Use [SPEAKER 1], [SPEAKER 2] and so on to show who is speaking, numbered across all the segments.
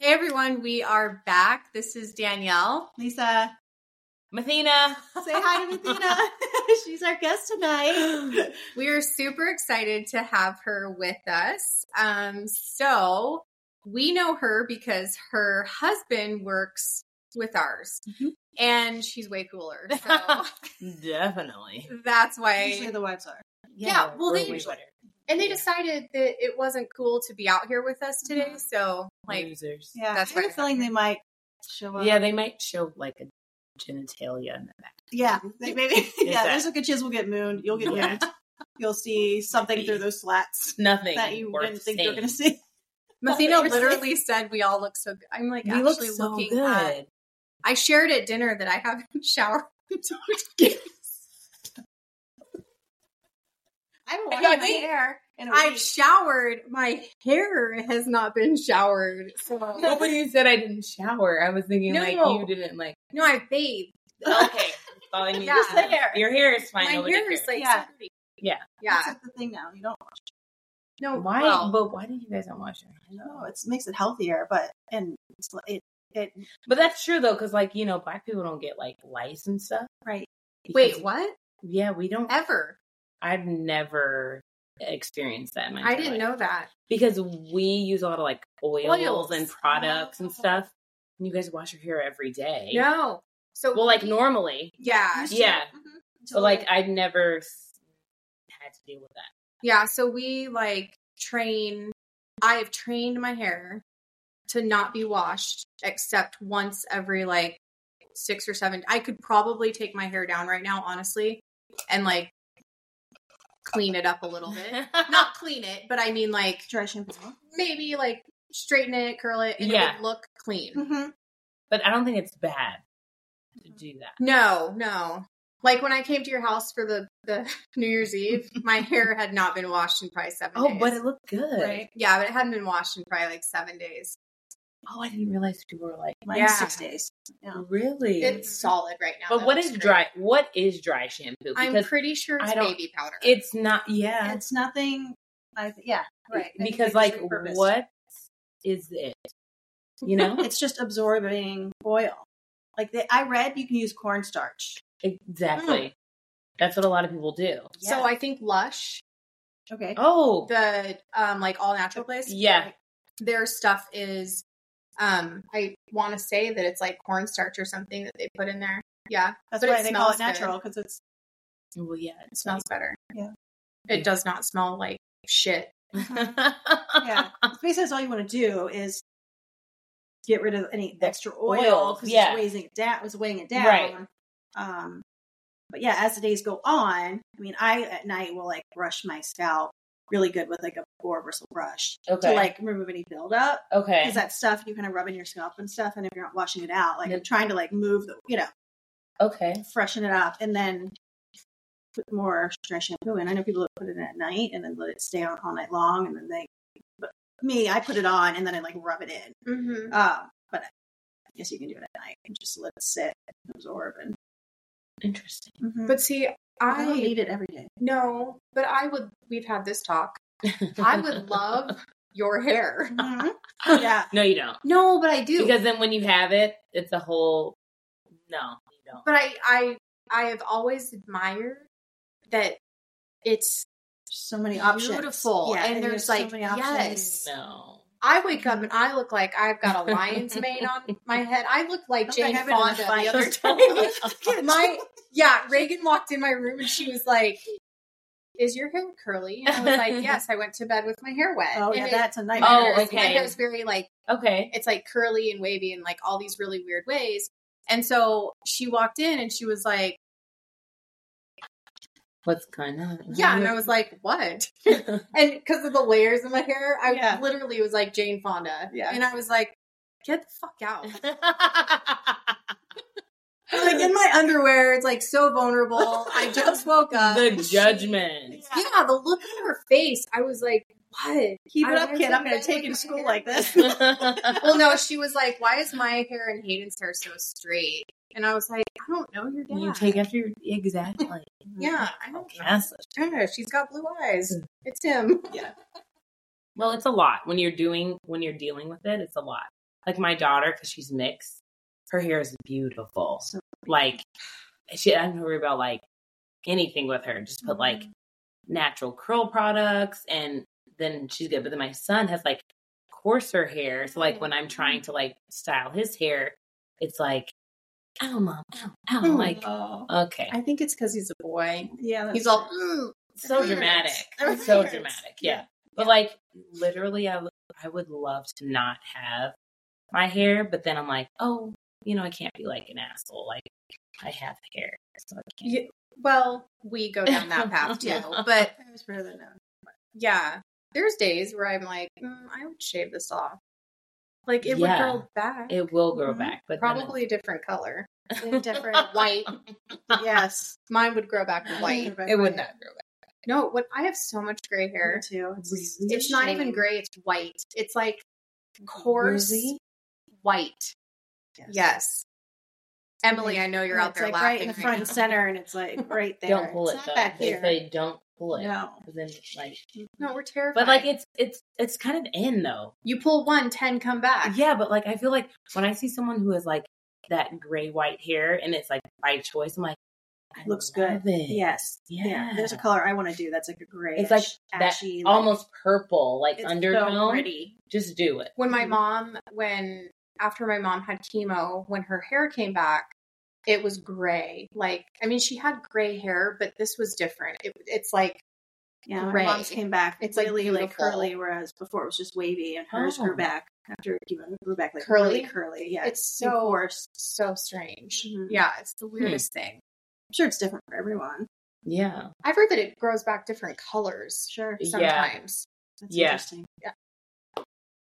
[SPEAKER 1] Hey everyone, we are back. This is Danielle. Lisa,
[SPEAKER 2] Mathena.
[SPEAKER 1] say hi to Mathena. She's our guest tonight. We are super excited to have her with us. Um, so we know her because her husband works with ours,
[SPEAKER 2] Mhm.
[SPEAKER 1] and she's way cooler. So
[SPEAKER 2] Definitely.
[SPEAKER 1] that's why
[SPEAKER 3] the wives are.
[SPEAKER 1] Yeah, well,
[SPEAKER 2] we're
[SPEAKER 1] they-
[SPEAKER 2] way better.
[SPEAKER 1] And they decided that it wasn't cool to be out here with us today.
[SPEAKER 2] Mm-hmm.
[SPEAKER 1] So, like,
[SPEAKER 2] losers.
[SPEAKER 3] Yeah,
[SPEAKER 1] That's
[SPEAKER 3] I have a
[SPEAKER 1] right.
[SPEAKER 3] feeling they might show up.
[SPEAKER 2] Yeah, they might show like a genitalia in the back.
[SPEAKER 3] yeah, they, maybe. yeah,
[SPEAKER 2] that-
[SPEAKER 3] there's a good chance we'll get mooned. You'll get
[SPEAKER 2] Yeah.
[SPEAKER 3] mooned. You'll see something through those slats
[SPEAKER 2] Nothing
[SPEAKER 3] that you
[SPEAKER 2] worth
[SPEAKER 3] didn't think you were
[SPEAKER 2] saying.
[SPEAKER 3] going to see.
[SPEAKER 1] Mathena
[SPEAKER 3] Seriously.
[SPEAKER 1] literally said we all look so good. I'm like,
[SPEAKER 2] We look
[SPEAKER 1] actually
[SPEAKER 2] so
[SPEAKER 1] looking
[SPEAKER 2] good.
[SPEAKER 1] at. I shared at dinner that I haven't showered.
[SPEAKER 3] I haven't
[SPEAKER 1] my
[SPEAKER 3] washed my hair
[SPEAKER 1] hair.
[SPEAKER 3] in a
[SPEAKER 1] I've
[SPEAKER 3] week.
[SPEAKER 1] showered. My hair has not been showered. So,
[SPEAKER 2] Well, when you said I didn't shower, I was thinking like
[SPEAKER 1] No.
[SPEAKER 2] you didn't like.
[SPEAKER 1] no, I bathed.
[SPEAKER 2] Okay, I mean,
[SPEAKER 1] Yeah. Just the
[SPEAKER 3] hair.
[SPEAKER 2] Your hair is fine.
[SPEAKER 1] my
[SPEAKER 2] nobody
[SPEAKER 1] hair is
[SPEAKER 2] cares.
[SPEAKER 1] like,
[SPEAKER 3] Yeah.
[SPEAKER 1] so pretty.
[SPEAKER 2] Yeah.
[SPEAKER 1] yeah.
[SPEAKER 3] That's like the thing now. You don't.
[SPEAKER 1] no,
[SPEAKER 2] why?
[SPEAKER 1] oh, well,
[SPEAKER 2] but why did you guys not wash your hair?
[SPEAKER 3] know. It makes it healthier, but and it's, li- it it
[SPEAKER 2] But that's true though, because like you know, black people don't get like lice and stuff.
[SPEAKER 3] right.
[SPEAKER 2] because-
[SPEAKER 1] wait, what?
[SPEAKER 2] Yeah, we don't.
[SPEAKER 1] Ever?
[SPEAKER 2] I've never experienced that. In my
[SPEAKER 1] I
[SPEAKER 2] entire
[SPEAKER 1] didn't
[SPEAKER 2] life.
[SPEAKER 1] know that.
[SPEAKER 2] because we use a lot of like oils,
[SPEAKER 1] Oils. Ah.
[SPEAKER 2] and products and stuff. And you guys wash your hair every day.
[SPEAKER 1] No. So,
[SPEAKER 2] Well, like normally,
[SPEAKER 1] yeah,
[SPEAKER 2] Yeah.
[SPEAKER 3] Mhm.
[SPEAKER 2] but like I've never s- had to deal with that.
[SPEAKER 1] Yeah, so we like train I have trained my hair to not be washed except once every like 6 or 7. I could probably take my hair down right now honestly and like clean it up a little bit. not clean it, but I mean like
[SPEAKER 3] dry shampoo.
[SPEAKER 1] maybe like straighten it, curl it and it
[SPEAKER 2] Yeah.
[SPEAKER 1] would look clean.
[SPEAKER 3] Mm-hmm.
[SPEAKER 2] but I don't think it's bad to do that.
[SPEAKER 1] No, no. Like when I came to your house for the the New Year's Eve, my hair had not been washed in probably 7
[SPEAKER 2] Oh,
[SPEAKER 1] days.
[SPEAKER 2] but it looked good.
[SPEAKER 3] Right.
[SPEAKER 1] Yeah, but it hadn't been washed in probably like seven days.
[SPEAKER 2] Oh, I didn't realize people were like
[SPEAKER 3] Mine's
[SPEAKER 1] Yeah.
[SPEAKER 3] six days. Yeah.
[SPEAKER 2] really.
[SPEAKER 1] It's solid right now.
[SPEAKER 2] Mm-hmm. but
[SPEAKER 1] though.
[SPEAKER 2] what
[SPEAKER 1] It's
[SPEAKER 2] is
[SPEAKER 1] great.
[SPEAKER 2] dry? What is dry shampoo?
[SPEAKER 1] I'm pretty sure it's
[SPEAKER 2] I don't-
[SPEAKER 1] baby powder.
[SPEAKER 2] it's not. Yeah,
[SPEAKER 3] It's nothing. I th- yeah. Right. I think
[SPEAKER 2] Because
[SPEAKER 3] they
[SPEAKER 2] like,
[SPEAKER 3] just repurposed.
[SPEAKER 2] what is it? You know,
[SPEAKER 1] Hmm.
[SPEAKER 3] it's just absorbing oil. Like they, I read, you can use cornstarch.
[SPEAKER 2] Exactly. That's what a lot of people do.
[SPEAKER 1] so I think Lush,
[SPEAKER 3] Okay.
[SPEAKER 2] Oh,
[SPEAKER 1] the um like all natural place,
[SPEAKER 2] yeah.
[SPEAKER 1] their stuff is um I want to say that it's like cornstarch or something that they put in there. Yeah,
[SPEAKER 3] That's
[SPEAKER 1] But it
[SPEAKER 3] why they call
[SPEAKER 1] smells
[SPEAKER 3] it natural because it's
[SPEAKER 2] Well, yeah.
[SPEAKER 1] it smells better.
[SPEAKER 3] Yeah.
[SPEAKER 1] It does not smell like shit. Uh-huh.
[SPEAKER 3] yeah. It's basically, that's all you want to do is get rid of any
[SPEAKER 2] The
[SPEAKER 3] extra oil
[SPEAKER 2] oil,
[SPEAKER 3] because
[SPEAKER 2] yeah.
[SPEAKER 3] it's weighing it down. Was weighing it down.
[SPEAKER 2] Right.
[SPEAKER 3] Um, but yeah, as the days go on, I mean, I at night will like brush my scalp really good with like a four bristle brush
[SPEAKER 2] okay.
[SPEAKER 3] to like remove any buildup.
[SPEAKER 2] okay.
[SPEAKER 3] Because that stuff you kind of rub in your scalp and stuff, and if you're not washing it out, like
[SPEAKER 2] Yeah.
[SPEAKER 3] I'm trying to like move the you know
[SPEAKER 2] okay.
[SPEAKER 3] freshen it up and then put more dry shampoo in. I know people that put it in at night and then let it stay on all night long and then they but me, I put it on and then I like rub it in.
[SPEAKER 1] Mm-hmm.
[SPEAKER 3] Um, but I guess you can do it at night and just let it sit and absorb and
[SPEAKER 2] Interesting.
[SPEAKER 3] but
[SPEAKER 1] But see,
[SPEAKER 3] I don't
[SPEAKER 1] Mm-hmm. I
[SPEAKER 3] need it every day.
[SPEAKER 1] no, but I would. We've had this talk. I would love your hair.
[SPEAKER 3] yeah.
[SPEAKER 2] No, you don't.
[SPEAKER 1] No, but I do
[SPEAKER 2] Because then when you have it, it's a whole. No, you don't.
[SPEAKER 1] but I I I have always admired that it's
[SPEAKER 3] So many options.
[SPEAKER 1] Beautiful.
[SPEAKER 3] Yeah,
[SPEAKER 1] And there's, like, yes.
[SPEAKER 2] No.
[SPEAKER 1] I wake up and I look like I've got a lion's mane on my head. I look like
[SPEAKER 3] Okay,
[SPEAKER 1] Jane
[SPEAKER 3] I've been in
[SPEAKER 1] Fonda
[SPEAKER 3] a fight.
[SPEAKER 1] the other time. my yeah, Reagan walked in my room and she was like, "Is your hair curly?" And I was like, "Yes, I went to bed with my hair wet."
[SPEAKER 3] Oh yeah,
[SPEAKER 1] and
[SPEAKER 3] that's a nightmare.
[SPEAKER 1] my hair
[SPEAKER 2] Oh,
[SPEAKER 1] is- My
[SPEAKER 2] okay.
[SPEAKER 1] hair is very like
[SPEAKER 2] Okay.
[SPEAKER 1] it's like curly and wavy in like all these really weird ways. And so she walked in and she was like,
[SPEAKER 2] What's going on?
[SPEAKER 1] "Yeah," and I was like, "What?" And because of the layers in my hair, I
[SPEAKER 3] Yeah.
[SPEAKER 1] literally was like Jane Fonda.
[SPEAKER 3] Yeah.
[SPEAKER 1] And I was like, get the fuck out. like
[SPEAKER 2] like
[SPEAKER 1] in my underwear, it's like so vulnerable. I just woke up.
[SPEAKER 2] the judgment.
[SPEAKER 1] yeah, the look on her face. I was like, what?
[SPEAKER 3] Keep
[SPEAKER 1] I
[SPEAKER 3] it up,
[SPEAKER 1] was
[SPEAKER 3] kid. I'm
[SPEAKER 1] like,
[SPEAKER 3] gonna take you to school like this.
[SPEAKER 1] Well, no, she was like, why is my hair and Hayden's hair so straight? And I was like, I don't know your dad.
[SPEAKER 2] You take after your exactly.
[SPEAKER 1] yeah, I don't
[SPEAKER 2] Yes.
[SPEAKER 1] know. She's got blue eyes. It's him.
[SPEAKER 2] Well, it's a lot when you're doing when you're dealing with it. It's a lot. Like my daughter, because she's mixed, her hair is beautiful.
[SPEAKER 3] So-
[SPEAKER 2] Like she, I don't worry about like anything with her. Just put like natural curl products, and then she's good. But then my son has like coarser hair, so like when I'm trying to like style his hair, it's like, ow, mom, ow, ow. I'm Like,
[SPEAKER 1] Oh.
[SPEAKER 2] okay,
[SPEAKER 1] I think it's because he's a boy.
[SPEAKER 3] Yeah,
[SPEAKER 1] "Oh." He's all, mm,
[SPEAKER 2] so
[SPEAKER 1] hurts.
[SPEAKER 2] dramatic,
[SPEAKER 3] It
[SPEAKER 2] so
[SPEAKER 3] hurts.
[SPEAKER 2] dramatic, yeah. But like literally, I would- I would love to not have my hair, but then I'm like, oh, you know, I can't be like an asshole. Like I have hair, so I can't.
[SPEAKER 1] you, well, we go down that path too. But
[SPEAKER 3] I was rather not.
[SPEAKER 1] yeah, there's days where I'm like, mm, I would shave this off. Like it
[SPEAKER 2] Yeah.
[SPEAKER 1] would grow back,
[SPEAKER 2] It will grow
[SPEAKER 3] Mhm.
[SPEAKER 2] back, but then it's-
[SPEAKER 1] probably a different color,
[SPEAKER 3] They're different.
[SPEAKER 1] white.
[SPEAKER 3] yes,
[SPEAKER 1] Mine would grow back to white.
[SPEAKER 3] Grow back
[SPEAKER 1] It would
[SPEAKER 3] white.
[SPEAKER 1] not grow back. No, what I have so much gray hair.
[SPEAKER 3] me too. It's,
[SPEAKER 2] Really?
[SPEAKER 1] It's not even gray. It's white. It's like coarse
[SPEAKER 2] Really?
[SPEAKER 1] white.
[SPEAKER 3] Yes.
[SPEAKER 1] Yes. Emily, I know you're
[SPEAKER 3] And
[SPEAKER 1] out
[SPEAKER 3] it's
[SPEAKER 1] there
[SPEAKER 3] like
[SPEAKER 1] laughing.
[SPEAKER 3] right in the front and
[SPEAKER 1] now.
[SPEAKER 3] center, and it's like right there.
[SPEAKER 2] Don't pull
[SPEAKER 3] It's
[SPEAKER 2] it
[SPEAKER 3] not
[SPEAKER 2] though.
[SPEAKER 3] back
[SPEAKER 2] They
[SPEAKER 3] here.
[SPEAKER 2] say don't pull it.
[SPEAKER 3] No.
[SPEAKER 2] But then it's like,
[SPEAKER 1] No, we're terrified.
[SPEAKER 2] but like it's it's it's kind of in though.
[SPEAKER 1] you pull one, ten come back.
[SPEAKER 2] Yeah, but like I feel like when I see someone who has like that gray white hair and it's like by choice, I'm like, I
[SPEAKER 3] Looks
[SPEAKER 2] love it.
[SPEAKER 3] Yes.
[SPEAKER 2] Yeah.
[SPEAKER 3] There's a color I want to do that's like a gray.
[SPEAKER 2] It's like that
[SPEAKER 3] ashy, like-
[SPEAKER 2] almost purple, like
[SPEAKER 3] It's so
[SPEAKER 2] undertone.
[SPEAKER 3] pretty.
[SPEAKER 2] Just do it.
[SPEAKER 1] When my
[SPEAKER 3] Mhm.
[SPEAKER 1] mom, when after my mom had chemo, when her hair came back, it was gray. Like, I mean, she had gray hair, but this was different. It, it's like,
[SPEAKER 3] Yeah, my
[SPEAKER 1] gray.
[SPEAKER 3] mom's came back.
[SPEAKER 1] It's,
[SPEAKER 3] It's
[SPEAKER 1] like,
[SPEAKER 3] really like
[SPEAKER 1] beautiful.
[SPEAKER 3] curly, whereas before it was just wavy, and hers
[SPEAKER 2] Oh.
[SPEAKER 3] grew back after you know, grew back like
[SPEAKER 1] Curly?
[SPEAKER 3] curly, curly. Yeah,
[SPEAKER 1] it's
[SPEAKER 3] and
[SPEAKER 1] so
[SPEAKER 3] coarse.
[SPEAKER 1] so strange.
[SPEAKER 3] Mhm.
[SPEAKER 1] Yeah, it's the weirdest thing.
[SPEAKER 3] I'm sure it's different for everyone.
[SPEAKER 2] Yeah.
[SPEAKER 1] I've heard that it grows back different colors
[SPEAKER 3] Sure,
[SPEAKER 2] Yeah.
[SPEAKER 1] sometimes.
[SPEAKER 3] that's
[SPEAKER 2] Yeah.
[SPEAKER 3] interesting.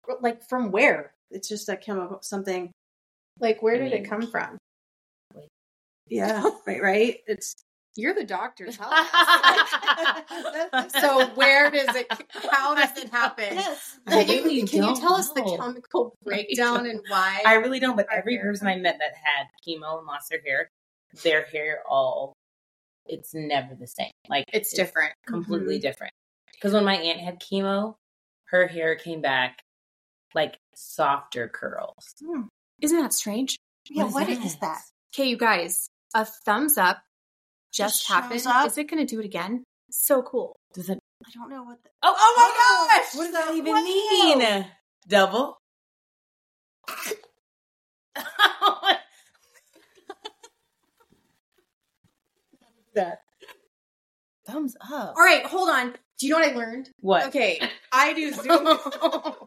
[SPEAKER 1] But, Like from where?
[SPEAKER 3] It's just a chemical something.
[SPEAKER 1] Like where did
[SPEAKER 2] Mm.
[SPEAKER 1] it come from?
[SPEAKER 3] Yeah, right, right. It's
[SPEAKER 1] You're the doctor. Tell us. so where does it? How does it happen?
[SPEAKER 3] yes.
[SPEAKER 2] I
[SPEAKER 1] Can you,
[SPEAKER 2] really
[SPEAKER 1] can you
[SPEAKER 2] don't
[SPEAKER 1] tell us the
[SPEAKER 2] know.
[SPEAKER 1] chemical breakdown and
[SPEAKER 2] I
[SPEAKER 1] why?
[SPEAKER 2] really don't, but
[SPEAKER 1] Our
[SPEAKER 2] every
[SPEAKER 1] hair.
[SPEAKER 2] person I met that had chemo and lost their hair, their hair all it's never the same. Like
[SPEAKER 1] It's different. Mm-hmm.
[SPEAKER 2] completely different. Because when my aunt had chemo, her hair came back like softer curls.
[SPEAKER 1] Isn't that strange?
[SPEAKER 3] Yeah, what is that?
[SPEAKER 1] Okay, you guys, a thumbs up
[SPEAKER 3] just
[SPEAKER 1] just
[SPEAKER 3] shows
[SPEAKER 1] happened.
[SPEAKER 3] up.
[SPEAKER 1] Is it going to do it again? So cool.
[SPEAKER 2] Does it
[SPEAKER 3] I don't know what. The,
[SPEAKER 2] Oh,
[SPEAKER 1] oh my gosh!
[SPEAKER 2] What does that even
[SPEAKER 3] Wow.
[SPEAKER 2] mean? Double? that. Thumbs up.
[SPEAKER 1] All right, hold on. Do you know what I learned?
[SPEAKER 2] What?
[SPEAKER 1] Okay, I do Zoom.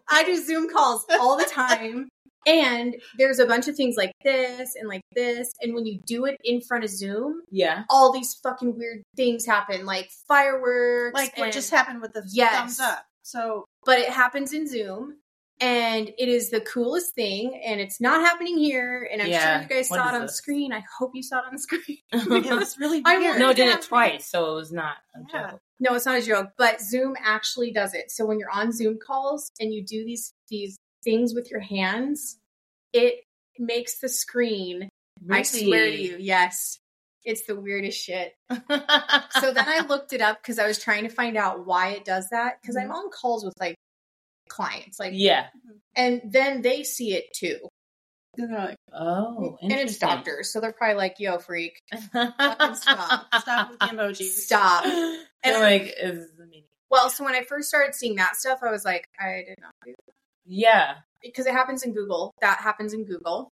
[SPEAKER 1] I do Zoom calls all the time. And there's a bunch of things like this and like this. And when you do it in front of Zoom,
[SPEAKER 2] yeah.
[SPEAKER 1] all these fucking weird things happen, like fireworks.
[SPEAKER 3] like what
[SPEAKER 1] and-
[SPEAKER 3] just happened with the
[SPEAKER 1] Yes.
[SPEAKER 3] thumbs up. So
[SPEAKER 1] but it happens in Zoom. And it is the coolest thing, and it's not happening here. And I'm
[SPEAKER 2] Yeah.
[SPEAKER 1] sure you guys
[SPEAKER 2] What
[SPEAKER 1] saw
[SPEAKER 2] is
[SPEAKER 1] it on
[SPEAKER 2] this?
[SPEAKER 1] screen. I hope you saw it on the screen.
[SPEAKER 3] it was really
[SPEAKER 1] I
[SPEAKER 3] weird.
[SPEAKER 2] no, it did
[SPEAKER 1] Yeah.
[SPEAKER 2] it twice, so it was not a
[SPEAKER 3] Yeah.
[SPEAKER 2] joke.
[SPEAKER 1] No, it's not a joke, but Zoom actually does it. So when you're on Zoom calls and you do these these things with your hands, it makes the screen. I swear to you, yes, it's the weirdest shit. so then I looked it up because I was trying to find out why it does that. Because I'm on calls with like clients, like,
[SPEAKER 2] Mm-hmm. yeah.
[SPEAKER 1] and then they see it too,
[SPEAKER 3] And they're like,
[SPEAKER 2] Oh,
[SPEAKER 1] and it's
[SPEAKER 2] interesting.
[SPEAKER 1] doctors, so they're probably like, "Yo, freak, Fucking stop.
[SPEAKER 3] Stop with the emojis.
[SPEAKER 1] stop."
[SPEAKER 2] And
[SPEAKER 1] And-
[SPEAKER 2] like, is the meaning?
[SPEAKER 1] Well, so when I first started seeing that stuff, I was like, "I did not do
[SPEAKER 2] Yeah.
[SPEAKER 1] because it happens in Google. That happens in Google.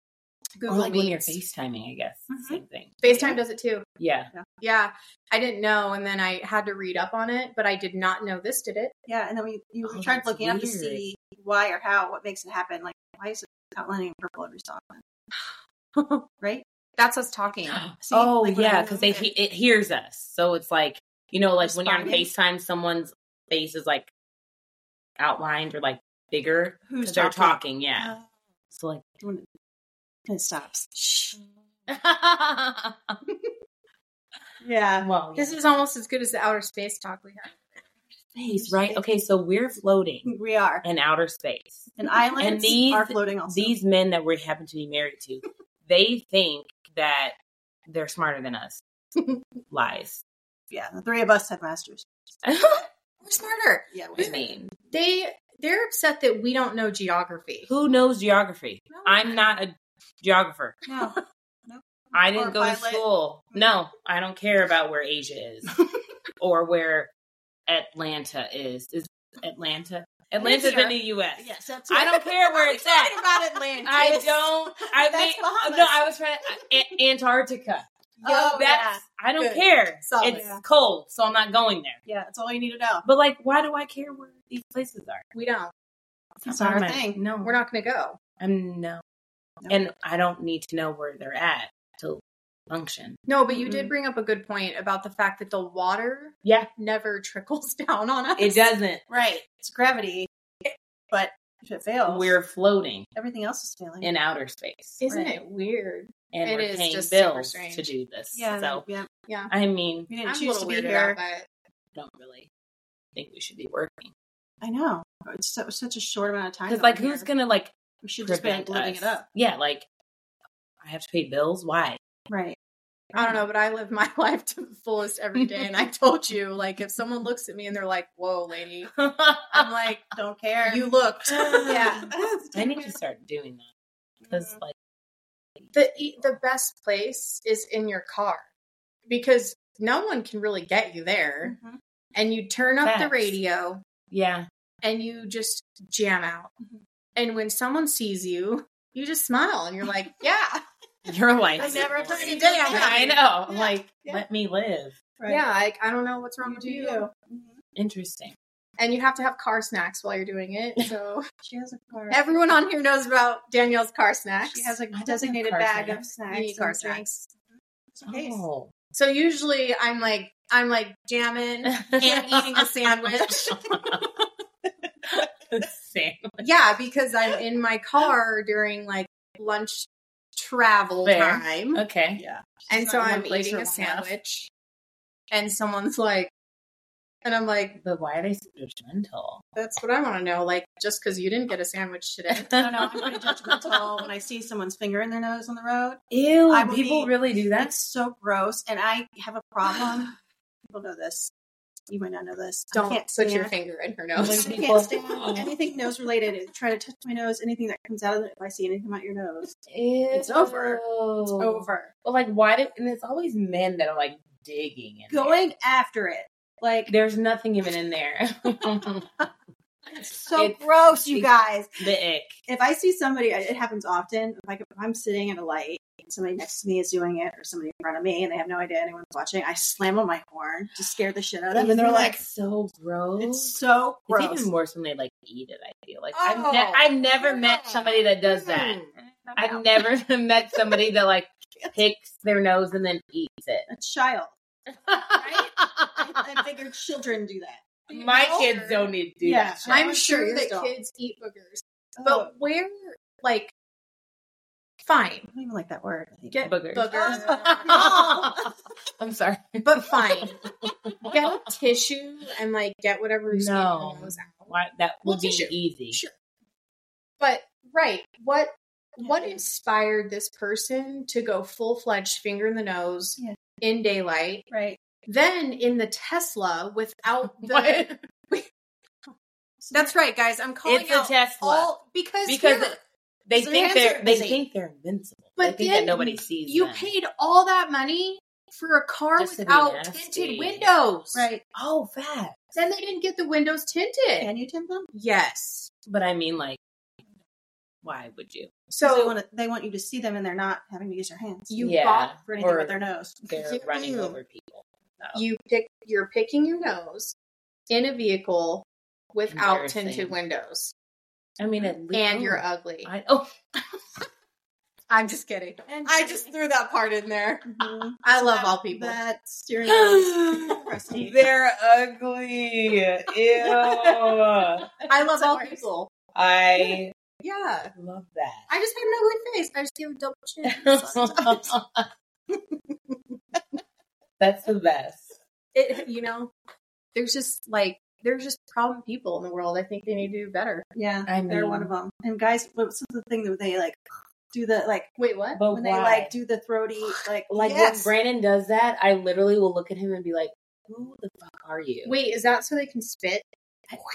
[SPEAKER 2] Or
[SPEAKER 1] Google
[SPEAKER 2] Oh, like when you're
[SPEAKER 1] Meets.
[SPEAKER 2] FaceTiming, I guess.
[SPEAKER 1] Mm-hmm.
[SPEAKER 3] Mhm.
[SPEAKER 2] Same thing.
[SPEAKER 1] FaceTime does it too.
[SPEAKER 2] Yeah.
[SPEAKER 1] Yeah, I didn't know, and then I had to read up on it, but I did not know this did it.
[SPEAKER 3] Yeah, and then we you
[SPEAKER 2] Oh,
[SPEAKER 3] tried
[SPEAKER 2] that's
[SPEAKER 3] looking up to
[SPEAKER 2] weird.
[SPEAKER 3] see why or how, what makes it happen. Like, why is it outlining in purple every song? Right?
[SPEAKER 1] That's us talking.
[SPEAKER 3] See,
[SPEAKER 2] oh
[SPEAKER 3] like, when
[SPEAKER 2] yeah,
[SPEAKER 3] I'm
[SPEAKER 2] because they
[SPEAKER 3] moving-
[SPEAKER 2] he- it hears us, so it's like you know, like when you're on
[SPEAKER 3] Responding.
[SPEAKER 2] FaceTime, someone's face is like outlined or like bigger.
[SPEAKER 3] who's
[SPEAKER 2] 'cause They're talking, yeah.
[SPEAKER 3] Uh,
[SPEAKER 2] So like,
[SPEAKER 3] when it- and it stops. Mm. Yeah.
[SPEAKER 2] well,
[SPEAKER 1] This is almost as good as the outer space talk we had.
[SPEAKER 2] face, right? Okay, so we're floating
[SPEAKER 3] We are.
[SPEAKER 2] in outer space.
[SPEAKER 3] And islands
[SPEAKER 2] And these-
[SPEAKER 3] are floating also.
[SPEAKER 2] These men that we happen to be married to, they think that they're smarter than us. Lies.
[SPEAKER 3] yeah, the three of us have masters.
[SPEAKER 1] We're smarter.
[SPEAKER 3] Yeah,
[SPEAKER 2] I
[SPEAKER 3] we
[SPEAKER 2] mean,
[SPEAKER 1] They They're upset that we don't know geography.
[SPEAKER 2] Who knows geography?
[SPEAKER 1] No.
[SPEAKER 2] I'm not a geographer.
[SPEAKER 3] No.
[SPEAKER 2] I
[SPEAKER 3] Or
[SPEAKER 2] didn't go to
[SPEAKER 3] pilot.
[SPEAKER 2] school. No, I don't care about where Asia is or where Atlanta is. Is Atlanta? Atlanta's in
[SPEAKER 3] here.
[SPEAKER 2] the U.S.
[SPEAKER 3] Yes, that's
[SPEAKER 2] I don't care where it's at.
[SPEAKER 3] Talking about Atlantis.
[SPEAKER 2] I don't. I
[SPEAKER 3] That's
[SPEAKER 2] mean,
[SPEAKER 3] Bahamas.
[SPEAKER 2] no, I was trying A- Antarctica.
[SPEAKER 3] Oh,
[SPEAKER 2] That's I don't
[SPEAKER 1] Good.
[SPEAKER 2] care.
[SPEAKER 1] Solid.
[SPEAKER 2] It's
[SPEAKER 3] Yeah.
[SPEAKER 2] cold, so I'm not going there.
[SPEAKER 3] yeah. Yeah, that's all you need to know.
[SPEAKER 2] But like, why do I care where these places are?
[SPEAKER 1] We don't.
[SPEAKER 3] That's
[SPEAKER 2] Why
[SPEAKER 3] our
[SPEAKER 2] am I-
[SPEAKER 3] thing.
[SPEAKER 2] No,
[SPEAKER 1] We're not going to go.
[SPEAKER 2] I'm no.
[SPEAKER 3] No.
[SPEAKER 2] and I don't need to know where they're at to function.
[SPEAKER 1] No, but you did
[SPEAKER 2] Mm-mm.
[SPEAKER 1] bring up a good point about the fact that the water
[SPEAKER 2] Yeah,
[SPEAKER 1] never trickles down on us.
[SPEAKER 2] it doesn't.
[SPEAKER 3] Right. It's gravity. But if it fails,
[SPEAKER 2] We're floating
[SPEAKER 3] everything else is failing.
[SPEAKER 2] in outer space,
[SPEAKER 1] Isn't
[SPEAKER 3] Right.
[SPEAKER 1] it weird?
[SPEAKER 2] and
[SPEAKER 1] it
[SPEAKER 2] we're
[SPEAKER 1] is
[SPEAKER 2] paying
[SPEAKER 1] just super
[SPEAKER 2] bills
[SPEAKER 1] strange.
[SPEAKER 2] to do this.
[SPEAKER 3] yeah.
[SPEAKER 2] So
[SPEAKER 3] yeah.
[SPEAKER 2] I mean,
[SPEAKER 3] We
[SPEAKER 1] I'm
[SPEAKER 3] didn't
[SPEAKER 1] a
[SPEAKER 3] choose
[SPEAKER 1] little
[SPEAKER 3] to be
[SPEAKER 1] weird
[SPEAKER 3] here.
[SPEAKER 1] about that.
[SPEAKER 2] I don't really think we should be working
[SPEAKER 3] I know. It's so, such a short amount of time.
[SPEAKER 2] because,
[SPEAKER 3] that
[SPEAKER 2] like,
[SPEAKER 3] we're
[SPEAKER 2] who's
[SPEAKER 3] here.
[SPEAKER 2] gonna like
[SPEAKER 3] We should just be
[SPEAKER 2] prevent
[SPEAKER 3] living
[SPEAKER 2] us?
[SPEAKER 3] it up.
[SPEAKER 2] Yeah, like I have to pay bills. Why?
[SPEAKER 3] Right.
[SPEAKER 1] I
[SPEAKER 3] Mm.
[SPEAKER 1] don't know, but I live my life to the fullest every day. And I told you, like, if someone looks at me and they're like, whoa, lady, I'm like,
[SPEAKER 3] Don't care.
[SPEAKER 1] you looked.
[SPEAKER 3] yeah. Mm-hmm.
[SPEAKER 2] I need to start doing that because, like,
[SPEAKER 1] the e- the best place is in your car because no one can really get you there
[SPEAKER 3] Mhm.
[SPEAKER 1] and you turn up the
[SPEAKER 2] Facts.
[SPEAKER 1] radio
[SPEAKER 2] yeah,
[SPEAKER 1] and you just jam out
[SPEAKER 3] Mhm.
[SPEAKER 1] and when someone sees you you just smile and you're like yeah
[SPEAKER 2] your life.
[SPEAKER 3] I never heard
[SPEAKER 1] Pretty
[SPEAKER 3] it.
[SPEAKER 1] day I
[SPEAKER 2] Yeah, I
[SPEAKER 1] had.
[SPEAKER 2] know. I'm
[SPEAKER 3] Yeah,
[SPEAKER 2] like,
[SPEAKER 3] yeah.
[SPEAKER 2] let me live.
[SPEAKER 3] Right.
[SPEAKER 1] yeah like i don't know what's wrong
[SPEAKER 3] You
[SPEAKER 1] with
[SPEAKER 3] do
[SPEAKER 1] you
[SPEAKER 3] you. Mm-hmm.
[SPEAKER 2] Interesting.
[SPEAKER 1] and you have to have car snacks while you're doing it so
[SPEAKER 3] She has a car.
[SPEAKER 1] everyone on here knows about danielle's car snacks
[SPEAKER 3] she has a
[SPEAKER 2] have
[SPEAKER 3] designated
[SPEAKER 2] car
[SPEAKER 3] bag of
[SPEAKER 2] snacks.
[SPEAKER 3] snacks.
[SPEAKER 1] You need car
[SPEAKER 3] and drinks.
[SPEAKER 1] snacks
[SPEAKER 3] Just in case.
[SPEAKER 2] Oh.
[SPEAKER 1] so usually i'm like i'm like jamming and eating a sandwich
[SPEAKER 2] sandwich.
[SPEAKER 1] Yeah, because I'm in my car during like lunch travel
[SPEAKER 2] Fair.
[SPEAKER 1] time.
[SPEAKER 2] Okay.
[SPEAKER 3] Yeah.
[SPEAKER 1] And
[SPEAKER 3] She's
[SPEAKER 1] so
[SPEAKER 3] not in
[SPEAKER 1] I'm
[SPEAKER 3] Uh, one place
[SPEAKER 1] eating
[SPEAKER 3] for
[SPEAKER 1] a
[SPEAKER 3] long enough.
[SPEAKER 1] sandwich and someone's like and I'm like,
[SPEAKER 2] But why are they so judgmental?
[SPEAKER 1] that's what I want to know. Like, just because you didn't get a sandwich today.
[SPEAKER 3] I don't know. I'm pretty judgmental when I see someone's finger in their nose on the road.
[SPEAKER 2] Ew,
[SPEAKER 3] I will
[SPEAKER 2] people
[SPEAKER 3] be-
[SPEAKER 2] really do that?
[SPEAKER 3] That's so gross. And I have a problem. People know this. You might not know this. I
[SPEAKER 1] Don't
[SPEAKER 3] can't
[SPEAKER 1] put
[SPEAKER 3] stand-
[SPEAKER 1] your finger in her
[SPEAKER 3] I
[SPEAKER 1] nose.
[SPEAKER 2] When people-
[SPEAKER 3] can't stand anything nose related. If you Try to touch my nose. Anything that comes out of it. If I see anything out your nose,
[SPEAKER 2] It's
[SPEAKER 3] over.
[SPEAKER 2] It's
[SPEAKER 3] it's over.
[SPEAKER 2] Well, like, why do, and it's always men that are like digging. In
[SPEAKER 3] Going after it, like
[SPEAKER 2] There. There's nothing even in there. the
[SPEAKER 3] so
[SPEAKER 2] It's-
[SPEAKER 3] gross, you
[SPEAKER 2] it's-
[SPEAKER 3] guys.
[SPEAKER 2] ick.
[SPEAKER 3] if I see somebody, it happens often. If, like if I'm sitting at a light and somebody next to me is doing it, or somebody in front of me, and they have no idea anyone's watching, I slam on my horn to scare the shit out of them, and they're
[SPEAKER 2] Isn't that
[SPEAKER 3] like,
[SPEAKER 2] so gross.
[SPEAKER 3] "It's so
[SPEAKER 2] It's
[SPEAKER 3] gross."
[SPEAKER 2] even worse when they like eat it. I feel like
[SPEAKER 1] Oh.
[SPEAKER 2] I've, ne- I've never met somebody that does
[SPEAKER 3] Hmm.
[SPEAKER 2] that. I've never met somebody that like picks their nose and then eats it.
[SPEAKER 3] a child.
[SPEAKER 1] Right?
[SPEAKER 3] I, I figured children do that.
[SPEAKER 2] My kids don't need to do
[SPEAKER 3] Yeah,
[SPEAKER 2] that. shit.
[SPEAKER 1] I'm sure
[SPEAKER 3] Yours
[SPEAKER 1] that
[SPEAKER 3] don't.
[SPEAKER 1] kids eat boogers.
[SPEAKER 3] But
[SPEAKER 1] But where like fine.
[SPEAKER 3] I don't even like that word. I think.
[SPEAKER 1] Get
[SPEAKER 2] Boogers.
[SPEAKER 1] boogers.
[SPEAKER 2] I'm sorry.
[SPEAKER 1] but fine. Get a tissue and like get whatever is in your
[SPEAKER 2] No.
[SPEAKER 1] nose out.
[SPEAKER 2] Why, that
[SPEAKER 1] Well,
[SPEAKER 2] would be
[SPEAKER 1] tissue.
[SPEAKER 2] easy.
[SPEAKER 1] Sure. But right, what what
[SPEAKER 3] Yeah.
[SPEAKER 1] inspired this person to go full fledged finger in the nose
[SPEAKER 3] Yeah.
[SPEAKER 1] in daylight,
[SPEAKER 3] right?
[SPEAKER 1] then in the Tesla without the?
[SPEAKER 2] What?
[SPEAKER 1] That's right, guys. I'm calling
[SPEAKER 2] It's a
[SPEAKER 1] out
[SPEAKER 2] Tesla.
[SPEAKER 1] all because
[SPEAKER 2] Because
[SPEAKER 1] here,
[SPEAKER 2] they
[SPEAKER 3] So
[SPEAKER 2] think
[SPEAKER 3] the
[SPEAKER 2] they're
[SPEAKER 3] answer
[SPEAKER 2] they
[SPEAKER 3] is eight.
[SPEAKER 2] think they're invincible.
[SPEAKER 1] But
[SPEAKER 2] they think
[SPEAKER 1] then
[SPEAKER 2] that nobody sees
[SPEAKER 1] you
[SPEAKER 2] them.
[SPEAKER 1] paid all that money for a car
[SPEAKER 2] Just to be
[SPEAKER 1] without
[SPEAKER 2] nasty.
[SPEAKER 1] tinted windows.
[SPEAKER 3] Right?
[SPEAKER 2] oh fat.
[SPEAKER 1] Then they didn't get the windows tinted.
[SPEAKER 3] Can you tip them?
[SPEAKER 1] Yes.
[SPEAKER 2] But I mean, like, why would you?
[SPEAKER 3] 'Cause
[SPEAKER 1] So
[SPEAKER 3] they want to, they want you to see them, and they're not having to use their hands
[SPEAKER 1] you
[SPEAKER 2] Yeah.
[SPEAKER 1] bought
[SPEAKER 3] for anything
[SPEAKER 2] Or-
[SPEAKER 3] with their nose.
[SPEAKER 2] They're
[SPEAKER 1] Yeah.
[SPEAKER 2] running over people.
[SPEAKER 1] you pick you're picking your nose in a vehicle without
[SPEAKER 2] Embarrassing.
[SPEAKER 1] tinted windows
[SPEAKER 2] I mean, at least
[SPEAKER 1] and you're ugly
[SPEAKER 2] I, oh,
[SPEAKER 1] i'm just kidding i just threw that part in there
[SPEAKER 3] Mhm.
[SPEAKER 1] i love all people
[SPEAKER 3] That steering wheel is crusty.
[SPEAKER 2] They're ugly. Ew.
[SPEAKER 1] i love all
[SPEAKER 3] worse.
[SPEAKER 1] people
[SPEAKER 2] I
[SPEAKER 1] yeah
[SPEAKER 2] love
[SPEAKER 1] i just had an ugly face i just gave a double chin
[SPEAKER 2] that. That's the best.
[SPEAKER 1] it, you know there's just like there's just problem people in the world i think they need to do better
[SPEAKER 3] Yeah,
[SPEAKER 2] I
[SPEAKER 3] they're one of
[SPEAKER 2] mean-
[SPEAKER 3] them. And guys, what's the thing that they like do the like
[SPEAKER 1] wait what
[SPEAKER 2] But
[SPEAKER 3] when
[SPEAKER 2] Oh, why?
[SPEAKER 3] they like do the throaty like
[SPEAKER 2] like
[SPEAKER 3] yes.
[SPEAKER 2] when Brandon does that, I literally will look at him and be like, "Who the fuck are you?"
[SPEAKER 1] wait is that so they can spit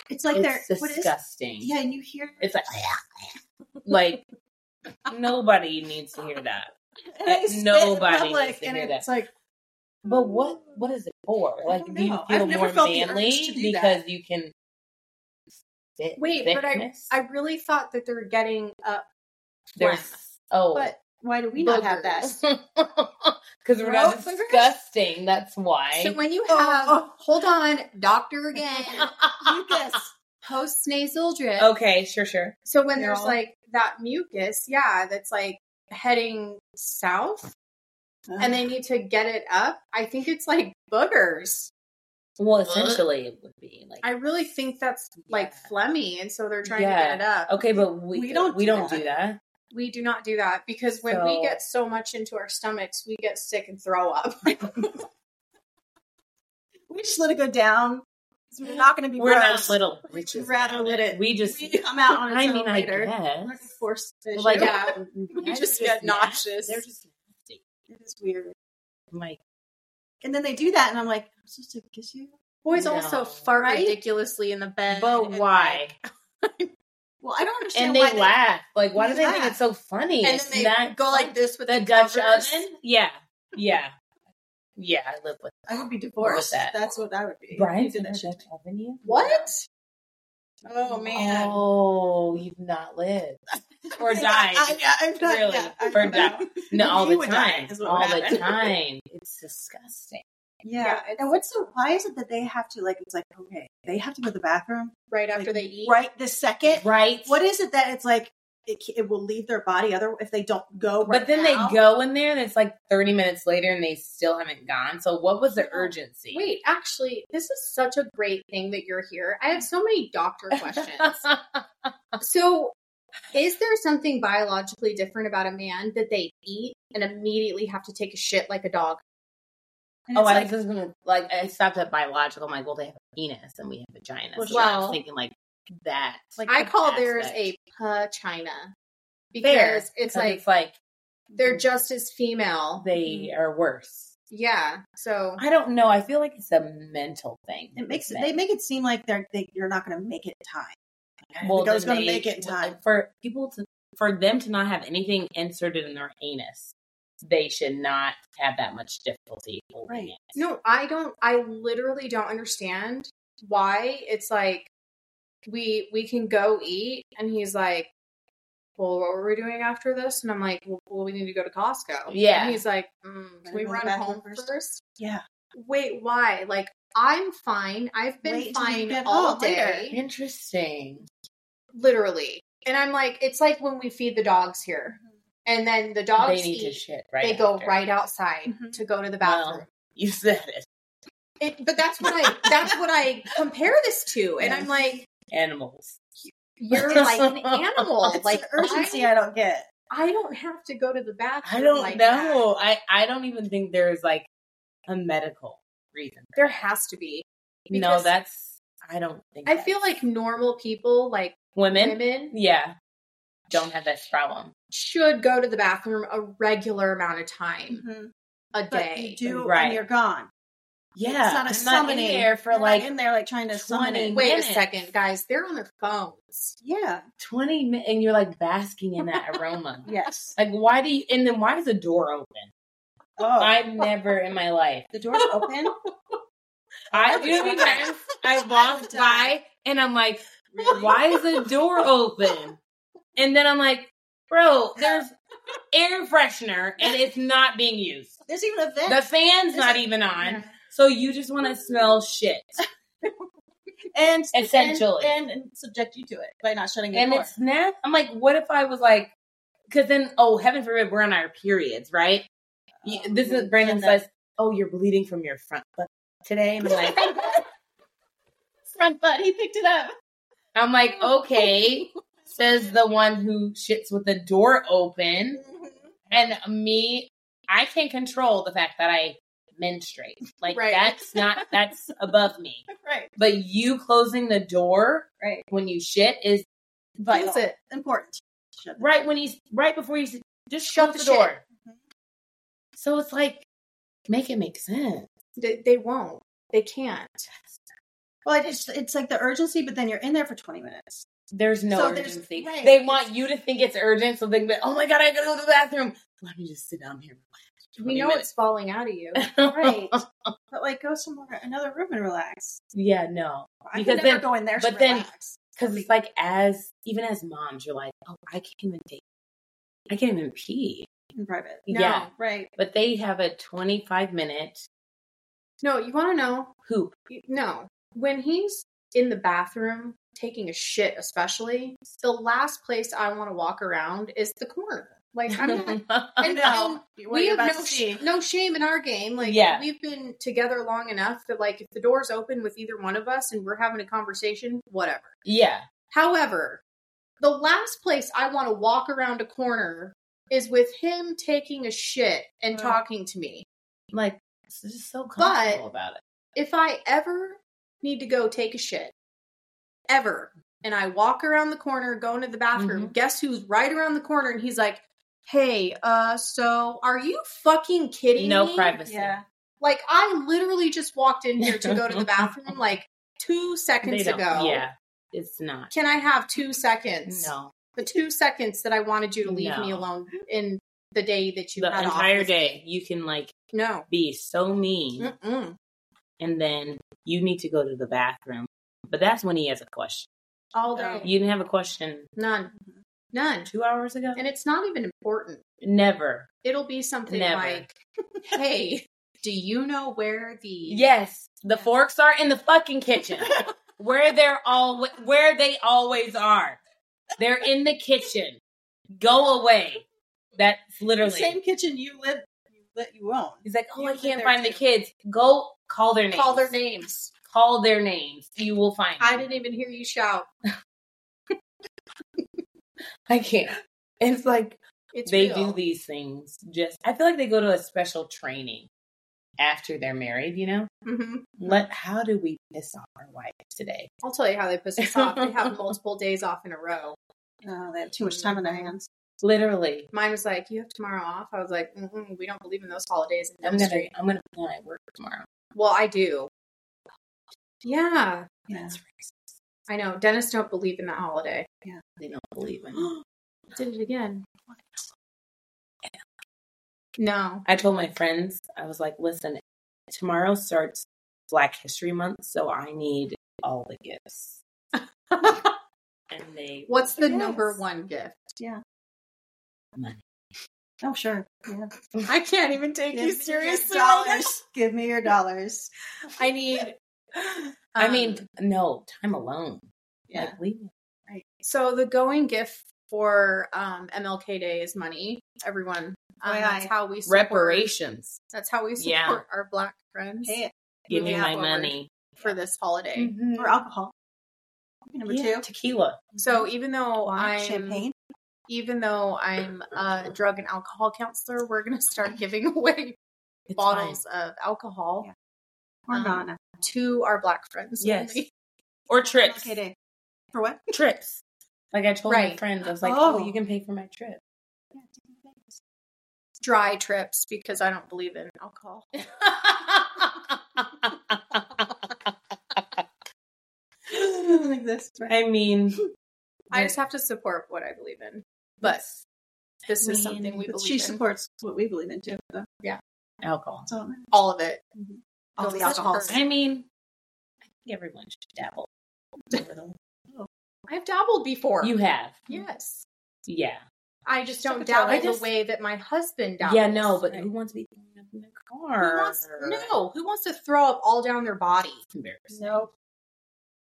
[SPEAKER 3] It's like they're
[SPEAKER 2] it's
[SPEAKER 3] what is?
[SPEAKER 2] disgusting.
[SPEAKER 3] Yeah, and you hear
[SPEAKER 2] It's like, "Ah, like nobody needs to hear that.
[SPEAKER 3] and they spit in
[SPEAKER 2] uh, Nobody
[SPEAKER 3] public,
[SPEAKER 2] needs to
[SPEAKER 3] and
[SPEAKER 2] hear that.
[SPEAKER 3] it's like
[SPEAKER 2] But what what is it for?
[SPEAKER 3] I
[SPEAKER 2] Like
[SPEAKER 3] don't
[SPEAKER 2] do you
[SPEAKER 3] know.
[SPEAKER 2] feel
[SPEAKER 3] I've never
[SPEAKER 2] more
[SPEAKER 3] felt the urge
[SPEAKER 2] manly
[SPEAKER 3] to do
[SPEAKER 2] because you can fit
[SPEAKER 1] Wait, but I-
[SPEAKER 2] thickness?
[SPEAKER 1] I really thought that they were getting uh, up.
[SPEAKER 2] there's oh
[SPEAKER 3] But why do we not have that?
[SPEAKER 2] because we're not
[SPEAKER 3] Throat boogers?
[SPEAKER 2] disgusting. That's why.
[SPEAKER 1] So when you
[SPEAKER 3] Oh,
[SPEAKER 1] have,
[SPEAKER 3] oh.
[SPEAKER 1] hold on, doctor again,
[SPEAKER 3] Mucus.
[SPEAKER 1] post nasal drip.
[SPEAKER 2] okay, sure, sure.
[SPEAKER 1] So when
[SPEAKER 3] They're
[SPEAKER 1] there's
[SPEAKER 3] all-
[SPEAKER 1] like that mucus, yeah, that's like heading south,
[SPEAKER 3] Uh-huh.
[SPEAKER 1] and they need to get it up. I think it's like boogers.
[SPEAKER 2] Well, essentially, it would be like
[SPEAKER 1] I really think that's like
[SPEAKER 2] Yeah.
[SPEAKER 1] phlegmy, and so they're trying to
[SPEAKER 2] Yeah.
[SPEAKER 1] get it up.
[SPEAKER 2] okay, but we
[SPEAKER 3] We don't
[SPEAKER 2] we
[SPEAKER 3] do
[SPEAKER 2] don't
[SPEAKER 3] that.
[SPEAKER 2] do that.
[SPEAKER 1] We do not do that because when
[SPEAKER 2] So-
[SPEAKER 1] we get so much into our stomachs, we get sick and throw up.
[SPEAKER 3] we just let it go down. 'cause We're not going to be
[SPEAKER 2] We're
[SPEAKER 3] gross.
[SPEAKER 2] not little
[SPEAKER 3] We'd
[SPEAKER 2] bitches.
[SPEAKER 3] rather let it.
[SPEAKER 2] We just.
[SPEAKER 3] we come out on its
[SPEAKER 2] I mean,
[SPEAKER 3] own
[SPEAKER 2] I
[SPEAKER 3] later.
[SPEAKER 2] guess.
[SPEAKER 3] We're not gonna force the
[SPEAKER 2] Well,
[SPEAKER 3] issue.
[SPEAKER 2] like,
[SPEAKER 1] Yeah.
[SPEAKER 2] we
[SPEAKER 1] just get nauseous.
[SPEAKER 2] They're just nasty.
[SPEAKER 3] It is weird.
[SPEAKER 2] I'm like,
[SPEAKER 3] And then they do that, and I'm like, I'm supposed to kiss you?
[SPEAKER 1] Boys
[SPEAKER 2] No.
[SPEAKER 1] also fart
[SPEAKER 3] Right?
[SPEAKER 1] ridiculously in the bed.
[SPEAKER 2] but
[SPEAKER 1] and,
[SPEAKER 2] why?
[SPEAKER 3] Well, I don't understand
[SPEAKER 2] And they
[SPEAKER 3] why
[SPEAKER 2] laugh. Like, why do
[SPEAKER 3] They
[SPEAKER 2] they think
[SPEAKER 3] laugh.
[SPEAKER 2] it's so funny?
[SPEAKER 1] Like, and
[SPEAKER 2] It's
[SPEAKER 1] then they
[SPEAKER 2] not
[SPEAKER 1] go
[SPEAKER 2] funny.
[SPEAKER 1] like this with
[SPEAKER 2] the
[SPEAKER 1] the,
[SPEAKER 2] Dutch
[SPEAKER 1] covers.
[SPEAKER 2] oven. Yeah, yeah, yeah. I live with
[SPEAKER 3] I would be divorced.
[SPEAKER 2] that.
[SPEAKER 3] That's what I would be.
[SPEAKER 2] Brian.
[SPEAKER 3] You did that shit.
[SPEAKER 2] oven you?
[SPEAKER 1] What? Oh man.
[SPEAKER 2] Oh, you've not lived or
[SPEAKER 3] Yeah,
[SPEAKER 2] died.
[SPEAKER 3] I, I, am not,
[SPEAKER 2] Really?
[SPEAKER 3] yeah, I
[SPEAKER 2] Or
[SPEAKER 3] don't
[SPEAKER 2] died.
[SPEAKER 3] know.
[SPEAKER 2] no, all the
[SPEAKER 3] You would die,
[SPEAKER 2] time.
[SPEAKER 3] is what
[SPEAKER 2] All
[SPEAKER 3] would
[SPEAKER 2] the
[SPEAKER 3] happen.
[SPEAKER 2] time. It's disgusting.
[SPEAKER 3] Yeah.
[SPEAKER 1] Yeah,
[SPEAKER 3] and what's the why is it that they have to like? It's like okay, they have to go to the bathroom
[SPEAKER 1] Right after
[SPEAKER 3] like,
[SPEAKER 1] they eat.
[SPEAKER 3] right this second.
[SPEAKER 2] Right.
[SPEAKER 3] What is it that it's like? It, ca- it will leave their body other if they don't go. Right
[SPEAKER 2] But then
[SPEAKER 3] now.
[SPEAKER 2] they go in there, and it's like thirty minutes later, and they still haven't gone. So, what was the urgency?
[SPEAKER 1] Wait, actually, this is such a great thing that you're here. I have so many doctor questions. so, is there something biologically different about a man that they eat and immediately have to take a shit like a dog?
[SPEAKER 3] And
[SPEAKER 2] Oh,
[SPEAKER 3] it's
[SPEAKER 2] I
[SPEAKER 3] like,
[SPEAKER 2] was just gonna like I stopped at biological. I'm like, well, they have a penis and we have vaginas.
[SPEAKER 1] Well,
[SPEAKER 2] so I was
[SPEAKER 1] sure.
[SPEAKER 2] thinking like that. Like
[SPEAKER 1] I
[SPEAKER 2] the
[SPEAKER 1] call theirs
[SPEAKER 2] aspect.
[SPEAKER 1] a pa china because
[SPEAKER 2] Fair,
[SPEAKER 1] it's
[SPEAKER 2] 'cause
[SPEAKER 1] like
[SPEAKER 2] it's like
[SPEAKER 1] they're just as female.
[SPEAKER 2] they
[SPEAKER 3] Mm-hmm.
[SPEAKER 2] are worse.
[SPEAKER 1] yeah. So
[SPEAKER 2] I don't know. I feel like it's a mental thing.
[SPEAKER 3] it makes
[SPEAKER 2] with
[SPEAKER 3] they
[SPEAKER 2] men.
[SPEAKER 3] make it seem like they're they, you're not going to make it in time. the
[SPEAKER 2] then
[SPEAKER 3] girl's gonna
[SPEAKER 2] they-
[SPEAKER 3] make it in time.
[SPEAKER 2] for people to for them to not have anything inserted in their anus. They should not have that much difficulty holding
[SPEAKER 3] Right.
[SPEAKER 2] it.
[SPEAKER 1] no, I don't. I literally don't understand why it's like we we can go eat, and he's like, "Well, what were we doing after this?" And I'm like, "Well, well, we need to go to Costco."
[SPEAKER 2] Yeah.
[SPEAKER 1] and he's like, mm, "Can we
[SPEAKER 3] Go to
[SPEAKER 1] run
[SPEAKER 3] the bathroom
[SPEAKER 1] home
[SPEAKER 3] first?"
[SPEAKER 1] first?
[SPEAKER 3] Yeah,
[SPEAKER 1] Wait, why? Like, I'm fine. I've been
[SPEAKER 3] Wait till you
[SPEAKER 1] fine
[SPEAKER 3] get
[SPEAKER 1] all
[SPEAKER 3] home later.
[SPEAKER 1] day,
[SPEAKER 2] Interesting.
[SPEAKER 1] literally. And I'm like, it's like when we feed the dogs here, and then the dogs
[SPEAKER 2] they need to
[SPEAKER 1] eat.
[SPEAKER 2] shit right.
[SPEAKER 1] they go
[SPEAKER 2] after.
[SPEAKER 1] right outside
[SPEAKER 3] Mhm.
[SPEAKER 1] to go to the
[SPEAKER 2] Well,
[SPEAKER 1] bathroom.
[SPEAKER 2] You said it.
[SPEAKER 1] It, but that's what I that's what I compare this to, and I'm like,
[SPEAKER 2] Animals.
[SPEAKER 1] you're like an animal.
[SPEAKER 3] it's
[SPEAKER 1] like
[SPEAKER 3] like urgency I,
[SPEAKER 1] I,
[SPEAKER 3] don't get.
[SPEAKER 1] I don't have to go to the
[SPEAKER 2] I
[SPEAKER 1] bathroom.
[SPEAKER 2] don't
[SPEAKER 1] like that.
[SPEAKER 2] know. I, I don't even think there's like a medical reason.
[SPEAKER 1] There has to be.
[SPEAKER 2] no,
[SPEAKER 1] because-
[SPEAKER 2] that's I don't think.
[SPEAKER 1] I
[SPEAKER 2] that-
[SPEAKER 1] feel like normal people, like
[SPEAKER 2] women,
[SPEAKER 1] women,
[SPEAKER 2] yeah, don't have that problem.
[SPEAKER 1] should go to the bathroom a regular amount of time
[SPEAKER 3] Mhm.
[SPEAKER 1] a
[SPEAKER 3] But
[SPEAKER 1] day.
[SPEAKER 3] you do,
[SPEAKER 2] Mm-hmm. Right.
[SPEAKER 3] and you're gone.
[SPEAKER 2] Yeah,
[SPEAKER 3] it's not a
[SPEAKER 2] I'm
[SPEAKER 3] summoning
[SPEAKER 2] in there for
[SPEAKER 3] You're not
[SPEAKER 2] like
[SPEAKER 3] in there like trying to summon.
[SPEAKER 2] 20.
[SPEAKER 3] it.
[SPEAKER 1] Wait
[SPEAKER 2] minutes.
[SPEAKER 1] a second, guys. They're on their phones.
[SPEAKER 3] Yeah.
[SPEAKER 2] twenty minutes, and you're like basking in that aroma.
[SPEAKER 3] Yes.
[SPEAKER 2] Like, why do you? And then why is the door open?
[SPEAKER 3] Oh,
[SPEAKER 2] I've never in my life.
[SPEAKER 3] the door's open.
[SPEAKER 2] I
[SPEAKER 3] would
[SPEAKER 2] do you know how many
[SPEAKER 3] die.
[SPEAKER 2] times I walked
[SPEAKER 3] die.
[SPEAKER 2] by and I'm like, why is the door open? And then I'm like, bro, there's air freshener and it's not being used.
[SPEAKER 3] There's even a vent.
[SPEAKER 2] The fan's not even on. So you just want to smell shit.
[SPEAKER 3] and
[SPEAKER 2] Essentially.
[SPEAKER 3] and, and subject you to it by not shutting your
[SPEAKER 2] And
[SPEAKER 3] door.
[SPEAKER 2] it's not. I'm like, what if I was like, because then, oh, heaven forbid, we're on our periods, right? You- this is Brandon
[SPEAKER 3] Yeah.
[SPEAKER 2] says, oh, you're bleeding from your front butt today. And I'm like,
[SPEAKER 3] front butt. He picked it up.
[SPEAKER 2] I'm like, okay, says the one who shits with the door open.
[SPEAKER 3] Mm-hmm.
[SPEAKER 2] And me, I can control the fact that I menstruate. Like
[SPEAKER 1] Right.
[SPEAKER 2] that's not that's above me.
[SPEAKER 3] Right.
[SPEAKER 2] But you closing the door
[SPEAKER 3] Right.
[SPEAKER 2] when you shit is
[SPEAKER 3] But
[SPEAKER 1] That's it.
[SPEAKER 3] important. Shut the-
[SPEAKER 2] right when you right before you s- just
[SPEAKER 1] Shut
[SPEAKER 2] shut the,
[SPEAKER 1] the shit.
[SPEAKER 2] door.
[SPEAKER 3] Mhm.
[SPEAKER 2] So it's like make it make sense.
[SPEAKER 1] They, they won't. They can't.
[SPEAKER 3] Well, it's it's like the urgency, but then you're in there for 20 minutes.
[SPEAKER 2] There's no
[SPEAKER 3] So there's-
[SPEAKER 2] urgency.
[SPEAKER 3] right.
[SPEAKER 2] They want you to think it's urgent, so they can be, oh my god, I gotta go to the bathroom. Let me just sit down here. and relax
[SPEAKER 1] We
[SPEAKER 2] for 20
[SPEAKER 1] know
[SPEAKER 2] minutes."
[SPEAKER 1] it's falling out of you.
[SPEAKER 3] Right. but like go somewhere another room and relax.
[SPEAKER 2] yeah, no,
[SPEAKER 3] I
[SPEAKER 2] Because
[SPEAKER 3] could never
[SPEAKER 2] then-
[SPEAKER 3] go in there
[SPEAKER 2] but
[SPEAKER 3] to
[SPEAKER 2] then-
[SPEAKER 3] relax.
[SPEAKER 2] because it's like as even as moms, you're like, oh, I can't even take, I can't even pee.
[SPEAKER 3] in private.
[SPEAKER 2] No,
[SPEAKER 3] No,
[SPEAKER 2] Yeah.
[SPEAKER 3] right.
[SPEAKER 2] But they have a 25 minute
[SPEAKER 1] No, you want to know?
[SPEAKER 2] hoop.
[SPEAKER 1] No. When he's in the bathroom taking a shit, especially, the last place I want to walk around is the corner. Like, I'm not. And, and we have no, sh- no shame in our game. Like,
[SPEAKER 2] Yeah.
[SPEAKER 1] we've been together long enough that, like, if the door's open with either one of us and we're having a conversation, whatever.
[SPEAKER 2] yeah,
[SPEAKER 1] However, the last place I want to walk around a corner is with him taking a shit and
[SPEAKER 3] Ugh.
[SPEAKER 1] talking to me.
[SPEAKER 2] like it's just so comfortable about it.
[SPEAKER 1] If I ever need to go take a shit, ever, and I walk around the corner, go into the bathroom,
[SPEAKER 2] Mm-hmm.
[SPEAKER 1] guess who's right around the corner? And he's like, Hey, uh, so are you fucking kidding
[SPEAKER 2] No
[SPEAKER 1] me?
[SPEAKER 2] privacy.
[SPEAKER 3] Yeah.
[SPEAKER 1] Like, I literally just walked in here to go to the bathroom like two seconds
[SPEAKER 2] They don't-
[SPEAKER 1] ago.
[SPEAKER 2] Yeah, it's not.
[SPEAKER 1] Can I have two seconds?
[SPEAKER 2] No,
[SPEAKER 1] the two seconds that I wanted you to leave
[SPEAKER 2] No.
[SPEAKER 1] me alone in the day that you
[SPEAKER 2] the
[SPEAKER 1] had
[SPEAKER 2] entire
[SPEAKER 1] off.
[SPEAKER 2] day you can like
[SPEAKER 1] No.
[SPEAKER 2] be so mean,
[SPEAKER 1] Mm-mm.
[SPEAKER 2] and then you need to go to the bathroom. But that's when he has a question.
[SPEAKER 1] All day.
[SPEAKER 2] You didn't have a question
[SPEAKER 1] None. None.
[SPEAKER 2] two hours ago.
[SPEAKER 1] And it's not even important.
[SPEAKER 2] Never.
[SPEAKER 1] It'll be something
[SPEAKER 2] Never.
[SPEAKER 1] like, hey, do you know where the.
[SPEAKER 2] Yes, the forks are in the fucking kitchen, where they're all where they always are. They're in the kitchen. Go away. That's
[SPEAKER 3] The
[SPEAKER 2] literally
[SPEAKER 3] same kitchen you live that you own.
[SPEAKER 2] He's like, oh,
[SPEAKER 3] You
[SPEAKER 2] I
[SPEAKER 3] live
[SPEAKER 2] can't
[SPEAKER 3] there
[SPEAKER 2] find the
[SPEAKER 3] too.
[SPEAKER 2] kids. Go call their names.
[SPEAKER 1] Call their names.
[SPEAKER 2] Call their names. You will find.
[SPEAKER 1] I
[SPEAKER 2] them.
[SPEAKER 1] didn't even hear you shout.
[SPEAKER 2] I can't. It's like
[SPEAKER 1] It's
[SPEAKER 2] they
[SPEAKER 1] real.
[SPEAKER 2] do these things. Just I feel like they go to a special training after they're married. You know,
[SPEAKER 1] Mhm.
[SPEAKER 2] let how do we piss off our wives today?
[SPEAKER 1] I'll tell you how they piss us off. They have multiple days off in a row.
[SPEAKER 3] Oh, they have too much time on their hands.
[SPEAKER 2] Literally,
[SPEAKER 1] Mine was like, "You have tomorrow off." I was like, Mm-mm, "We don't believe in those holidays in
[SPEAKER 2] I'm
[SPEAKER 1] Elm
[SPEAKER 2] gonna
[SPEAKER 1] Street."
[SPEAKER 2] I'm gonna plan at work tomorrow.
[SPEAKER 1] Well, I do. Yeah,
[SPEAKER 3] Yeah.
[SPEAKER 2] That's racist.
[SPEAKER 1] I know. Dentists don't believe in that holiday.
[SPEAKER 2] They don't believe in.
[SPEAKER 3] Oh,
[SPEAKER 1] Did it again. No.
[SPEAKER 2] I told my friends I was like, listen, tomorrow starts Black History Month, so I need all the gifts. And they
[SPEAKER 1] What's the
[SPEAKER 3] Yes.
[SPEAKER 1] number one gift?
[SPEAKER 2] money.
[SPEAKER 3] Oh, sure. Yeah.
[SPEAKER 1] I can't even take
[SPEAKER 3] Give me your dollars. Give me your dollars.
[SPEAKER 1] I need.
[SPEAKER 2] I mean,
[SPEAKER 1] um,
[SPEAKER 2] no time alone.
[SPEAKER 3] Yeah.
[SPEAKER 2] Like, leave me.
[SPEAKER 1] so the going gift for um, MLK Day is money. Everyone, um,
[SPEAKER 3] Why
[SPEAKER 1] that's
[SPEAKER 3] I-
[SPEAKER 1] how we support,
[SPEAKER 2] reparations.
[SPEAKER 1] That's how we support
[SPEAKER 2] Yeah.
[SPEAKER 1] our black friends
[SPEAKER 3] Pay it.
[SPEAKER 2] Give me
[SPEAKER 1] Moving
[SPEAKER 2] my
[SPEAKER 1] outward.
[SPEAKER 2] money.
[SPEAKER 1] for this holiday.
[SPEAKER 3] Or alcohol. Number
[SPEAKER 2] mm-hmm. Yeah,
[SPEAKER 3] two.
[SPEAKER 2] tequila.
[SPEAKER 1] So even though
[SPEAKER 3] Wine,
[SPEAKER 1] I'm
[SPEAKER 3] champagne.
[SPEAKER 1] even though I'm a drug and alcohol counselor, we're going to start giving away
[SPEAKER 2] It's
[SPEAKER 1] bottles of alcohol
[SPEAKER 3] Yeah. Or
[SPEAKER 1] um,
[SPEAKER 3] not.
[SPEAKER 1] to our black friends.
[SPEAKER 2] Yes.
[SPEAKER 1] only.
[SPEAKER 2] fine. or trips.
[SPEAKER 3] Okay, day. For what?
[SPEAKER 2] Trips. Like I told my
[SPEAKER 1] Right.
[SPEAKER 2] friends, I was like, "Oh,
[SPEAKER 3] Oh.
[SPEAKER 2] you can pay for my trip."
[SPEAKER 1] dry trips because I don't believe in alcohol.
[SPEAKER 3] like this. Right.
[SPEAKER 2] I mean,
[SPEAKER 1] I just have to support what I believe in. But this is something we
[SPEAKER 3] But
[SPEAKER 1] believe
[SPEAKER 3] she
[SPEAKER 1] in.
[SPEAKER 3] supports what we believe in too. So.
[SPEAKER 2] alcohol.
[SPEAKER 3] That's all that matters.
[SPEAKER 1] all of it.
[SPEAKER 3] All
[SPEAKER 1] Don't
[SPEAKER 3] the
[SPEAKER 1] touch
[SPEAKER 3] alcohol.
[SPEAKER 1] her.
[SPEAKER 2] I mean, I think everyone should dabble. a little.
[SPEAKER 1] I've dabbled before.
[SPEAKER 2] You have,
[SPEAKER 1] yes.
[SPEAKER 2] yeah,
[SPEAKER 1] I just don't
[SPEAKER 3] Just a toe.
[SPEAKER 1] dabble
[SPEAKER 2] I just-
[SPEAKER 1] the way that my husband dabbles.
[SPEAKER 2] yeah. No, but
[SPEAKER 3] Right.
[SPEAKER 2] who wants to be thrown up in the
[SPEAKER 1] who
[SPEAKER 2] car?
[SPEAKER 1] wants, no, who wants to throw up all down their body?
[SPEAKER 2] It's embarrassing.
[SPEAKER 3] No.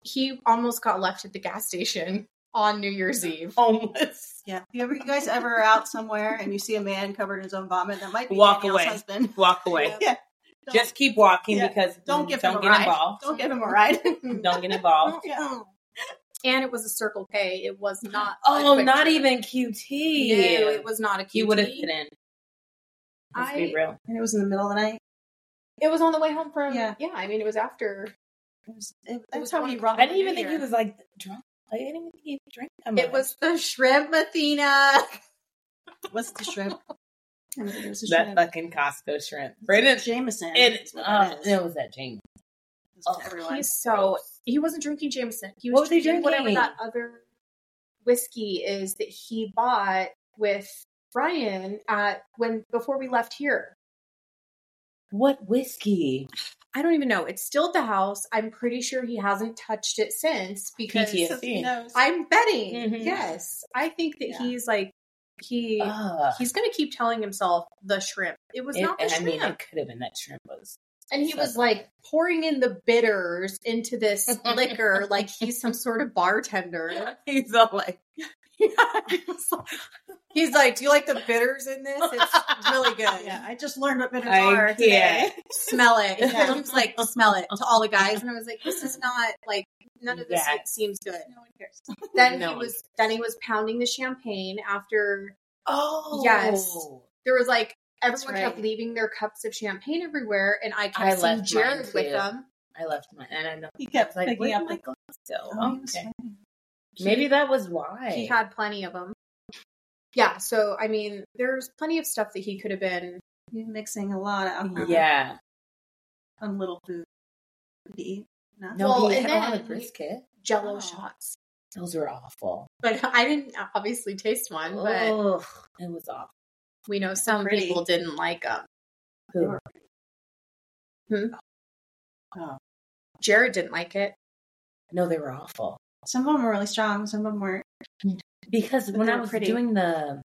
[SPEAKER 1] He almost got left at the gas station on New Year's Eve.
[SPEAKER 2] Oh, Homeless.
[SPEAKER 3] Yeah. You ever you guys ever out somewhere and you see a man covered in his own vomit? That might be
[SPEAKER 2] Walk
[SPEAKER 3] Danielle's
[SPEAKER 2] away.
[SPEAKER 3] husband.
[SPEAKER 2] Walk away.
[SPEAKER 3] Yeah. Don't-
[SPEAKER 2] Just keep walking
[SPEAKER 3] Yeah.
[SPEAKER 2] because mm,
[SPEAKER 3] Don't give him
[SPEAKER 2] don't
[SPEAKER 3] a
[SPEAKER 2] get
[SPEAKER 3] ride.
[SPEAKER 2] involved.
[SPEAKER 3] Don't give him a ride.
[SPEAKER 2] Don't get involved.
[SPEAKER 3] yeah.
[SPEAKER 1] And it was a Circle K. It was not. a
[SPEAKER 2] Oh,
[SPEAKER 1] quick
[SPEAKER 2] not
[SPEAKER 1] trip.
[SPEAKER 2] even
[SPEAKER 1] No,
[SPEAKER 2] QT.
[SPEAKER 1] it was not a QT.
[SPEAKER 2] He would have fit in. Let's be
[SPEAKER 1] I-
[SPEAKER 2] real.
[SPEAKER 3] And it was in the middle of the night.
[SPEAKER 1] It was on the way home from.
[SPEAKER 3] Yeah.
[SPEAKER 1] yeah. I mean, it was after.
[SPEAKER 3] It was, it,
[SPEAKER 1] It
[SPEAKER 3] that's
[SPEAKER 1] was
[SPEAKER 3] how
[SPEAKER 1] one
[SPEAKER 3] he
[SPEAKER 1] o'clock.
[SPEAKER 3] robbed.
[SPEAKER 2] I didn't even think he
[SPEAKER 1] here.
[SPEAKER 2] was like drunk. I didn't even think he drank that much.
[SPEAKER 1] It was the shrimp, Athena.
[SPEAKER 3] What's the shrimp? I mean, it was a
[SPEAKER 2] that
[SPEAKER 3] shrimp.
[SPEAKER 2] fucking Costco shrimp. Brandon,
[SPEAKER 3] Jameson.
[SPEAKER 2] it,
[SPEAKER 3] is what
[SPEAKER 2] uh,
[SPEAKER 3] it is.
[SPEAKER 2] it was that James.
[SPEAKER 3] That's what everyone.
[SPEAKER 1] He's so he wasn't drinking Jameson. He was
[SPEAKER 2] What was he
[SPEAKER 1] drinking whatever
[SPEAKER 2] drinking?
[SPEAKER 1] that other whiskey is that he bought with Brian at when before we left here.
[SPEAKER 2] What whiskey?
[SPEAKER 1] I don't even know. It's still at the house. I'm pretty sure he hasn't touched it since because
[SPEAKER 2] PTSD.
[SPEAKER 3] So he knows.
[SPEAKER 1] I'm betting.
[SPEAKER 2] Mhm.
[SPEAKER 1] Yes. I think that
[SPEAKER 3] Yeah.
[SPEAKER 1] he's like he
[SPEAKER 2] Ugh.
[SPEAKER 1] he's gonna keep telling himself the shrimp. It was
[SPEAKER 2] Ah. It-
[SPEAKER 1] not the
[SPEAKER 2] and I
[SPEAKER 1] shrimp.
[SPEAKER 2] mean, it could have been that shrimp was.
[SPEAKER 1] And he
[SPEAKER 2] So
[SPEAKER 1] was
[SPEAKER 2] bad.
[SPEAKER 1] like pouring in the bitters into this liquor like he's some sort of bartender.
[SPEAKER 2] He's all like,
[SPEAKER 1] He's like, Do you like the bitters in this? It's really good.
[SPEAKER 3] yeah, I just learned what bitters
[SPEAKER 2] I
[SPEAKER 3] are today.
[SPEAKER 1] Smell it.
[SPEAKER 3] Yeah.
[SPEAKER 1] He was like, Smell it to all the guys. And I was like, This is not like none of this
[SPEAKER 2] Yeah.
[SPEAKER 1] seems good.
[SPEAKER 3] No one cares.
[SPEAKER 1] Then
[SPEAKER 2] No
[SPEAKER 1] he
[SPEAKER 2] one
[SPEAKER 1] was then he was pounding the champagne after
[SPEAKER 2] oh
[SPEAKER 1] Yes. there was like everyone
[SPEAKER 3] right.
[SPEAKER 1] kept leaving their cups of champagne everywhere and I kept
[SPEAKER 2] I
[SPEAKER 1] seeing
[SPEAKER 2] left mine
[SPEAKER 1] Jared with
[SPEAKER 2] too.
[SPEAKER 1] them.
[SPEAKER 2] I left mine, and I know
[SPEAKER 3] He
[SPEAKER 2] I was
[SPEAKER 3] kept
[SPEAKER 2] like,
[SPEAKER 3] picking
[SPEAKER 2] where's
[SPEAKER 3] up
[SPEAKER 2] my
[SPEAKER 3] the.
[SPEAKER 2] glass still?
[SPEAKER 3] Oh, he was
[SPEAKER 2] okay.
[SPEAKER 3] fine.
[SPEAKER 2] Maybe that was why.
[SPEAKER 1] He had plenty of them. Yeah, so I mean, there's plenty of stuff that he could have been.
[SPEAKER 3] He was mixing a lot of
[SPEAKER 2] Uh-huh.
[SPEAKER 3] alcohol
[SPEAKER 2] yeah.
[SPEAKER 3] on little food to eat. Not
[SPEAKER 2] No,
[SPEAKER 1] Well,
[SPEAKER 2] he
[SPEAKER 1] and
[SPEAKER 2] had on a
[SPEAKER 1] then-
[SPEAKER 2] brisket.
[SPEAKER 1] Jello
[SPEAKER 3] Oh.
[SPEAKER 1] shots,
[SPEAKER 2] Those were awful.
[SPEAKER 1] but I didn't obviously taste one. But
[SPEAKER 2] Ugh, it was awful.
[SPEAKER 1] we know some
[SPEAKER 3] pretty.
[SPEAKER 1] people didn't like um, them.
[SPEAKER 2] Ugh.
[SPEAKER 1] Jared didn't like it.
[SPEAKER 2] No, they were awful.
[SPEAKER 3] some of them were really strong. Some of them weren't.
[SPEAKER 2] Because
[SPEAKER 3] But
[SPEAKER 2] when
[SPEAKER 3] they
[SPEAKER 2] I
[SPEAKER 3] were
[SPEAKER 2] was
[SPEAKER 3] pretty.
[SPEAKER 2] doing the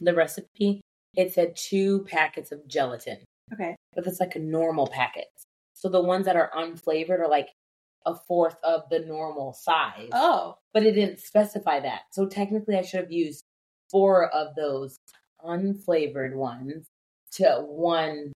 [SPEAKER 2] the recipe, it said two packets of gelatin,
[SPEAKER 3] Okay.
[SPEAKER 2] but it's like a normal packet. So the ones that are unflavored are like a fourth of the normal size.
[SPEAKER 3] Oh,
[SPEAKER 2] but it didn't specify that. So technically, I should have used four of those unflavored ones to one.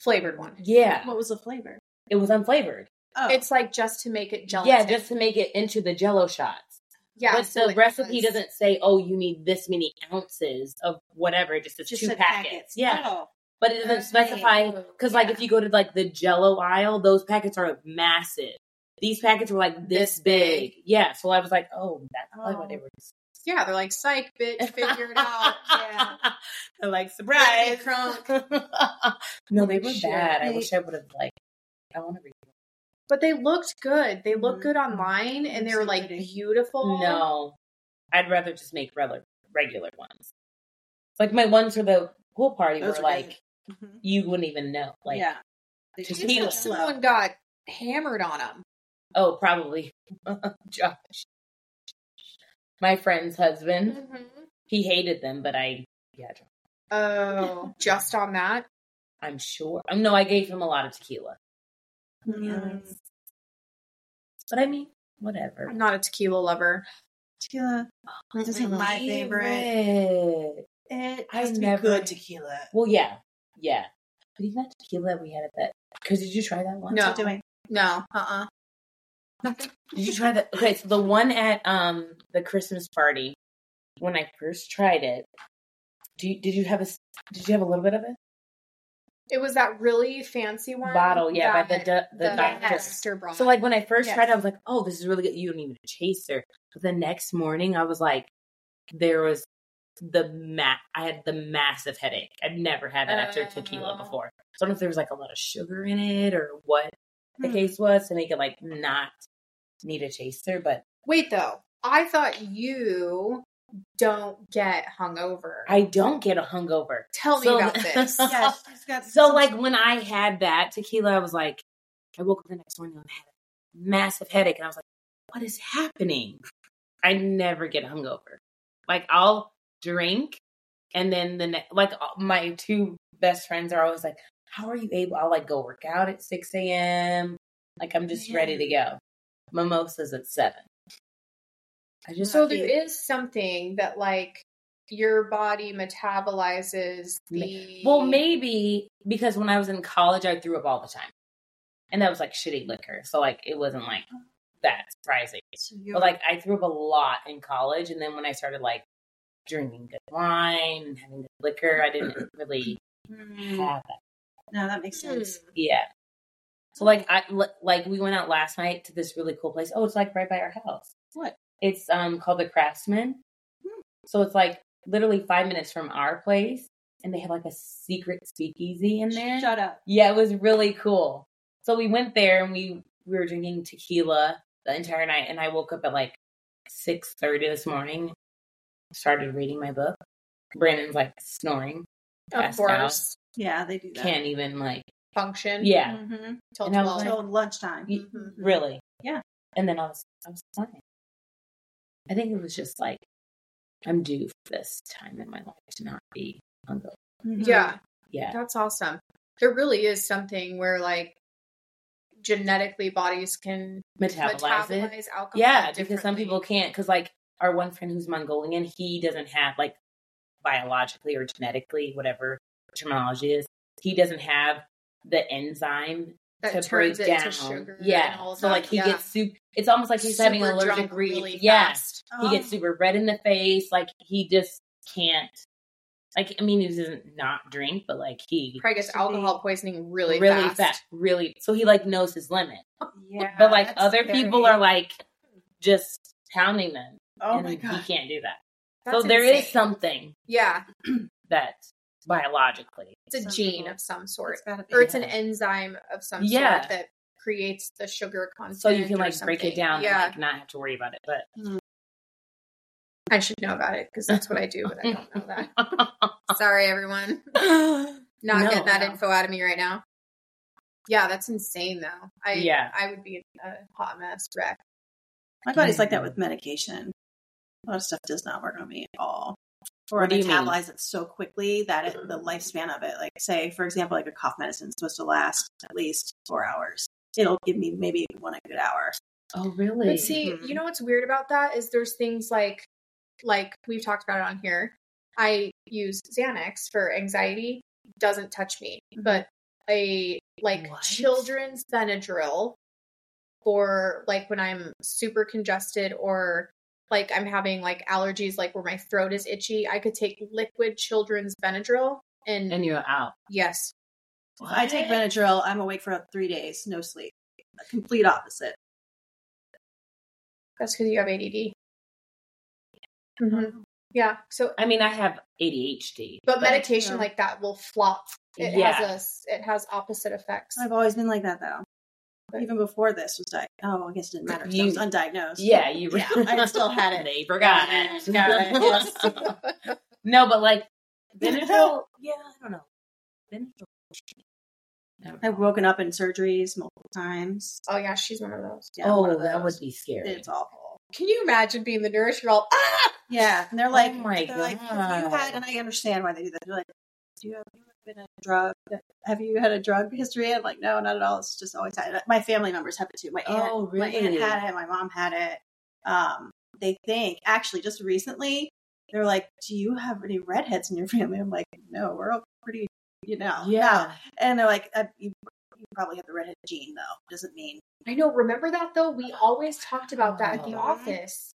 [SPEAKER 1] Flavored one.
[SPEAKER 2] Yeah,
[SPEAKER 3] what was the flavor?
[SPEAKER 2] it was unflavored.
[SPEAKER 3] Oh,
[SPEAKER 1] It's like just to make it gelatin.
[SPEAKER 2] Yeah, just to make it into the Jello shots.
[SPEAKER 1] yeah.
[SPEAKER 2] but
[SPEAKER 1] so
[SPEAKER 2] the
[SPEAKER 1] it
[SPEAKER 2] recipe
[SPEAKER 1] was-
[SPEAKER 2] doesn't say, "Oh, you need this many ounces of whatever." It just says
[SPEAKER 3] just
[SPEAKER 2] two
[SPEAKER 3] said
[SPEAKER 2] packets. Yeah,
[SPEAKER 3] Oh,
[SPEAKER 2] but it doesn't specify
[SPEAKER 1] Oh,
[SPEAKER 2] because, like, if you go to like the Jello aisle, those packets are massive. These packets were like this,
[SPEAKER 1] This
[SPEAKER 2] big.
[SPEAKER 1] big.
[SPEAKER 2] Yeah, so I was like, "Oh, that's probably
[SPEAKER 3] Oh.
[SPEAKER 2] what they were."
[SPEAKER 1] yeah, they're like psych, bitch, figure it out. Yeah.
[SPEAKER 2] They're like
[SPEAKER 1] Right,
[SPEAKER 2] surprise.
[SPEAKER 1] crunk.
[SPEAKER 2] no, they were
[SPEAKER 3] Shit.
[SPEAKER 2] bad. I wish I would have like. I want to read.
[SPEAKER 1] But they looked good. They looked
[SPEAKER 3] Mhm.
[SPEAKER 1] good online, and they
[SPEAKER 3] So
[SPEAKER 1] were like
[SPEAKER 3] pretty.
[SPEAKER 1] beautiful.
[SPEAKER 2] Mm-hmm. No, I'd rather just make regular regular ones. Like my ones for the pool party
[SPEAKER 3] Those
[SPEAKER 2] were
[SPEAKER 3] were good.
[SPEAKER 2] like you wouldn't even know. Like
[SPEAKER 3] yeah.
[SPEAKER 2] Mm-hmm. just
[SPEAKER 1] It's
[SPEAKER 2] tequila.
[SPEAKER 1] like someone got hammered on them.
[SPEAKER 2] oh, probably Josh, my friend's husband. He hated them, but I yeah,
[SPEAKER 1] Oh, just on that.
[SPEAKER 2] I'm sure. Um, no, I gave him a lot of tequila,
[SPEAKER 3] Mm.
[SPEAKER 2] but I mean whatever.
[SPEAKER 1] I'm not a tequila lover.
[SPEAKER 3] Tequila. This isn't my favorite.
[SPEAKER 2] favorite.
[SPEAKER 3] It
[SPEAKER 2] I
[SPEAKER 3] has to
[SPEAKER 2] never-
[SPEAKER 3] be good tequila.
[SPEAKER 2] Well, yeah, yeah. But even that tequila we had at that. Because did you try that one?
[SPEAKER 1] No.
[SPEAKER 3] What's it doing?
[SPEAKER 1] No, uh uh
[SPEAKER 2] Did you try that? Okay, so the one at um the Christmas party when I first tried it. Do you, did you have a s- Did you have a little bit of it?
[SPEAKER 1] It was that really fancy one.
[SPEAKER 2] Bottle, yeah, by the
[SPEAKER 1] that-
[SPEAKER 2] du- the
[SPEAKER 1] that
[SPEAKER 2] doctor.
[SPEAKER 1] my sister brought.
[SPEAKER 2] So like when I first
[SPEAKER 3] Yes.
[SPEAKER 2] tried, it, I was like, "Oh, this is really good." You don't even chase her. But the next morning, I was like, there was the ma- I had the massive headache. I've never had that after tequila
[SPEAKER 1] Oh.
[SPEAKER 2] before. So I don't know if there was like a lot of sugar in it or what the
[SPEAKER 3] Hmm.
[SPEAKER 2] case was to make it like not need a chaser. But
[SPEAKER 1] wait though, I thought you don't get hungover.
[SPEAKER 2] I don't get a hungover.
[SPEAKER 1] Tell me
[SPEAKER 2] So-
[SPEAKER 1] about this.
[SPEAKER 3] Yes, she's got
[SPEAKER 2] So
[SPEAKER 3] some-
[SPEAKER 2] like when I had that tequila, I was like, I woke up the next morning and I had a massive headache, and I was like, what is happening? I never get hungover. Like I'll drink, and then the ne- like uh, my two best friends are always like, how are you able? I'll like go work out at six a.m. Like I'm just
[SPEAKER 3] Man.
[SPEAKER 2] ready to go. Mimosas at seven. I just
[SPEAKER 1] so there is something that like your body metabolizes the
[SPEAKER 2] Well, maybe because when I was in college, I threw up all the time, and that was like shitty liquor. So like it wasn't like that surprising.
[SPEAKER 3] So you're
[SPEAKER 2] But like I threw up a lot in college, and then when I started like drinking good wine and having good liquor, I didn't really
[SPEAKER 3] Mm.
[SPEAKER 2] have that.
[SPEAKER 3] No, that makes
[SPEAKER 1] Hmm.
[SPEAKER 3] sense.
[SPEAKER 2] Yeah. So like I li- like we went out last night to this really cool place. Oh, it's like right by our house.
[SPEAKER 3] What?
[SPEAKER 2] It's um called the Craftsman.
[SPEAKER 3] Hmm.
[SPEAKER 2] So it's like literally five minutes from our place, and they have like a secret speakeasy in there.
[SPEAKER 3] Shut up.
[SPEAKER 2] Yeah, it was really cool. So we went there and we we were drinking tequila the entire night, and I woke up at like six thirty this morning. Started reading my book. Brandon's like snoring.
[SPEAKER 1] Of
[SPEAKER 2] passed
[SPEAKER 1] course.
[SPEAKER 3] Yeah, they do
[SPEAKER 2] out,
[SPEAKER 3] that.
[SPEAKER 2] Can't even like
[SPEAKER 1] Function.
[SPEAKER 2] yeah,
[SPEAKER 3] Mhm.
[SPEAKER 1] Till
[SPEAKER 2] And I
[SPEAKER 1] 12.
[SPEAKER 2] was
[SPEAKER 3] Till lunchtime.
[SPEAKER 2] Y-
[SPEAKER 3] Mhm.
[SPEAKER 2] really
[SPEAKER 3] Yeah.
[SPEAKER 2] And then I was I was fine. I think it was just like I'm due for this time in my life to not be on the
[SPEAKER 3] Mhm.
[SPEAKER 1] yeah.
[SPEAKER 2] mm-hmm. yeah
[SPEAKER 1] That's awesome. There really is something where like genetically bodies can
[SPEAKER 2] metabolize,
[SPEAKER 1] metabolize,
[SPEAKER 2] it.
[SPEAKER 1] alcohol.
[SPEAKER 2] yeah because some
[SPEAKER 1] Um, differently.
[SPEAKER 2] people can't because like our one friend who's mongolian he doesn't have like biologically or genetically whatever terminology is he doesn't have the enzyme
[SPEAKER 1] that
[SPEAKER 2] to break
[SPEAKER 1] turns it
[SPEAKER 2] down
[SPEAKER 1] to sugar.
[SPEAKER 2] yeah
[SPEAKER 1] and all
[SPEAKER 2] so
[SPEAKER 1] that.
[SPEAKER 2] like he
[SPEAKER 1] Yeah.
[SPEAKER 2] gets soup it's almost like he's having
[SPEAKER 1] Super
[SPEAKER 2] an allergic
[SPEAKER 1] drunk
[SPEAKER 2] reaction
[SPEAKER 1] really
[SPEAKER 2] yeah
[SPEAKER 1] fast.
[SPEAKER 2] he gets
[SPEAKER 3] Oh.
[SPEAKER 2] super red in the face like he just can't like i mean he doesn't not drink but like he
[SPEAKER 1] Probably gets
[SPEAKER 3] Should be
[SPEAKER 1] alcohol poisoning really,
[SPEAKER 2] really,
[SPEAKER 1] fast.
[SPEAKER 2] fat really so he like knows his limit
[SPEAKER 3] Oh, Yeah,
[SPEAKER 2] but like
[SPEAKER 3] that's
[SPEAKER 2] other
[SPEAKER 3] very-
[SPEAKER 2] people are like just pounding them
[SPEAKER 3] oh
[SPEAKER 2] and
[SPEAKER 3] my
[SPEAKER 2] he
[SPEAKER 3] god,
[SPEAKER 2] can't do that.
[SPEAKER 1] That's
[SPEAKER 2] so there is
[SPEAKER 1] insane.
[SPEAKER 2] something
[SPEAKER 1] Yeah,
[SPEAKER 2] that biologically,
[SPEAKER 1] it's a
[SPEAKER 3] Some
[SPEAKER 1] gene
[SPEAKER 3] people-
[SPEAKER 1] of some sort,
[SPEAKER 3] it's gotta be-
[SPEAKER 1] or it's an
[SPEAKER 2] Yeah.
[SPEAKER 1] enzyme of some
[SPEAKER 2] Yeah.
[SPEAKER 1] sort that creates the sugar content.
[SPEAKER 2] so you can
[SPEAKER 1] or
[SPEAKER 2] like break
[SPEAKER 1] something.
[SPEAKER 2] it down
[SPEAKER 1] Yeah,
[SPEAKER 2] and like not have to worry about it. But
[SPEAKER 1] I should know about it because that's what I do, but I don't know that. Sorry, everyone. Not
[SPEAKER 2] No.
[SPEAKER 1] get that
[SPEAKER 3] No.
[SPEAKER 1] info out of me right now. Yeah, that's insane though. I
[SPEAKER 2] Yeah.
[SPEAKER 1] I would be a hot mess wreck.
[SPEAKER 3] my body's like that with medication. A lot of stuff does not work on me at all. Or I
[SPEAKER 2] What do you mean?
[SPEAKER 3] metabolize it so quickly that it, the lifespan of it, like say for example, like a cough medicine is supposed to last at least four hours. It'll give me maybe one a good hour.
[SPEAKER 2] oh really?
[SPEAKER 1] But see,
[SPEAKER 3] Mhm.
[SPEAKER 1] you know what's weird about that is there's things like like we've talked about it on here. I use Xanax for anxiety, doesn't touch me. But a like
[SPEAKER 2] What?
[SPEAKER 1] children's Benadryl for like when I'm super congested or like I'm having like allergies, like where my throat is itchy, I could take liquid children's Benadryl and,
[SPEAKER 2] and you're out.
[SPEAKER 1] yes,
[SPEAKER 3] I take Benadryl. I'm awake for three days, no sleep. A complete opposite.
[SPEAKER 1] that's because you have ADD.
[SPEAKER 3] Mm-hmm.
[SPEAKER 2] Mm-hmm.
[SPEAKER 1] Mhm. Yeah. So
[SPEAKER 2] I mean, I have ADHD,
[SPEAKER 1] But medication
[SPEAKER 3] yeah.
[SPEAKER 1] like that will flop. It
[SPEAKER 2] Yeah.
[SPEAKER 1] has a, it has opposite effects.
[SPEAKER 3] I've always been like that though. Even before this was di- oh, I guess it didn't matter. 'cause I was
[SPEAKER 2] You-
[SPEAKER 3] undiagnosed.
[SPEAKER 2] yeah, you.
[SPEAKER 3] Yeah, I still had it.
[SPEAKER 2] They forgot it.
[SPEAKER 3] Got it, yes.
[SPEAKER 2] no, but like Benadryl. yeah, I don't know. Benadryl. Never
[SPEAKER 3] I've woken up in surgeries multiple times.
[SPEAKER 1] oh yeah, she's one of those.
[SPEAKER 3] Yeah, one
[SPEAKER 2] Oh,
[SPEAKER 3] of
[SPEAKER 2] that
[SPEAKER 3] those.
[SPEAKER 2] would be scary.
[SPEAKER 3] It's awful.
[SPEAKER 1] Can you imagine being the nurse? You're all ah.
[SPEAKER 3] Yeah, and they're like,
[SPEAKER 2] Oh my
[SPEAKER 3] they're like, have you
[SPEAKER 2] God.
[SPEAKER 3] had? And I understand why they do that. They're like, do you have you ever been a drug? Have you had a drug history? I'm like, no, not at all. It's just always had. It. My family members have it too. My aunt,
[SPEAKER 2] oh,
[SPEAKER 3] my
[SPEAKER 2] really?
[SPEAKER 3] aunt had it. My mom had it. Um, they think actually just recently they're like, do you have any redheads in your family? I'm like, no, we're all pretty, you know, no."
[SPEAKER 2] yeah.
[SPEAKER 3] And they're like, uh, you, you probably have the redhead gene though. Doesn't mean
[SPEAKER 1] I know. Remember that though. We always talked about that at the
[SPEAKER 2] Oh.
[SPEAKER 1] office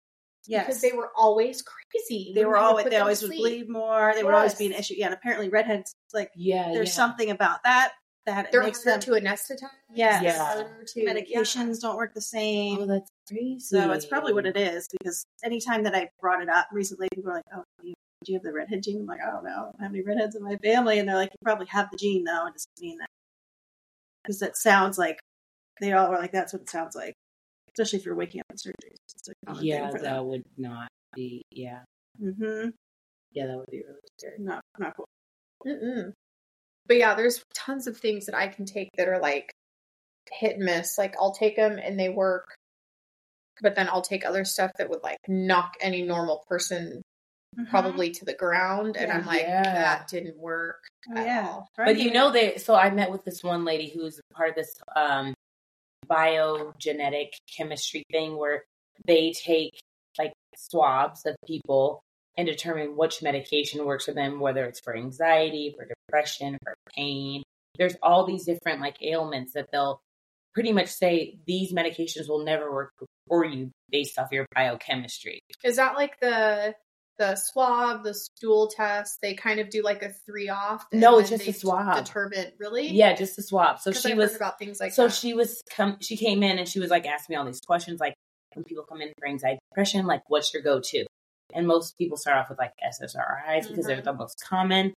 [SPEAKER 3] yes.
[SPEAKER 1] because they were always crazy.
[SPEAKER 3] they
[SPEAKER 1] when
[SPEAKER 3] were
[SPEAKER 1] would
[SPEAKER 3] always
[SPEAKER 1] put
[SPEAKER 3] they
[SPEAKER 1] them to
[SPEAKER 3] always would
[SPEAKER 1] sleep.
[SPEAKER 3] bleed more. They would always be an
[SPEAKER 1] Yes.
[SPEAKER 3] issue. Yeah, and apparently redheads like
[SPEAKER 2] Yeah.
[SPEAKER 3] there's
[SPEAKER 2] yeah.
[SPEAKER 3] something about that that it
[SPEAKER 1] They're
[SPEAKER 3] makes
[SPEAKER 1] harder to
[SPEAKER 3] them
[SPEAKER 1] anesthetize.
[SPEAKER 3] Yes.
[SPEAKER 1] They're
[SPEAKER 2] Yeah.
[SPEAKER 1] harder to-
[SPEAKER 3] medications don't work the same.
[SPEAKER 2] Oh, that's crazy.
[SPEAKER 3] so it's probably what it is because anytime that I brought it up recently, people were like, "Oh, do you, do you have the redhead gene?" I'm like, "I don't know. I don't have any redheads in my family," and they're like, "You probably have the gene though." It doesn't mean that because that sounds like they all were like, "That's what it sounds like," especially if you're waking up in surgery. It's a common
[SPEAKER 2] Yeah,
[SPEAKER 3] thing for
[SPEAKER 2] that
[SPEAKER 3] them.
[SPEAKER 2] would not be. Yeah,
[SPEAKER 3] Mm-hmm.
[SPEAKER 2] yeah, that would be really scary.
[SPEAKER 3] Not not cool.
[SPEAKER 1] Mm-mm. But yeah, there's tons of things that I can take that are like hit and miss. Like I'll take them and they work, but then I'll take other stuff that would like knock any normal person
[SPEAKER 3] Mm-hmm.
[SPEAKER 1] probably to the ground. And
[SPEAKER 3] Yeah.
[SPEAKER 1] I'm like,
[SPEAKER 2] Uh-huh. Yeah.
[SPEAKER 1] that didn't work.
[SPEAKER 3] Mhm.
[SPEAKER 1] at
[SPEAKER 3] yeah.
[SPEAKER 1] all.
[SPEAKER 2] But you know, they. So I met with this one lady who's part of this um, biogenetic chemistry thing where they take like swabs of people and determine which medication works for them, whether it's for anxiety, for depression, for pain. There's all these different like ailments that they'll pretty much say these medications will never work for you based off your biochemistry.
[SPEAKER 1] Is that like the the swab, the stool test? They kind of do like a three off. and
[SPEAKER 2] No, it's
[SPEAKER 1] then
[SPEAKER 2] just a
[SPEAKER 1] they
[SPEAKER 2] swab.
[SPEAKER 1] Determine really?
[SPEAKER 2] Yeah, just a swab. So
[SPEAKER 1] 'Cause
[SPEAKER 2] she
[SPEAKER 1] I've
[SPEAKER 2] was
[SPEAKER 1] heard about things like
[SPEAKER 2] so
[SPEAKER 1] that.
[SPEAKER 2] she was come she came in and she was like asking me all these questions like when people come in for anxiety depression like what's your go-to
[SPEAKER 1] Mm-hmm.
[SPEAKER 2] and most people start off with like ssris because they're the most common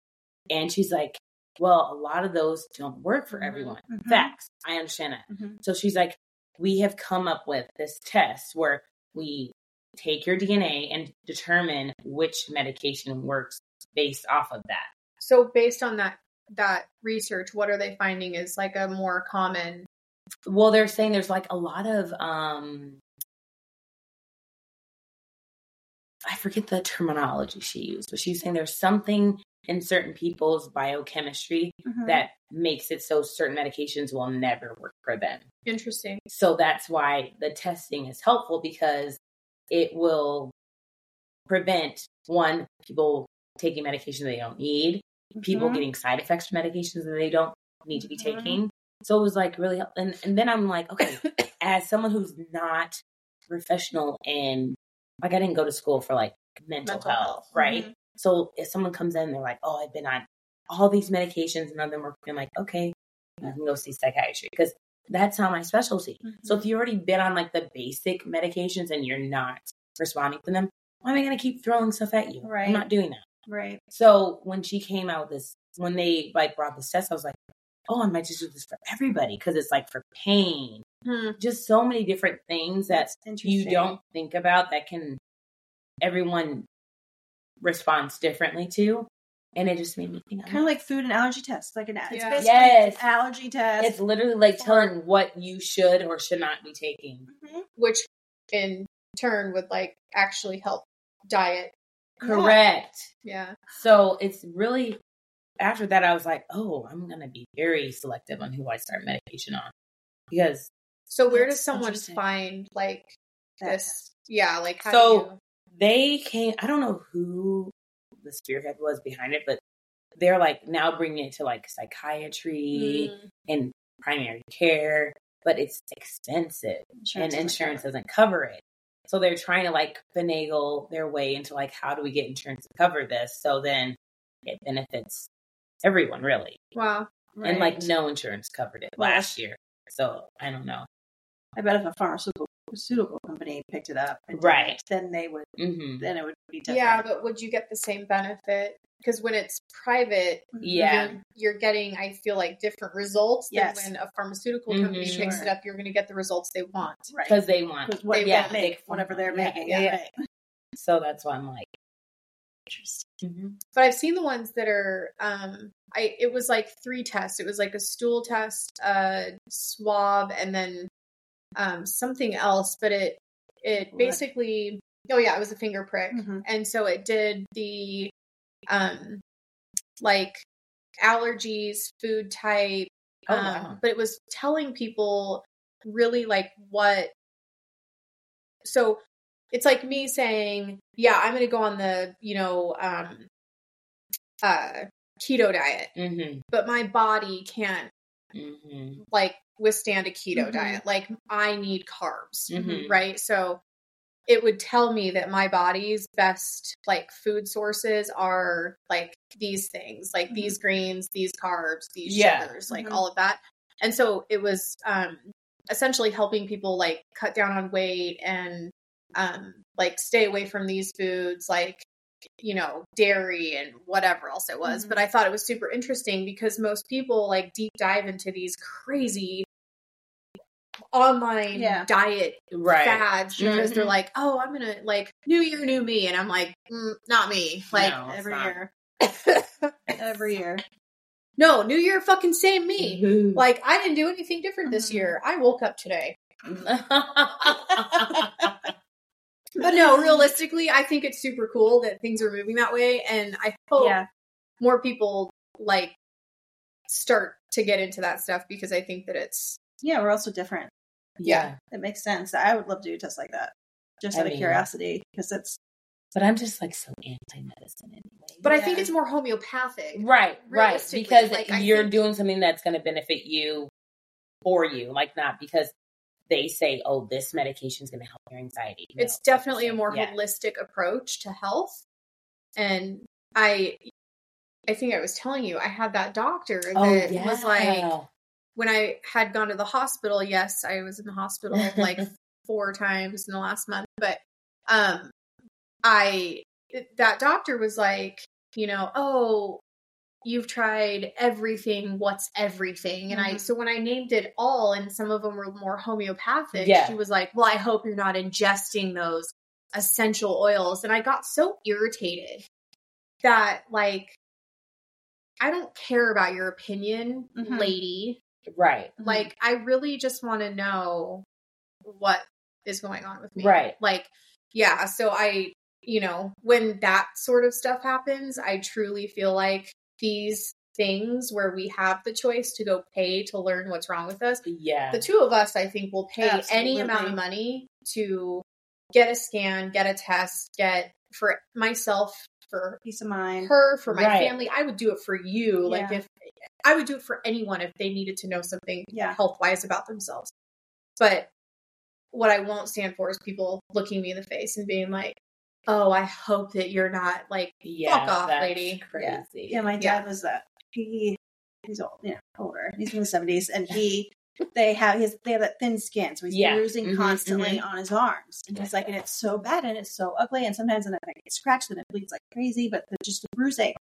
[SPEAKER 2] and she's like well, a lot of those don't work for
[SPEAKER 1] Mm-hmm.
[SPEAKER 3] Mhm.
[SPEAKER 2] everyone.
[SPEAKER 3] Mhm.
[SPEAKER 2] Facts. I understand that.
[SPEAKER 3] Mhm.
[SPEAKER 2] So she's like, we have come up with this test where we take your DNA and determine which medication works based off of that.
[SPEAKER 1] So based on that that research, what are they finding is like a more common
[SPEAKER 2] Well, they're saying there's like a lot of um I forget the terminology she used, but she's saying there's something in certain people's biochemistry
[SPEAKER 3] Mhm.
[SPEAKER 2] that makes it so certain medications will never work for them.
[SPEAKER 1] interesting.
[SPEAKER 2] So that's why the testing is helpful because it will prevent one people taking medication they don't need, people
[SPEAKER 3] Mhm.
[SPEAKER 2] getting side effects from medications that they don't need to be
[SPEAKER 3] Mhm.
[SPEAKER 2] taking. So it was like really, help- and and then I'm like, okay, as someone who's not professional in, like, I didn't go to school for like mental,
[SPEAKER 1] Mental
[SPEAKER 2] health,
[SPEAKER 1] health. Mm-hmm.
[SPEAKER 2] right?
[SPEAKER 3] Mhm.
[SPEAKER 2] So if someone comes in, they're like, oh, I've been on all these medications, none of them work. I'm like, okay, you can go see psychiatry because that's not my specialty.
[SPEAKER 1] Mm-hmm.
[SPEAKER 2] So if you've already been on like the basic medications and you're not responding to them, why am I going to keep throwing stuff at you?
[SPEAKER 3] Right.
[SPEAKER 2] I'm not doing that.
[SPEAKER 3] Mm-hmm. right.
[SPEAKER 2] So when she came out with this, when they like brought this test, I was like, oh, I might just do this for everybody because it's like for pain,
[SPEAKER 1] Hmm.
[SPEAKER 2] just so many different things that
[SPEAKER 3] interesting.
[SPEAKER 2] you don't think about that can everyone responds differently to. And it just made me think. I'm
[SPEAKER 3] kind of like food and allergy tests, like an it's
[SPEAKER 1] Yeah.
[SPEAKER 3] basically
[SPEAKER 2] Yes.
[SPEAKER 3] an allergy test.
[SPEAKER 2] It's literally like telling what you should or should not be taking.
[SPEAKER 3] Mhm.
[SPEAKER 1] Which in turn would like actually help diet.
[SPEAKER 2] Correct.
[SPEAKER 1] Yeah.
[SPEAKER 2] So it's really after that I was like, oh, I'm gonna be very selective on who I start medication on because
[SPEAKER 1] So where
[SPEAKER 2] That's
[SPEAKER 1] does someone
[SPEAKER 2] interesting.
[SPEAKER 1] find like
[SPEAKER 3] That
[SPEAKER 1] this? Yeah, like how
[SPEAKER 2] So-
[SPEAKER 1] do you,
[SPEAKER 2] they came. I don't know who the spearhead was behind it, but they're like now bringing it to like psychiatry
[SPEAKER 1] Mm.
[SPEAKER 2] and primary care, but it's expensive
[SPEAKER 3] Insurance
[SPEAKER 2] and
[SPEAKER 3] doesn't
[SPEAKER 2] insurance
[SPEAKER 3] cover
[SPEAKER 2] doesn't cover it. So they're trying to like finagle their way into like how do we get insurance to cover this so then it benefits everyone really.
[SPEAKER 1] wow.
[SPEAKER 3] it.
[SPEAKER 2] and like
[SPEAKER 3] Right.
[SPEAKER 2] no insurance covered it
[SPEAKER 3] Well-
[SPEAKER 2] last year. So I don't know.
[SPEAKER 3] I bet if a pharmaceutical pharmaceutical company picked it up, and did
[SPEAKER 2] Right.
[SPEAKER 3] it, then they would,
[SPEAKER 2] hmm
[SPEAKER 3] then it would be different.
[SPEAKER 1] Yeah, but would you get the same benefit? Because when it's private,
[SPEAKER 3] Mm-hmm.
[SPEAKER 2] Yeah.
[SPEAKER 1] you're, you're getting, I feel like, different results
[SPEAKER 3] Yes. Mm-hmm,
[SPEAKER 1] than when a pharmaceutical
[SPEAKER 2] Mhm.
[SPEAKER 1] company picks it
[SPEAKER 3] Sure.
[SPEAKER 1] up. You're going to get the results they want.
[SPEAKER 3] right.
[SPEAKER 2] Because they want.
[SPEAKER 3] 'Cause what
[SPEAKER 1] they
[SPEAKER 3] they
[SPEAKER 1] yeah,
[SPEAKER 3] want to make,
[SPEAKER 2] they-
[SPEAKER 3] whatever they're
[SPEAKER 2] yeah,
[SPEAKER 3] making.
[SPEAKER 2] yeah,
[SPEAKER 3] Yeah,
[SPEAKER 2] yeah.
[SPEAKER 3] right.
[SPEAKER 2] So that's why I'm like, Mm-hmm.
[SPEAKER 3] Interesting.
[SPEAKER 1] But I've seen the ones that are, um, I it was like three tests. It was like a stool test, a swab, and then um, something else. But it it
[SPEAKER 3] Blood.
[SPEAKER 1] basically, oh yeah, it was a finger prick.
[SPEAKER 3] Mhm.
[SPEAKER 1] and so it did the um like allergies food type
[SPEAKER 2] Oh,
[SPEAKER 1] um
[SPEAKER 2] wow.
[SPEAKER 1] but it was telling people really like what so it's like me saying yeah i'm gonna go on the you know um uh keto diet
[SPEAKER 2] hmm
[SPEAKER 1] but my body can't
[SPEAKER 2] hmm
[SPEAKER 1] like withstand a keto
[SPEAKER 2] Mm-hmm.
[SPEAKER 3] Mhm.
[SPEAKER 1] diet like i need carbs
[SPEAKER 2] hmm
[SPEAKER 1] right? So it would tell me that my body's best like food sources are like these things, like
[SPEAKER 3] Mhm.
[SPEAKER 1] these greens, these carbs, these
[SPEAKER 2] Yeah.
[SPEAKER 1] sugars, like
[SPEAKER 3] Mhm.
[SPEAKER 1] all of that. And so it was um essentially helping people like cut down on weight and um like stay away from these foods like you know dairy and whatever else it was
[SPEAKER 3] Mhm.
[SPEAKER 1] but i thought it was super interesting because most people like deep dive into these crazy online
[SPEAKER 3] Yeah.
[SPEAKER 1] diet
[SPEAKER 2] Right.
[SPEAKER 1] fads because they're
[SPEAKER 3] Mm-hmm.
[SPEAKER 1] like,
[SPEAKER 2] Mhm.
[SPEAKER 1] oh, I'm gonna like new year, new me, and I'm like, mm, not me. Like,
[SPEAKER 2] No, it's
[SPEAKER 3] every
[SPEAKER 2] not.
[SPEAKER 3] year, every year.
[SPEAKER 1] no, new year, fucking same
[SPEAKER 3] Mm-hmm.
[SPEAKER 1] me.
[SPEAKER 2] Mhm.
[SPEAKER 1] Like, I didn't do anything different this
[SPEAKER 3] Mhm.
[SPEAKER 1] year. I woke up today,
[SPEAKER 2] Mm-hmm.
[SPEAKER 1] but no, realistically, I think it's super cool that things are moving that way, and I hope
[SPEAKER 3] Yeah,
[SPEAKER 1] more people like start to get into that stuff because I think that it's
[SPEAKER 3] yeah. We're also different.
[SPEAKER 2] yeah.
[SPEAKER 3] It makes sense. I would love to do tests like that, just
[SPEAKER 2] I
[SPEAKER 3] out of
[SPEAKER 2] mean-
[SPEAKER 3] curiosity, because it's
[SPEAKER 2] But I'm just like so anti medicine anyway.
[SPEAKER 1] but I think
[SPEAKER 3] Yeah.
[SPEAKER 1] it's more homeopathic.
[SPEAKER 2] right, right.
[SPEAKER 1] realistically,
[SPEAKER 2] Because
[SPEAKER 1] like, I
[SPEAKER 2] you're
[SPEAKER 1] think-
[SPEAKER 2] doing something that's going to benefit you for you, like not because they say, oh, this medication is going to help your anxiety. No,
[SPEAKER 1] it's definitely a
[SPEAKER 2] just
[SPEAKER 1] more
[SPEAKER 2] like, yeah.
[SPEAKER 1] holistic approach to health and i i think i was telling you i had that doctor
[SPEAKER 2] Oh,
[SPEAKER 1] that was like when i had gone to the hospital yes i was in the hospital like four times in the last month but um i that doctor was like you know oh you've tried everything, what's everything? And I,
[SPEAKER 3] Mhm.
[SPEAKER 1] so when I named it all, and some of them were more homeopathic,
[SPEAKER 2] Yeah.
[SPEAKER 1] she was like, Well, I hope you're not ingesting those essential oils. And I got so irritated that, like, I don't care about your opinion,
[SPEAKER 3] Mhm.
[SPEAKER 1] lady.
[SPEAKER 2] Right.
[SPEAKER 3] Mm-hmm.
[SPEAKER 1] Like, I really just want to know what is going on with me.
[SPEAKER 2] Right.
[SPEAKER 1] Like, yeah. So I, you know, when that sort of stuff happens, I truly feel like these things where we have the choice to go pay to learn what's wrong with us,
[SPEAKER 2] Yeah.
[SPEAKER 1] the two of us, I think, will pay any
[SPEAKER 3] Absolutely.
[SPEAKER 1] amount of money to get a scan, get a test, get for myself, for
[SPEAKER 3] peace of mind.
[SPEAKER 1] her, for my
[SPEAKER 2] Right.
[SPEAKER 1] family. I would do it for you. Like,
[SPEAKER 3] Yeah.
[SPEAKER 1] if I would do it for anyone if they needed to know something
[SPEAKER 3] Yeah.
[SPEAKER 1] health wise about themselves. But what I won't stand for is people looking me in the face and being like, oh, I hope that you're not like,
[SPEAKER 2] yeah,
[SPEAKER 1] Fuck off,
[SPEAKER 2] that's
[SPEAKER 1] lady.
[SPEAKER 2] Crazy.
[SPEAKER 3] Yeah, my dad was that. He he's old, you know, older. He's in his seventies, and he they have his they have that thin skin, so he's
[SPEAKER 2] Yeah.
[SPEAKER 3] bruising
[SPEAKER 2] Mhm,
[SPEAKER 3] constantly on his arms. And he's like, and it's so bad, and it's so ugly, and sometimes and if I get scratched, then it bleeds like crazy. But the, just the bruising.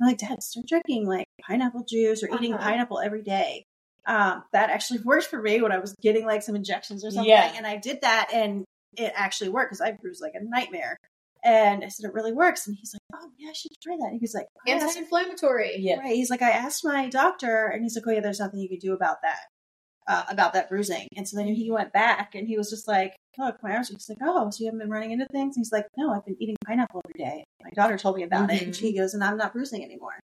[SPEAKER 3] I'm like, Dad, start drinking like pineapple juice or eating
[SPEAKER 1] Uh-huh.
[SPEAKER 3] pineapple every day. Um, that actually worked for me when I was getting like some injections or something,
[SPEAKER 2] Yeah.
[SPEAKER 3] and I did that, and it actually worked because I bruised like a nightmare. And I said it really works, and he's like, "Oh yeah, I should try that." And he was like, "Oh, "I asked
[SPEAKER 1] anti inflammatory.
[SPEAKER 2] Yeah.
[SPEAKER 3] Right. He's like, I asked my doctor, and he's like, oh yeah, there's nothing you can do about that, uh, about that bruising. And so then he went back, and he was just like, look, my arms. He's like, oh, so you haven't been running into things? And he's like, no, I've been eating pineapple every day. My daughter told me about it, and
[SPEAKER 2] Mhm.
[SPEAKER 3] she goes, and I'm not bruising anymore.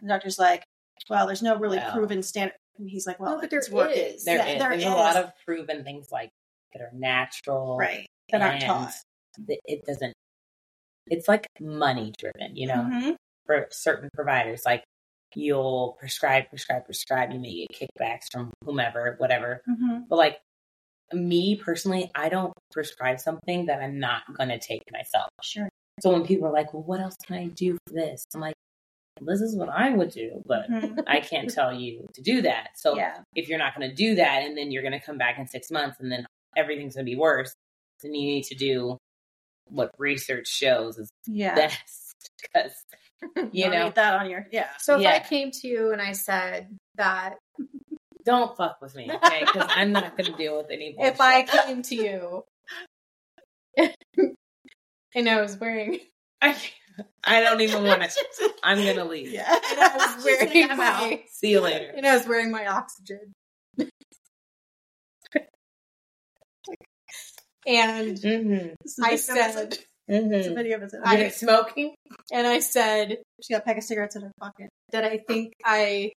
[SPEAKER 3] And the doctor's like, well, there's no really
[SPEAKER 2] Wow.
[SPEAKER 3] proven standard. And he's like, well,
[SPEAKER 1] No, Oh, but
[SPEAKER 3] it's
[SPEAKER 1] there
[SPEAKER 3] working.
[SPEAKER 1] is.
[SPEAKER 2] There
[SPEAKER 3] Yeah,
[SPEAKER 2] is-
[SPEAKER 3] there
[SPEAKER 2] There's a
[SPEAKER 3] is.
[SPEAKER 2] lot of proven things like that are natural.
[SPEAKER 3] right that aren't taught.
[SPEAKER 2] th- It doesn't. It's like money driven, you know,
[SPEAKER 3] Mhm.
[SPEAKER 2] for certain providers. Like you'll prescribe, prescribe, prescribe. You may get kickbacks from whomever, whatever.
[SPEAKER 3] Mhm.
[SPEAKER 2] But like me personally, I don't prescribe something that I'm not going to take myself.
[SPEAKER 3] Sure.
[SPEAKER 2] So when people are like, well, what else can I do for this? I'm like, this is what I would do, but
[SPEAKER 3] Mhm.
[SPEAKER 2] I can't tell you to do that. So
[SPEAKER 3] yeah.
[SPEAKER 2] if you're not going to do that and then you're going to come back in six months and then everything's going to be worse, then you need to do what research shows is
[SPEAKER 3] Yeah.
[SPEAKER 2] best because, you
[SPEAKER 3] Don't
[SPEAKER 2] know,
[SPEAKER 3] eat that on your yeah.
[SPEAKER 1] So if I
[SPEAKER 2] Yeah.
[SPEAKER 1] came to you and I said that
[SPEAKER 2] don't fuck with me, okay? Because I'm not going to deal with any bullshit.
[SPEAKER 1] if I came to you and I was wearing,
[SPEAKER 2] I, I don't even want to. I'm going to leave.
[SPEAKER 3] Yeah.
[SPEAKER 1] and I was
[SPEAKER 3] She's like,
[SPEAKER 1] wearing
[SPEAKER 3] "I'm out."
[SPEAKER 1] my,
[SPEAKER 2] See you later.
[SPEAKER 1] and I was wearing my oxygen. and
[SPEAKER 2] Mm-hmm.
[SPEAKER 3] This is
[SPEAKER 1] I
[SPEAKER 3] a video visit.
[SPEAKER 1] said,
[SPEAKER 3] It's a
[SPEAKER 2] Mm-hmm.
[SPEAKER 3] video visit.
[SPEAKER 1] I was smoking, and I said,
[SPEAKER 3] She got a pack of cigarettes in her pocket.
[SPEAKER 1] that I think I,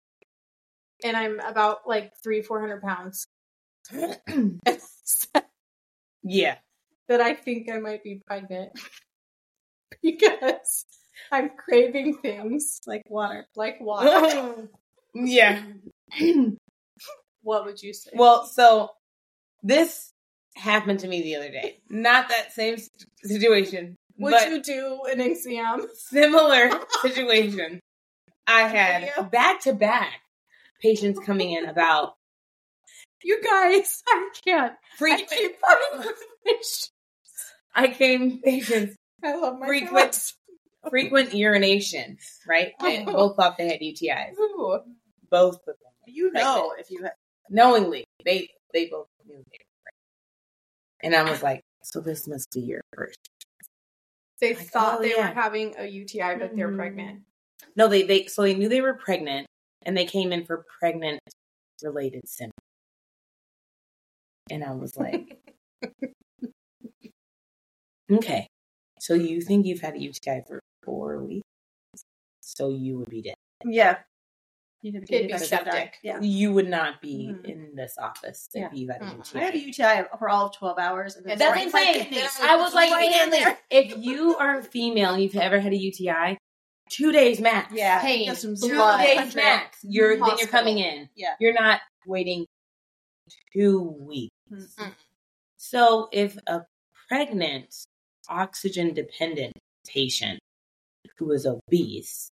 [SPEAKER 1] and I'm about like three, 400 pounds, that
[SPEAKER 2] Yeah.
[SPEAKER 1] I think I might be pregnant because I'm craving things
[SPEAKER 3] It's like water.
[SPEAKER 1] like water.
[SPEAKER 2] yeah.
[SPEAKER 1] what would you say?
[SPEAKER 2] Well, so this happened to me the other day. Not that same s- situation,
[SPEAKER 1] would
[SPEAKER 2] but
[SPEAKER 1] you do an E exam?
[SPEAKER 2] similar situation. I
[SPEAKER 1] Video.
[SPEAKER 2] had back to back patients coming in about
[SPEAKER 1] You guys, I can't. I
[SPEAKER 2] frequent.
[SPEAKER 1] keep putting fish.
[SPEAKER 2] I came patients
[SPEAKER 1] I love my
[SPEAKER 2] frequent frequent urination, right? And
[SPEAKER 1] Oh.
[SPEAKER 2] both thought they had UTIs.
[SPEAKER 1] Ooh,
[SPEAKER 2] Both of them.
[SPEAKER 3] You
[SPEAKER 2] know
[SPEAKER 3] know if you have.
[SPEAKER 2] knowingly they they both knew they were pregnant. and i was like so this must be your first
[SPEAKER 1] they
[SPEAKER 2] Like,
[SPEAKER 1] thought
[SPEAKER 2] oh,
[SPEAKER 1] they
[SPEAKER 2] yeah.
[SPEAKER 1] were having a UTI, but they're
[SPEAKER 2] Mhm.
[SPEAKER 1] pregnant.
[SPEAKER 2] no they they so they knew they were pregnant and they came in for pregnant related symptoms and i was like okay so you think you've had a uti for four weeks so you would be dead
[SPEAKER 3] Yeah. You'd have
[SPEAKER 1] It'd be
[SPEAKER 3] you'd have
[SPEAKER 1] septic.
[SPEAKER 3] died. Yeah.
[SPEAKER 2] you would not be
[SPEAKER 3] Mhm.
[SPEAKER 2] in this office if
[SPEAKER 3] Yeah.
[SPEAKER 2] you had a
[SPEAKER 1] Mm-mm.
[SPEAKER 2] uti
[SPEAKER 3] I had a UTI for all of 12 hours. And
[SPEAKER 1] And
[SPEAKER 3] it was
[SPEAKER 1] that's what
[SPEAKER 3] right
[SPEAKER 1] I'm
[SPEAKER 3] in my
[SPEAKER 1] saying.
[SPEAKER 3] kidneys.
[SPEAKER 1] Then
[SPEAKER 2] I was like,
[SPEAKER 1] Right in
[SPEAKER 2] "Family, if you are a female and you've ever had a UTI, two days max.
[SPEAKER 3] yeah.
[SPEAKER 1] Pain,
[SPEAKER 3] Just some
[SPEAKER 1] blood.
[SPEAKER 2] Two
[SPEAKER 3] blood.
[SPEAKER 2] days max. You're then you're
[SPEAKER 1] Hospital.
[SPEAKER 2] coming in.
[SPEAKER 3] Yeah.
[SPEAKER 2] You're not waiting two weeks.
[SPEAKER 3] Mhm.
[SPEAKER 2] So if a pregnant, oxygen dependent patient who was obese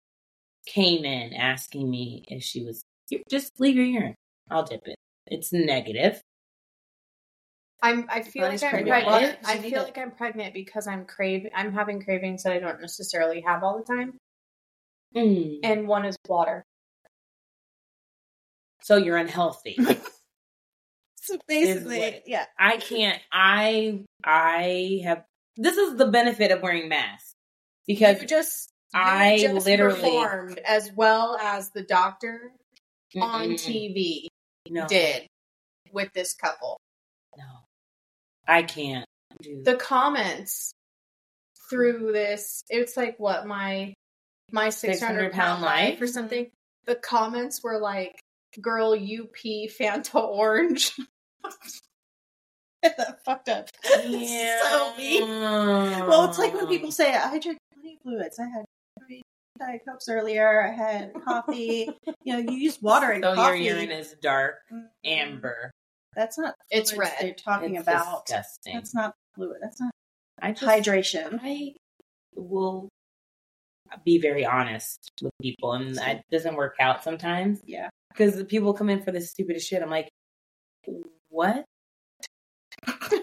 [SPEAKER 2] came in asking me if she was just leave your urine. I'll dip it. It's negative.
[SPEAKER 1] I'm. I feel like
[SPEAKER 3] body's
[SPEAKER 1] I'm
[SPEAKER 2] pregnant.
[SPEAKER 1] pregnant.
[SPEAKER 3] Why?
[SPEAKER 1] I
[SPEAKER 3] You need
[SPEAKER 1] feel
[SPEAKER 3] it.
[SPEAKER 1] like I'm pregnant because I'm craving. I'm having cravings that I don't necessarily have all the time.
[SPEAKER 2] Mm.
[SPEAKER 1] and one is water.
[SPEAKER 2] So you're unhealthy.
[SPEAKER 3] So
[SPEAKER 2] Is
[SPEAKER 3] basically,
[SPEAKER 2] what-
[SPEAKER 3] yeah.
[SPEAKER 2] I can't. I I have. This is the benefit of wearing masks because
[SPEAKER 1] You just you
[SPEAKER 2] I
[SPEAKER 1] just
[SPEAKER 2] literally
[SPEAKER 1] performed as well as the doctor on
[SPEAKER 2] Mm-mm.
[SPEAKER 1] TV
[SPEAKER 2] no,
[SPEAKER 1] did with this couple.
[SPEAKER 2] no, I can't do
[SPEAKER 1] The comments through this, it's like what my my six
[SPEAKER 2] 600
[SPEAKER 1] hundred
[SPEAKER 2] pound
[SPEAKER 1] pound
[SPEAKER 2] life?
[SPEAKER 1] life or something. The comments were like, "Girl, you pee Fanta orange."
[SPEAKER 3] Fucked up. so mean. Well, it's like when people say, I drink plenty of fluids. I had three Diet Cokes earlier. I had coffee. you know, you use water and
[SPEAKER 2] so
[SPEAKER 3] coffee.
[SPEAKER 2] Oh. your urine is dark
[SPEAKER 3] Mm.
[SPEAKER 2] amber.
[SPEAKER 3] That's not
[SPEAKER 1] It's
[SPEAKER 3] fluids
[SPEAKER 1] red.
[SPEAKER 3] They're talking
[SPEAKER 2] It's
[SPEAKER 3] about.
[SPEAKER 2] disgusting.
[SPEAKER 3] That's not fluid. That's not
[SPEAKER 2] I just,
[SPEAKER 3] hydration.
[SPEAKER 2] I will be very honest with people, and that doesn't work out sometimes.
[SPEAKER 3] Yeah.
[SPEAKER 2] because the people come in for the stupidest shit. I'm like, what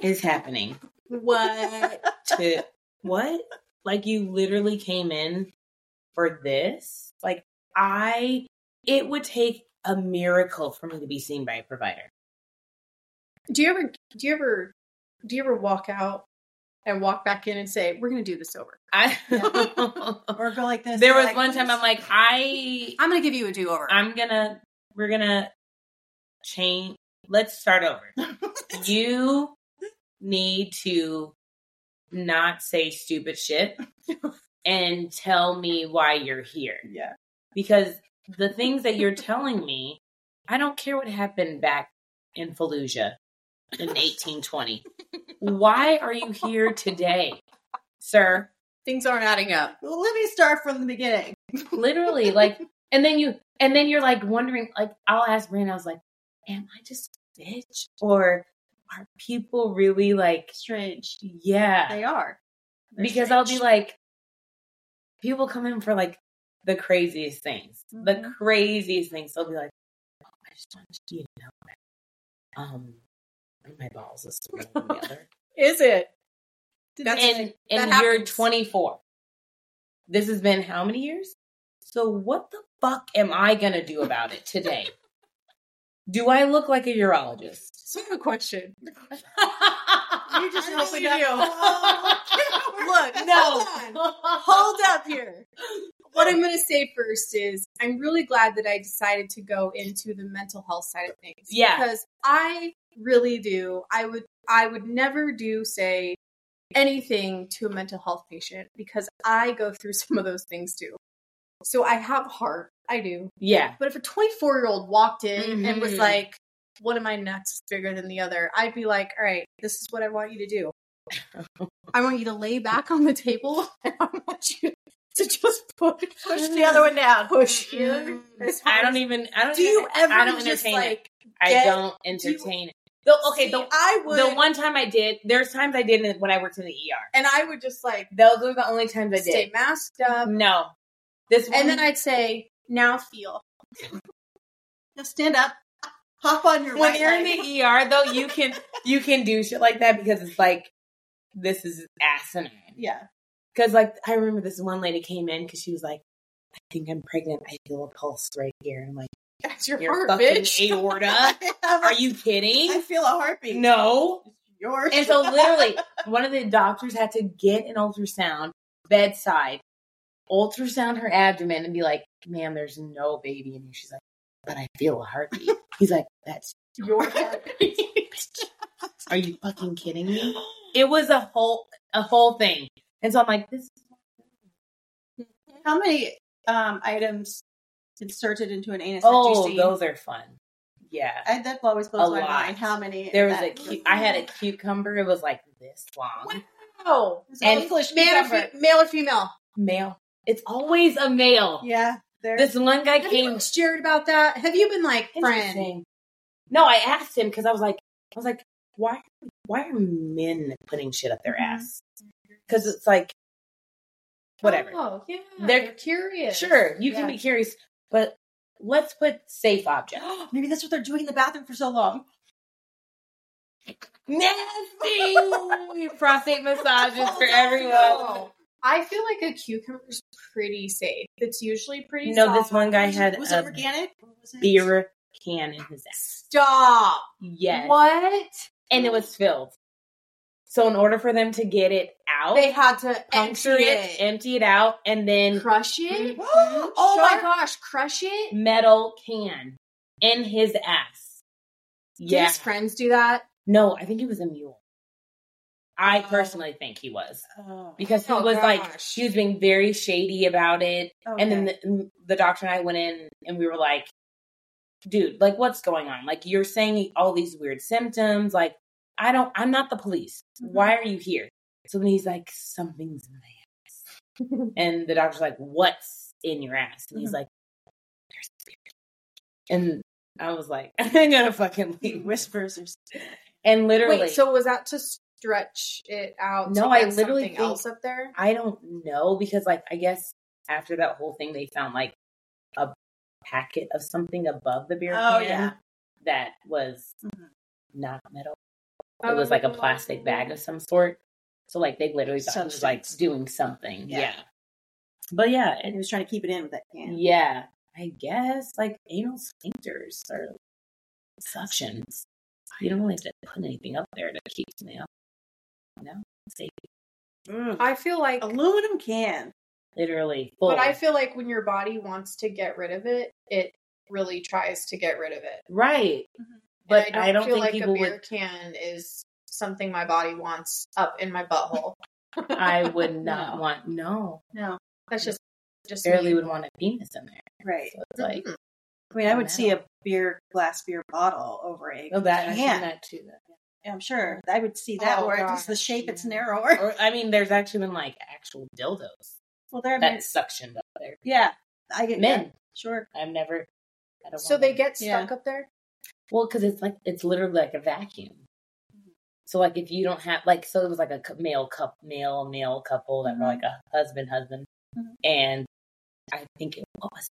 [SPEAKER 2] is happening?
[SPEAKER 1] What?
[SPEAKER 2] To what? Like you literally came in for this? Like I, it would take a miracle for me to be seen by a provider.
[SPEAKER 1] do you ever? Do you ever? Do you ever walk out and walk back in and say, "We're going to do this over"?
[SPEAKER 2] I.
[SPEAKER 3] Or go like this.
[SPEAKER 2] there
[SPEAKER 3] go
[SPEAKER 2] was
[SPEAKER 3] like
[SPEAKER 2] one time
[SPEAKER 3] this.
[SPEAKER 2] I'm like, I
[SPEAKER 1] I'm going to give you a do over.
[SPEAKER 2] I'm gonna we're gonna change let's start over. you need to not say stupid shit and tell me why you're here.
[SPEAKER 3] yeah.
[SPEAKER 2] Because the things that you're telling me, I don't care what happened back in Fallujah in 1820. Why are you here today, sir?
[SPEAKER 1] Things aren't adding up.
[SPEAKER 3] Well, let me start from the beginning.
[SPEAKER 2] literally like and then you and then you're like wondering like i'll ask brandon i was like am i just a bitch or are people really like
[SPEAKER 3] Strange.
[SPEAKER 2] yeah
[SPEAKER 3] They are. They're
[SPEAKER 2] because i'll be
[SPEAKER 3] strange.
[SPEAKER 2] like people come in for like the craziest things the
[SPEAKER 3] Mhm.
[SPEAKER 2] craziest things they'll be like oh, i just want you to know that um my balls are still together
[SPEAKER 1] Is it?
[SPEAKER 2] and and
[SPEAKER 1] that
[SPEAKER 2] you're
[SPEAKER 1] happens.
[SPEAKER 2] 24. This has been how many years? So what the fuck am I gonna do about it today? do I look like a urologist?
[SPEAKER 1] So I have a question. Look,
[SPEAKER 3] you just
[SPEAKER 1] I know
[SPEAKER 3] opened
[SPEAKER 1] you
[SPEAKER 3] up.
[SPEAKER 1] do.
[SPEAKER 2] no.
[SPEAKER 1] Hold, on. Hold up here. What I'm going to say first is I'm really glad that I decided to go into the mental health side of things.
[SPEAKER 2] Yeah.
[SPEAKER 1] Because I really do. I would I would never do say anything to a mental health patient because I go through some of those things too. So I have heart. I do.
[SPEAKER 2] Yeah.
[SPEAKER 1] But if a 24 year old walked in and was
[SPEAKER 2] Mhm.
[SPEAKER 1] like, one of my nuts is bigger than the other, I'd be like, all right, this is what I want you to do. I want you to lay back on the table. And I want you to just push,
[SPEAKER 3] Push the other one down. Mm-hmm.
[SPEAKER 1] push here. As
[SPEAKER 2] I
[SPEAKER 1] hard
[SPEAKER 2] don't
[SPEAKER 1] as-
[SPEAKER 2] even. I don't.
[SPEAKER 1] Do you
[SPEAKER 2] even-
[SPEAKER 1] ever
[SPEAKER 2] I don't
[SPEAKER 1] just
[SPEAKER 2] entertain it.
[SPEAKER 1] like,
[SPEAKER 2] I
[SPEAKER 1] get-
[SPEAKER 2] don't
[SPEAKER 1] you-
[SPEAKER 2] entertain it. Though okay,
[SPEAKER 1] see,
[SPEAKER 2] the
[SPEAKER 1] I would,
[SPEAKER 2] the one time I did. There's times I did it when I worked in the ER.
[SPEAKER 1] and I would just like
[SPEAKER 2] Those are the only times I did. Mm-hmm.
[SPEAKER 1] stay masked up.
[SPEAKER 2] No, this one,
[SPEAKER 1] And then I'd say, now feel.
[SPEAKER 3] Now stand up. Hop on your
[SPEAKER 2] when
[SPEAKER 3] right
[SPEAKER 2] you're in
[SPEAKER 3] leg.
[SPEAKER 2] the ER though, you can you can do shit like that because it's like this is asinine.
[SPEAKER 3] Yeah.
[SPEAKER 2] Because like I remember this one lady came in because she was like, "I think I'm pregnant. I feel a pulse right here." I'm like,
[SPEAKER 1] That's your,
[SPEAKER 2] "Your
[SPEAKER 1] heart,
[SPEAKER 2] fucking
[SPEAKER 1] bitch.
[SPEAKER 2] aorta? Uh, Are you
[SPEAKER 3] I
[SPEAKER 2] kidding?
[SPEAKER 3] feel a heartbeat.
[SPEAKER 2] No."
[SPEAKER 3] It's yours.
[SPEAKER 2] And so literally, one of the doctors had to get an ultrasound bedside, ultrasound her abdomen, and be like, "Ma'am, there's no baby in here." She's like, "But I feel a heartbeat." He's like, "That's
[SPEAKER 1] Your heartbeat.
[SPEAKER 2] Are you fucking kidding me? It was a whole a whole thing. And so I'm like, this
[SPEAKER 3] How many um, items inserted into an anus?
[SPEAKER 2] Oh,
[SPEAKER 3] had you seen?
[SPEAKER 2] those are fun. Yeah.
[SPEAKER 3] I, that always blows
[SPEAKER 2] A
[SPEAKER 3] my
[SPEAKER 2] lot.
[SPEAKER 3] mind. How many?
[SPEAKER 2] There was a
[SPEAKER 3] that- Mm-hmm.
[SPEAKER 2] cu- I had a cucumber, it was like this long.
[SPEAKER 1] Wow.
[SPEAKER 3] It's
[SPEAKER 2] and
[SPEAKER 3] English
[SPEAKER 1] Man or
[SPEAKER 3] cucumber.
[SPEAKER 1] fe- male or female?
[SPEAKER 2] Male. It's always a male.
[SPEAKER 3] Yeah, there.
[SPEAKER 2] This one guy
[SPEAKER 1] Have you
[SPEAKER 2] came
[SPEAKER 1] asked Jared about that? Have you been like friend?
[SPEAKER 2] Interesting. No, I asked him because I was like I was like, why why are men putting shit up their
[SPEAKER 1] Mm-hmm.
[SPEAKER 3] Mhm.
[SPEAKER 2] ass? Because it's like whatever.
[SPEAKER 1] Oh yeah,
[SPEAKER 2] They're-
[SPEAKER 1] they're curious.
[SPEAKER 2] Sure, you can
[SPEAKER 1] Yeah.
[SPEAKER 2] be curious, but let's put safe objects.
[SPEAKER 3] Maybe that's what they're doing in the bathroom for so long.
[SPEAKER 2] Nasty prostate massages for
[SPEAKER 1] Oh,
[SPEAKER 2] everyone.
[SPEAKER 1] no. I feel like a cucumber's pretty safe. It's usually pretty.
[SPEAKER 2] No,
[SPEAKER 1] soft.
[SPEAKER 2] this one guy had
[SPEAKER 3] was it
[SPEAKER 2] a
[SPEAKER 3] organic? Or was it
[SPEAKER 2] beer can in his ass.
[SPEAKER 1] Stop.
[SPEAKER 2] Yes.
[SPEAKER 1] What?
[SPEAKER 2] And it was filled. So in order for them to get it out,
[SPEAKER 1] They had to
[SPEAKER 2] Oh. puncture
[SPEAKER 1] empty
[SPEAKER 2] it, empty it out, and Mm-hmm. then
[SPEAKER 1] crush it.
[SPEAKER 3] Mhm.
[SPEAKER 1] oh my
[SPEAKER 3] Sharp.
[SPEAKER 1] gosh, crush it.
[SPEAKER 2] metal can in his ass.
[SPEAKER 1] Did
[SPEAKER 2] Yes.
[SPEAKER 1] his friends do that?
[SPEAKER 2] no, I think he was a mule. I
[SPEAKER 3] Oh.
[SPEAKER 2] personally think he was
[SPEAKER 3] Oh,
[SPEAKER 2] because he
[SPEAKER 1] Oh,
[SPEAKER 2] was like
[SPEAKER 1] gosh.
[SPEAKER 2] he was being very shady about it. And then the, the doctor and I went in and we were like, "Dude, like what's going on? Like you're saying all these weird symptoms. Like I don't. I'm not the police. Why are you here?" So then he's like, "Something's in my ass," and the doctor's like, "What's in your ass?" And he's
[SPEAKER 3] Mhm.
[SPEAKER 2] like, "There's a spirit." And I was like, "I'm gonna fucking
[SPEAKER 3] He
[SPEAKER 2] leave."
[SPEAKER 3] whispers or
[SPEAKER 2] And literally,
[SPEAKER 1] Wait, so was that to stretch it out?
[SPEAKER 2] No,
[SPEAKER 1] to
[SPEAKER 2] I
[SPEAKER 1] get
[SPEAKER 2] literally
[SPEAKER 1] something
[SPEAKER 2] think-
[SPEAKER 1] else up there.
[SPEAKER 2] I don't know because like I guess after that whole thing they found like a packet of something above the beer
[SPEAKER 3] Oh,
[SPEAKER 2] can
[SPEAKER 3] yeah.
[SPEAKER 2] that was
[SPEAKER 3] Mhm.
[SPEAKER 2] not metal. It was like a plastic bag of some sort. So like they literally thought it was like
[SPEAKER 3] Substance.
[SPEAKER 2] doing something. Yeah.
[SPEAKER 3] Yeah.
[SPEAKER 2] But yeah,
[SPEAKER 3] and
[SPEAKER 2] it,
[SPEAKER 3] he was trying to keep it in with that can.
[SPEAKER 2] yeah. I guess like anal sphincters or suctions. You don't really have to put anything up there to keep them out. No, safe.
[SPEAKER 3] Mm.
[SPEAKER 1] I feel like,
[SPEAKER 3] Aluminum can.
[SPEAKER 2] Literally. full.
[SPEAKER 1] but I feel like when your body wants to get rid of it, it really tries to get rid of it.
[SPEAKER 2] right.
[SPEAKER 3] Mhm.
[SPEAKER 2] But
[SPEAKER 1] And
[SPEAKER 2] I don't
[SPEAKER 1] feel
[SPEAKER 2] think
[SPEAKER 1] like
[SPEAKER 2] people
[SPEAKER 1] a beer
[SPEAKER 2] would-
[SPEAKER 1] can is something my body wants up in my butthole.
[SPEAKER 2] I would not
[SPEAKER 3] No.
[SPEAKER 2] want no.
[SPEAKER 3] No,
[SPEAKER 1] That's just just
[SPEAKER 2] Barely
[SPEAKER 1] me.
[SPEAKER 2] would want a penis in there.
[SPEAKER 3] right.
[SPEAKER 2] So it's like
[SPEAKER 1] Mhm.
[SPEAKER 3] I mean, I would
[SPEAKER 2] Metal.
[SPEAKER 3] see a beer glass beer bottle over a
[SPEAKER 2] oh, that I've seen
[SPEAKER 3] can.
[SPEAKER 2] that too.
[SPEAKER 3] I'm sure I would see that
[SPEAKER 1] Oh,
[SPEAKER 3] where it's the
[SPEAKER 1] gosh,
[SPEAKER 3] shape it's
[SPEAKER 2] yeah.
[SPEAKER 3] narrower.
[SPEAKER 2] Or I mean, there's actually been like actual dildos
[SPEAKER 3] Well, there. I mean,
[SPEAKER 2] that suctioned up there.
[SPEAKER 3] yeah, I get
[SPEAKER 2] Men,
[SPEAKER 3] Sure.
[SPEAKER 2] I've never. I don't
[SPEAKER 1] so
[SPEAKER 2] want
[SPEAKER 1] they
[SPEAKER 2] one.
[SPEAKER 1] get
[SPEAKER 3] Yeah.
[SPEAKER 1] stuck up there.
[SPEAKER 2] well because it's like it's literally like a vacuum.
[SPEAKER 3] Mm-hmm.
[SPEAKER 2] So like if you don't have like so it was like a cou- male cup male male couple that were like a husband husband
[SPEAKER 3] Mhm.
[SPEAKER 2] and I think it what was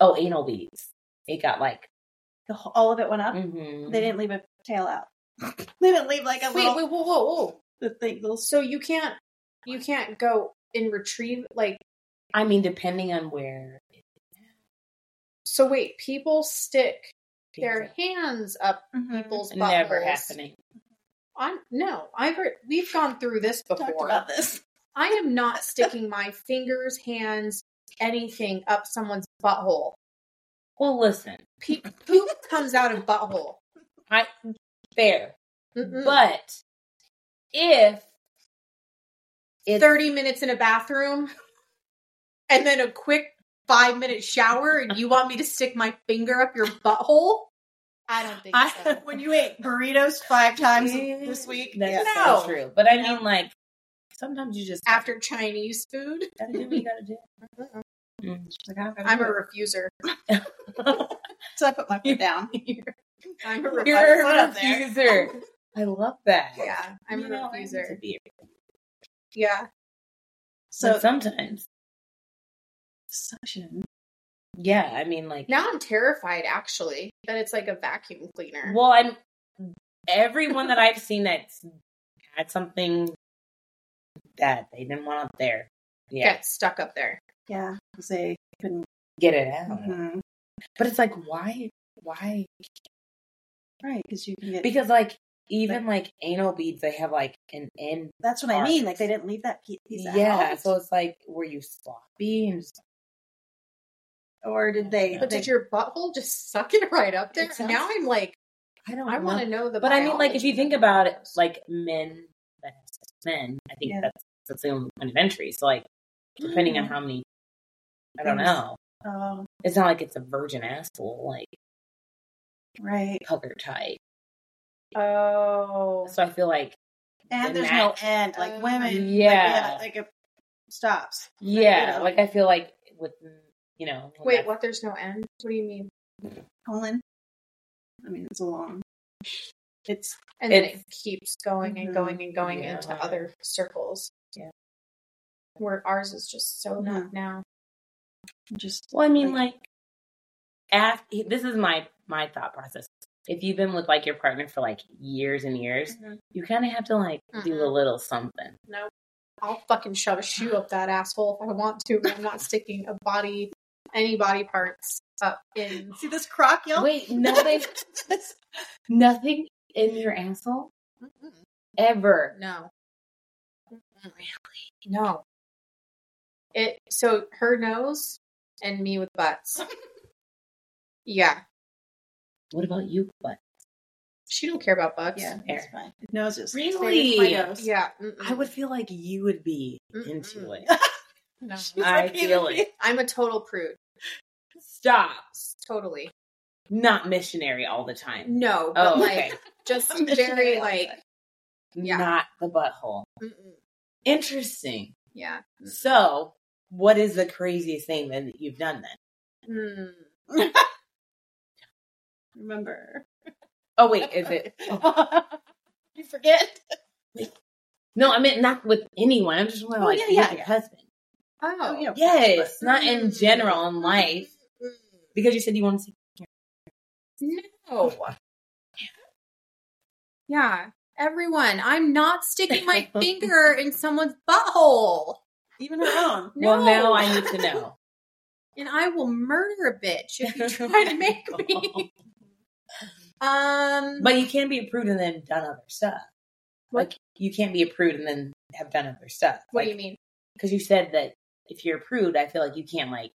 [SPEAKER 2] oh anal beads it got like
[SPEAKER 3] The, wh- all of it went up.
[SPEAKER 2] mhm.
[SPEAKER 3] Oh. They didn't leave a tail out. they didn't leave like a
[SPEAKER 1] wait,
[SPEAKER 3] little
[SPEAKER 1] wait, whoa, whoa, whoa!
[SPEAKER 3] the thing. Little
[SPEAKER 1] So you can't you can't go and retrieve like
[SPEAKER 2] I mean, depending on where
[SPEAKER 1] so. Wait, people stick
[SPEAKER 2] they're
[SPEAKER 1] their hands up
[SPEAKER 3] Mm-hmm.
[SPEAKER 1] people's buttholes.
[SPEAKER 2] never happening.
[SPEAKER 1] I'm no, I've heard, we've gone through this
[SPEAKER 3] talked
[SPEAKER 1] before.
[SPEAKER 3] about this.
[SPEAKER 1] I am not sticking my fingers, hands, anything up someone's butthole.
[SPEAKER 2] Well, listen,
[SPEAKER 1] Pe- poop comes out of butthole.
[SPEAKER 2] I fair,
[SPEAKER 3] Mm.
[SPEAKER 1] Mm-mm.
[SPEAKER 2] but if it's,
[SPEAKER 1] Thirty minutes in a bathroom, and then a quick five minute shower, and you want me to stick my finger up your butthole? I don't think so.
[SPEAKER 3] I, when you ate burritos five times this week,
[SPEAKER 2] that's
[SPEAKER 3] yeah.
[SPEAKER 2] so
[SPEAKER 1] No.
[SPEAKER 2] true. But I mean, like sometimes you just
[SPEAKER 1] After Chinese food,
[SPEAKER 2] gotta do what you gotta do.
[SPEAKER 3] Like, I'm, gonna
[SPEAKER 1] I'm a
[SPEAKER 3] do it.
[SPEAKER 1] refuser.
[SPEAKER 3] so I put my foot down.
[SPEAKER 1] I'm a refuser.
[SPEAKER 2] You're a
[SPEAKER 3] Right up there.
[SPEAKER 2] refuser. I love that.
[SPEAKER 1] Yeah, I'm
[SPEAKER 2] You
[SPEAKER 1] a
[SPEAKER 2] know, I need to
[SPEAKER 1] refuser.
[SPEAKER 2] be a-
[SPEAKER 1] Yeah.
[SPEAKER 3] So
[SPEAKER 2] but sometimes,
[SPEAKER 3] suction.
[SPEAKER 2] yeah, I mean, like
[SPEAKER 1] Now I'm terrified, actually, that it's like a vacuum cleaner.
[SPEAKER 2] Well, I'm everyone that I've seen that's had something that they didn't want up there. Yeah,
[SPEAKER 1] Get stuck up there.
[SPEAKER 3] Yeah, because they couldn't.
[SPEAKER 2] get it out.
[SPEAKER 3] mhm.
[SPEAKER 2] But it's like, why? Why?
[SPEAKER 3] Right, because you can get.
[SPEAKER 2] Because like even like anal beads, they have like an end.
[SPEAKER 3] that's what I mean. Like they didn't leave that pe- piece out.
[SPEAKER 2] yeah, so it's like, were you sloppy? And just,
[SPEAKER 3] or did they?
[SPEAKER 1] But
[SPEAKER 3] they
[SPEAKER 1] did your butthole just suck it right up there?
[SPEAKER 2] It sounds-
[SPEAKER 1] now I'm like,
[SPEAKER 2] I don't.
[SPEAKER 1] I
[SPEAKER 2] know.
[SPEAKER 1] want to know the.
[SPEAKER 2] But I mean, like, if you
[SPEAKER 1] biology
[SPEAKER 2] think
[SPEAKER 1] of
[SPEAKER 2] about it,
[SPEAKER 1] those.
[SPEAKER 2] like men, that have sex with men, I think
[SPEAKER 3] Yeah.
[SPEAKER 2] that's that's the only point of entry. So like, depending on how many, I don't
[SPEAKER 3] Things.
[SPEAKER 2] know.
[SPEAKER 3] oh,
[SPEAKER 2] It's not like it's a virgin asshole, like
[SPEAKER 3] right.
[SPEAKER 2] pucker tight.
[SPEAKER 1] oh,
[SPEAKER 2] So I feel like,
[SPEAKER 3] And
[SPEAKER 2] And
[SPEAKER 3] there's
[SPEAKER 2] that-
[SPEAKER 3] no end. Like
[SPEAKER 1] Oh.
[SPEAKER 3] women.
[SPEAKER 2] Yeah.
[SPEAKER 3] Like, like it stops.
[SPEAKER 2] yeah,
[SPEAKER 3] know.
[SPEAKER 2] like I feel like with you know, when
[SPEAKER 1] wait,
[SPEAKER 2] that-
[SPEAKER 1] what? There's no end. What do you mean?
[SPEAKER 3] Colon. I mean, it's a long. It's
[SPEAKER 1] And then
[SPEAKER 2] It's- Mm-hmm.
[SPEAKER 1] it keeps going and
[SPEAKER 3] Mhm.
[SPEAKER 1] going and going
[SPEAKER 2] Yeah.
[SPEAKER 1] into other circles.
[SPEAKER 2] Yeah.
[SPEAKER 1] Where ours is just so not now.
[SPEAKER 3] just.
[SPEAKER 2] Well, I mean, like, after this is my my thought process. If you've been with like your partner for like years and years,
[SPEAKER 3] Mhm.
[SPEAKER 2] you kind of have to like do a
[SPEAKER 1] Mm-mm.
[SPEAKER 2] little something.
[SPEAKER 1] Nope. I'll fucking shove a shoe up that asshole if I want to, but I'm not sticking a body, any body parts up in.
[SPEAKER 3] See this croc y'all?
[SPEAKER 2] Wait, nothing, nothing in your asshole ever.
[SPEAKER 1] No. Really? No. It so her nose and me with butts. yeah,
[SPEAKER 2] What about you? What?
[SPEAKER 1] she don't care about butts.
[SPEAKER 3] Yeah,
[SPEAKER 2] Fair.
[SPEAKER 3] that's fine. Noses.
[SPEAKER 2] Really?
[SPEAKER 3] My nose.
[SPEAKER 1] yeah. mm-mm.
[SPEAKER 2] I would feel like you would be into
[SPEAKER 1] Mm. Mm-mm.
[SPEAKER 2] it.
[SPEAKER 1] No.
[SPEAKER 2] I
[SPEAKER 3] Like,
[SPEAKER 2] feel
[SPEAKER 3] either
[SPEAKER 2] it.
[SPEAKER 1] I'm a total prude.
[SPEAKER 2] Stop.
[SPEAKER 1] Totally.
[SPEAKER 2] Not missionary all the time.
[SPEAKER 1] No, but
[SPEAKER 2] Oh,
[SPEAKER 1] like
[SPEAKER 2] okay.
[SPEAKER 1] just
[SPEAKER 3] Missionary
[SPEAKER 1] very
[SPEAKER 3] like
[SPEAKER 1] like Yeah.
[SPEAKER 2] Not the butthole.
[SPEAKER 1] mm-mm.
[SPEAKER 2] Interesting.
[SPEAKER 1] yeah.
[SPEAKER 2] So, what is the craziest thing that you've done then?
[SPEAKER 1] Mm.
[SPEAKER 3] Remember.
[SPEAKER 2] Oh wait, is it?
[SPEAKER 3] you forget?
[SPEAKER 2] No, I meant not with anyone. I'm just wondering,
[SPEAKER 3] Oh,
[SPEAKER 2] like
[SPEAKER 3] yeah,
[SPEAKER 2] with
[SPEAKER 3] yeah,
[SPEAKER 2] your
[SPEAKER 3] yeah.
[SPEAKER 2] husband.
[SPEAKER 1] Oh,
[SPEAKER 3] yeah.
[SPEAKER 2] Yes, not in
[SPEAKER 1] Mm.
[SPEAKER 2] general in life because you said you want to.
[SPEAKER 1] No. Yeah. Everyone, I'm not sticking my finger in someone's butthole.
[SPEAKER 3] Even her own.
[SPEAKER 1] No.
[SPEAKER 2] Well, now I need to know.
[SPEAKER 1] and I will murder a bitch if you try to make me. Um,
[SPEAKER 2] But you can be a prude and then done other stuff.
[SPEAKER 1] What?
[SPEAKER 2] Like you can't be a prude and then have done other stuff.
[SPEAKER 1] what do you mean?
[SPEAKER 2] Because you said that if you're a prude, I feel like you can't like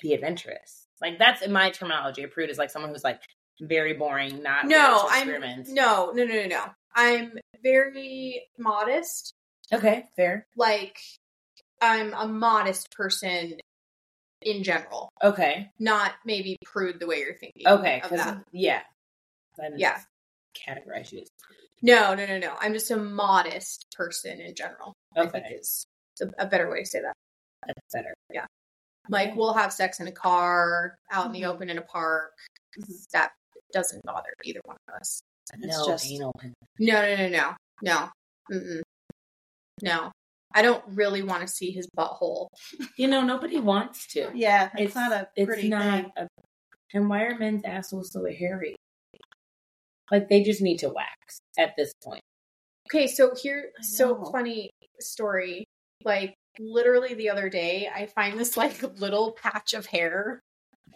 [SPEAKER 2] be adventurous. Like that's in my terminology. A prude is like someone who's like very boring, not
[SPEAKER 1] No,
[SPEAKER 2] willing to
[SPEAKER 1] I'm
[SPEAKER 2] experiment.
[SPEAKER 1] no, no, no, no, no. I'm very modest.
[SPEAKER 2] Okay, fair.
[SPEAKER 1] Like, I'm a modest person in general,
[SPEAKER 2] Okay,
[SPEAKER 1] not maybe prude the way you're thinking.
[SPEAKER 2] okay.
[SPEAKER 1] of
[SPEAKER 2] 'cause-
[SPEAKER 1] that.
[SPEAKER 2] yeah, I didn't
[SPEAKER 1] Yeah.
[SPEAKER 2] categorize you as
[SPEAKER 1] No, no, no, no. I'm just a modest person in general. I
[SPEAKER 2] okay.
[SPEAKER 1] think is it's a, a better way to say that.
[SPEAKER 2] That's better.
[SPEAKER 1] Like we'll have sex in a car, out in the
[SPEAKER 3] Mhm.
[SPEAKER 1] open in a park. That doesn't bother either one of us.
[SPEAKER 3] It's
[SPEAKER 2] no
[SPEAKER 3] just-
[SPEAKER 2] anal. pen-
[SPEAKER 1] No, no, no, no, no, Mm-mm. no. I don't really want to see his butthole.
[SPEAKER 2] You know, nobody wants to.
[SPEAKER 3] Yeah, it's, not a
[SPEAKER 2] it's
[SPEAKER 3] pretty
[SPEAKER 2] not
[SPEAKER 3] thing.
[SPEAKER 2] a- and why are men's assholes so hairy? Like they just need to wax at this point.
[SPEAKER 1] Okay, so here,
[SPEAKER 3] I
[SPEAKER 1] so
[SPEAKER 3] know.
[SPEAKER 1] funny story. Like literally the other day, I find this like little patch of hair.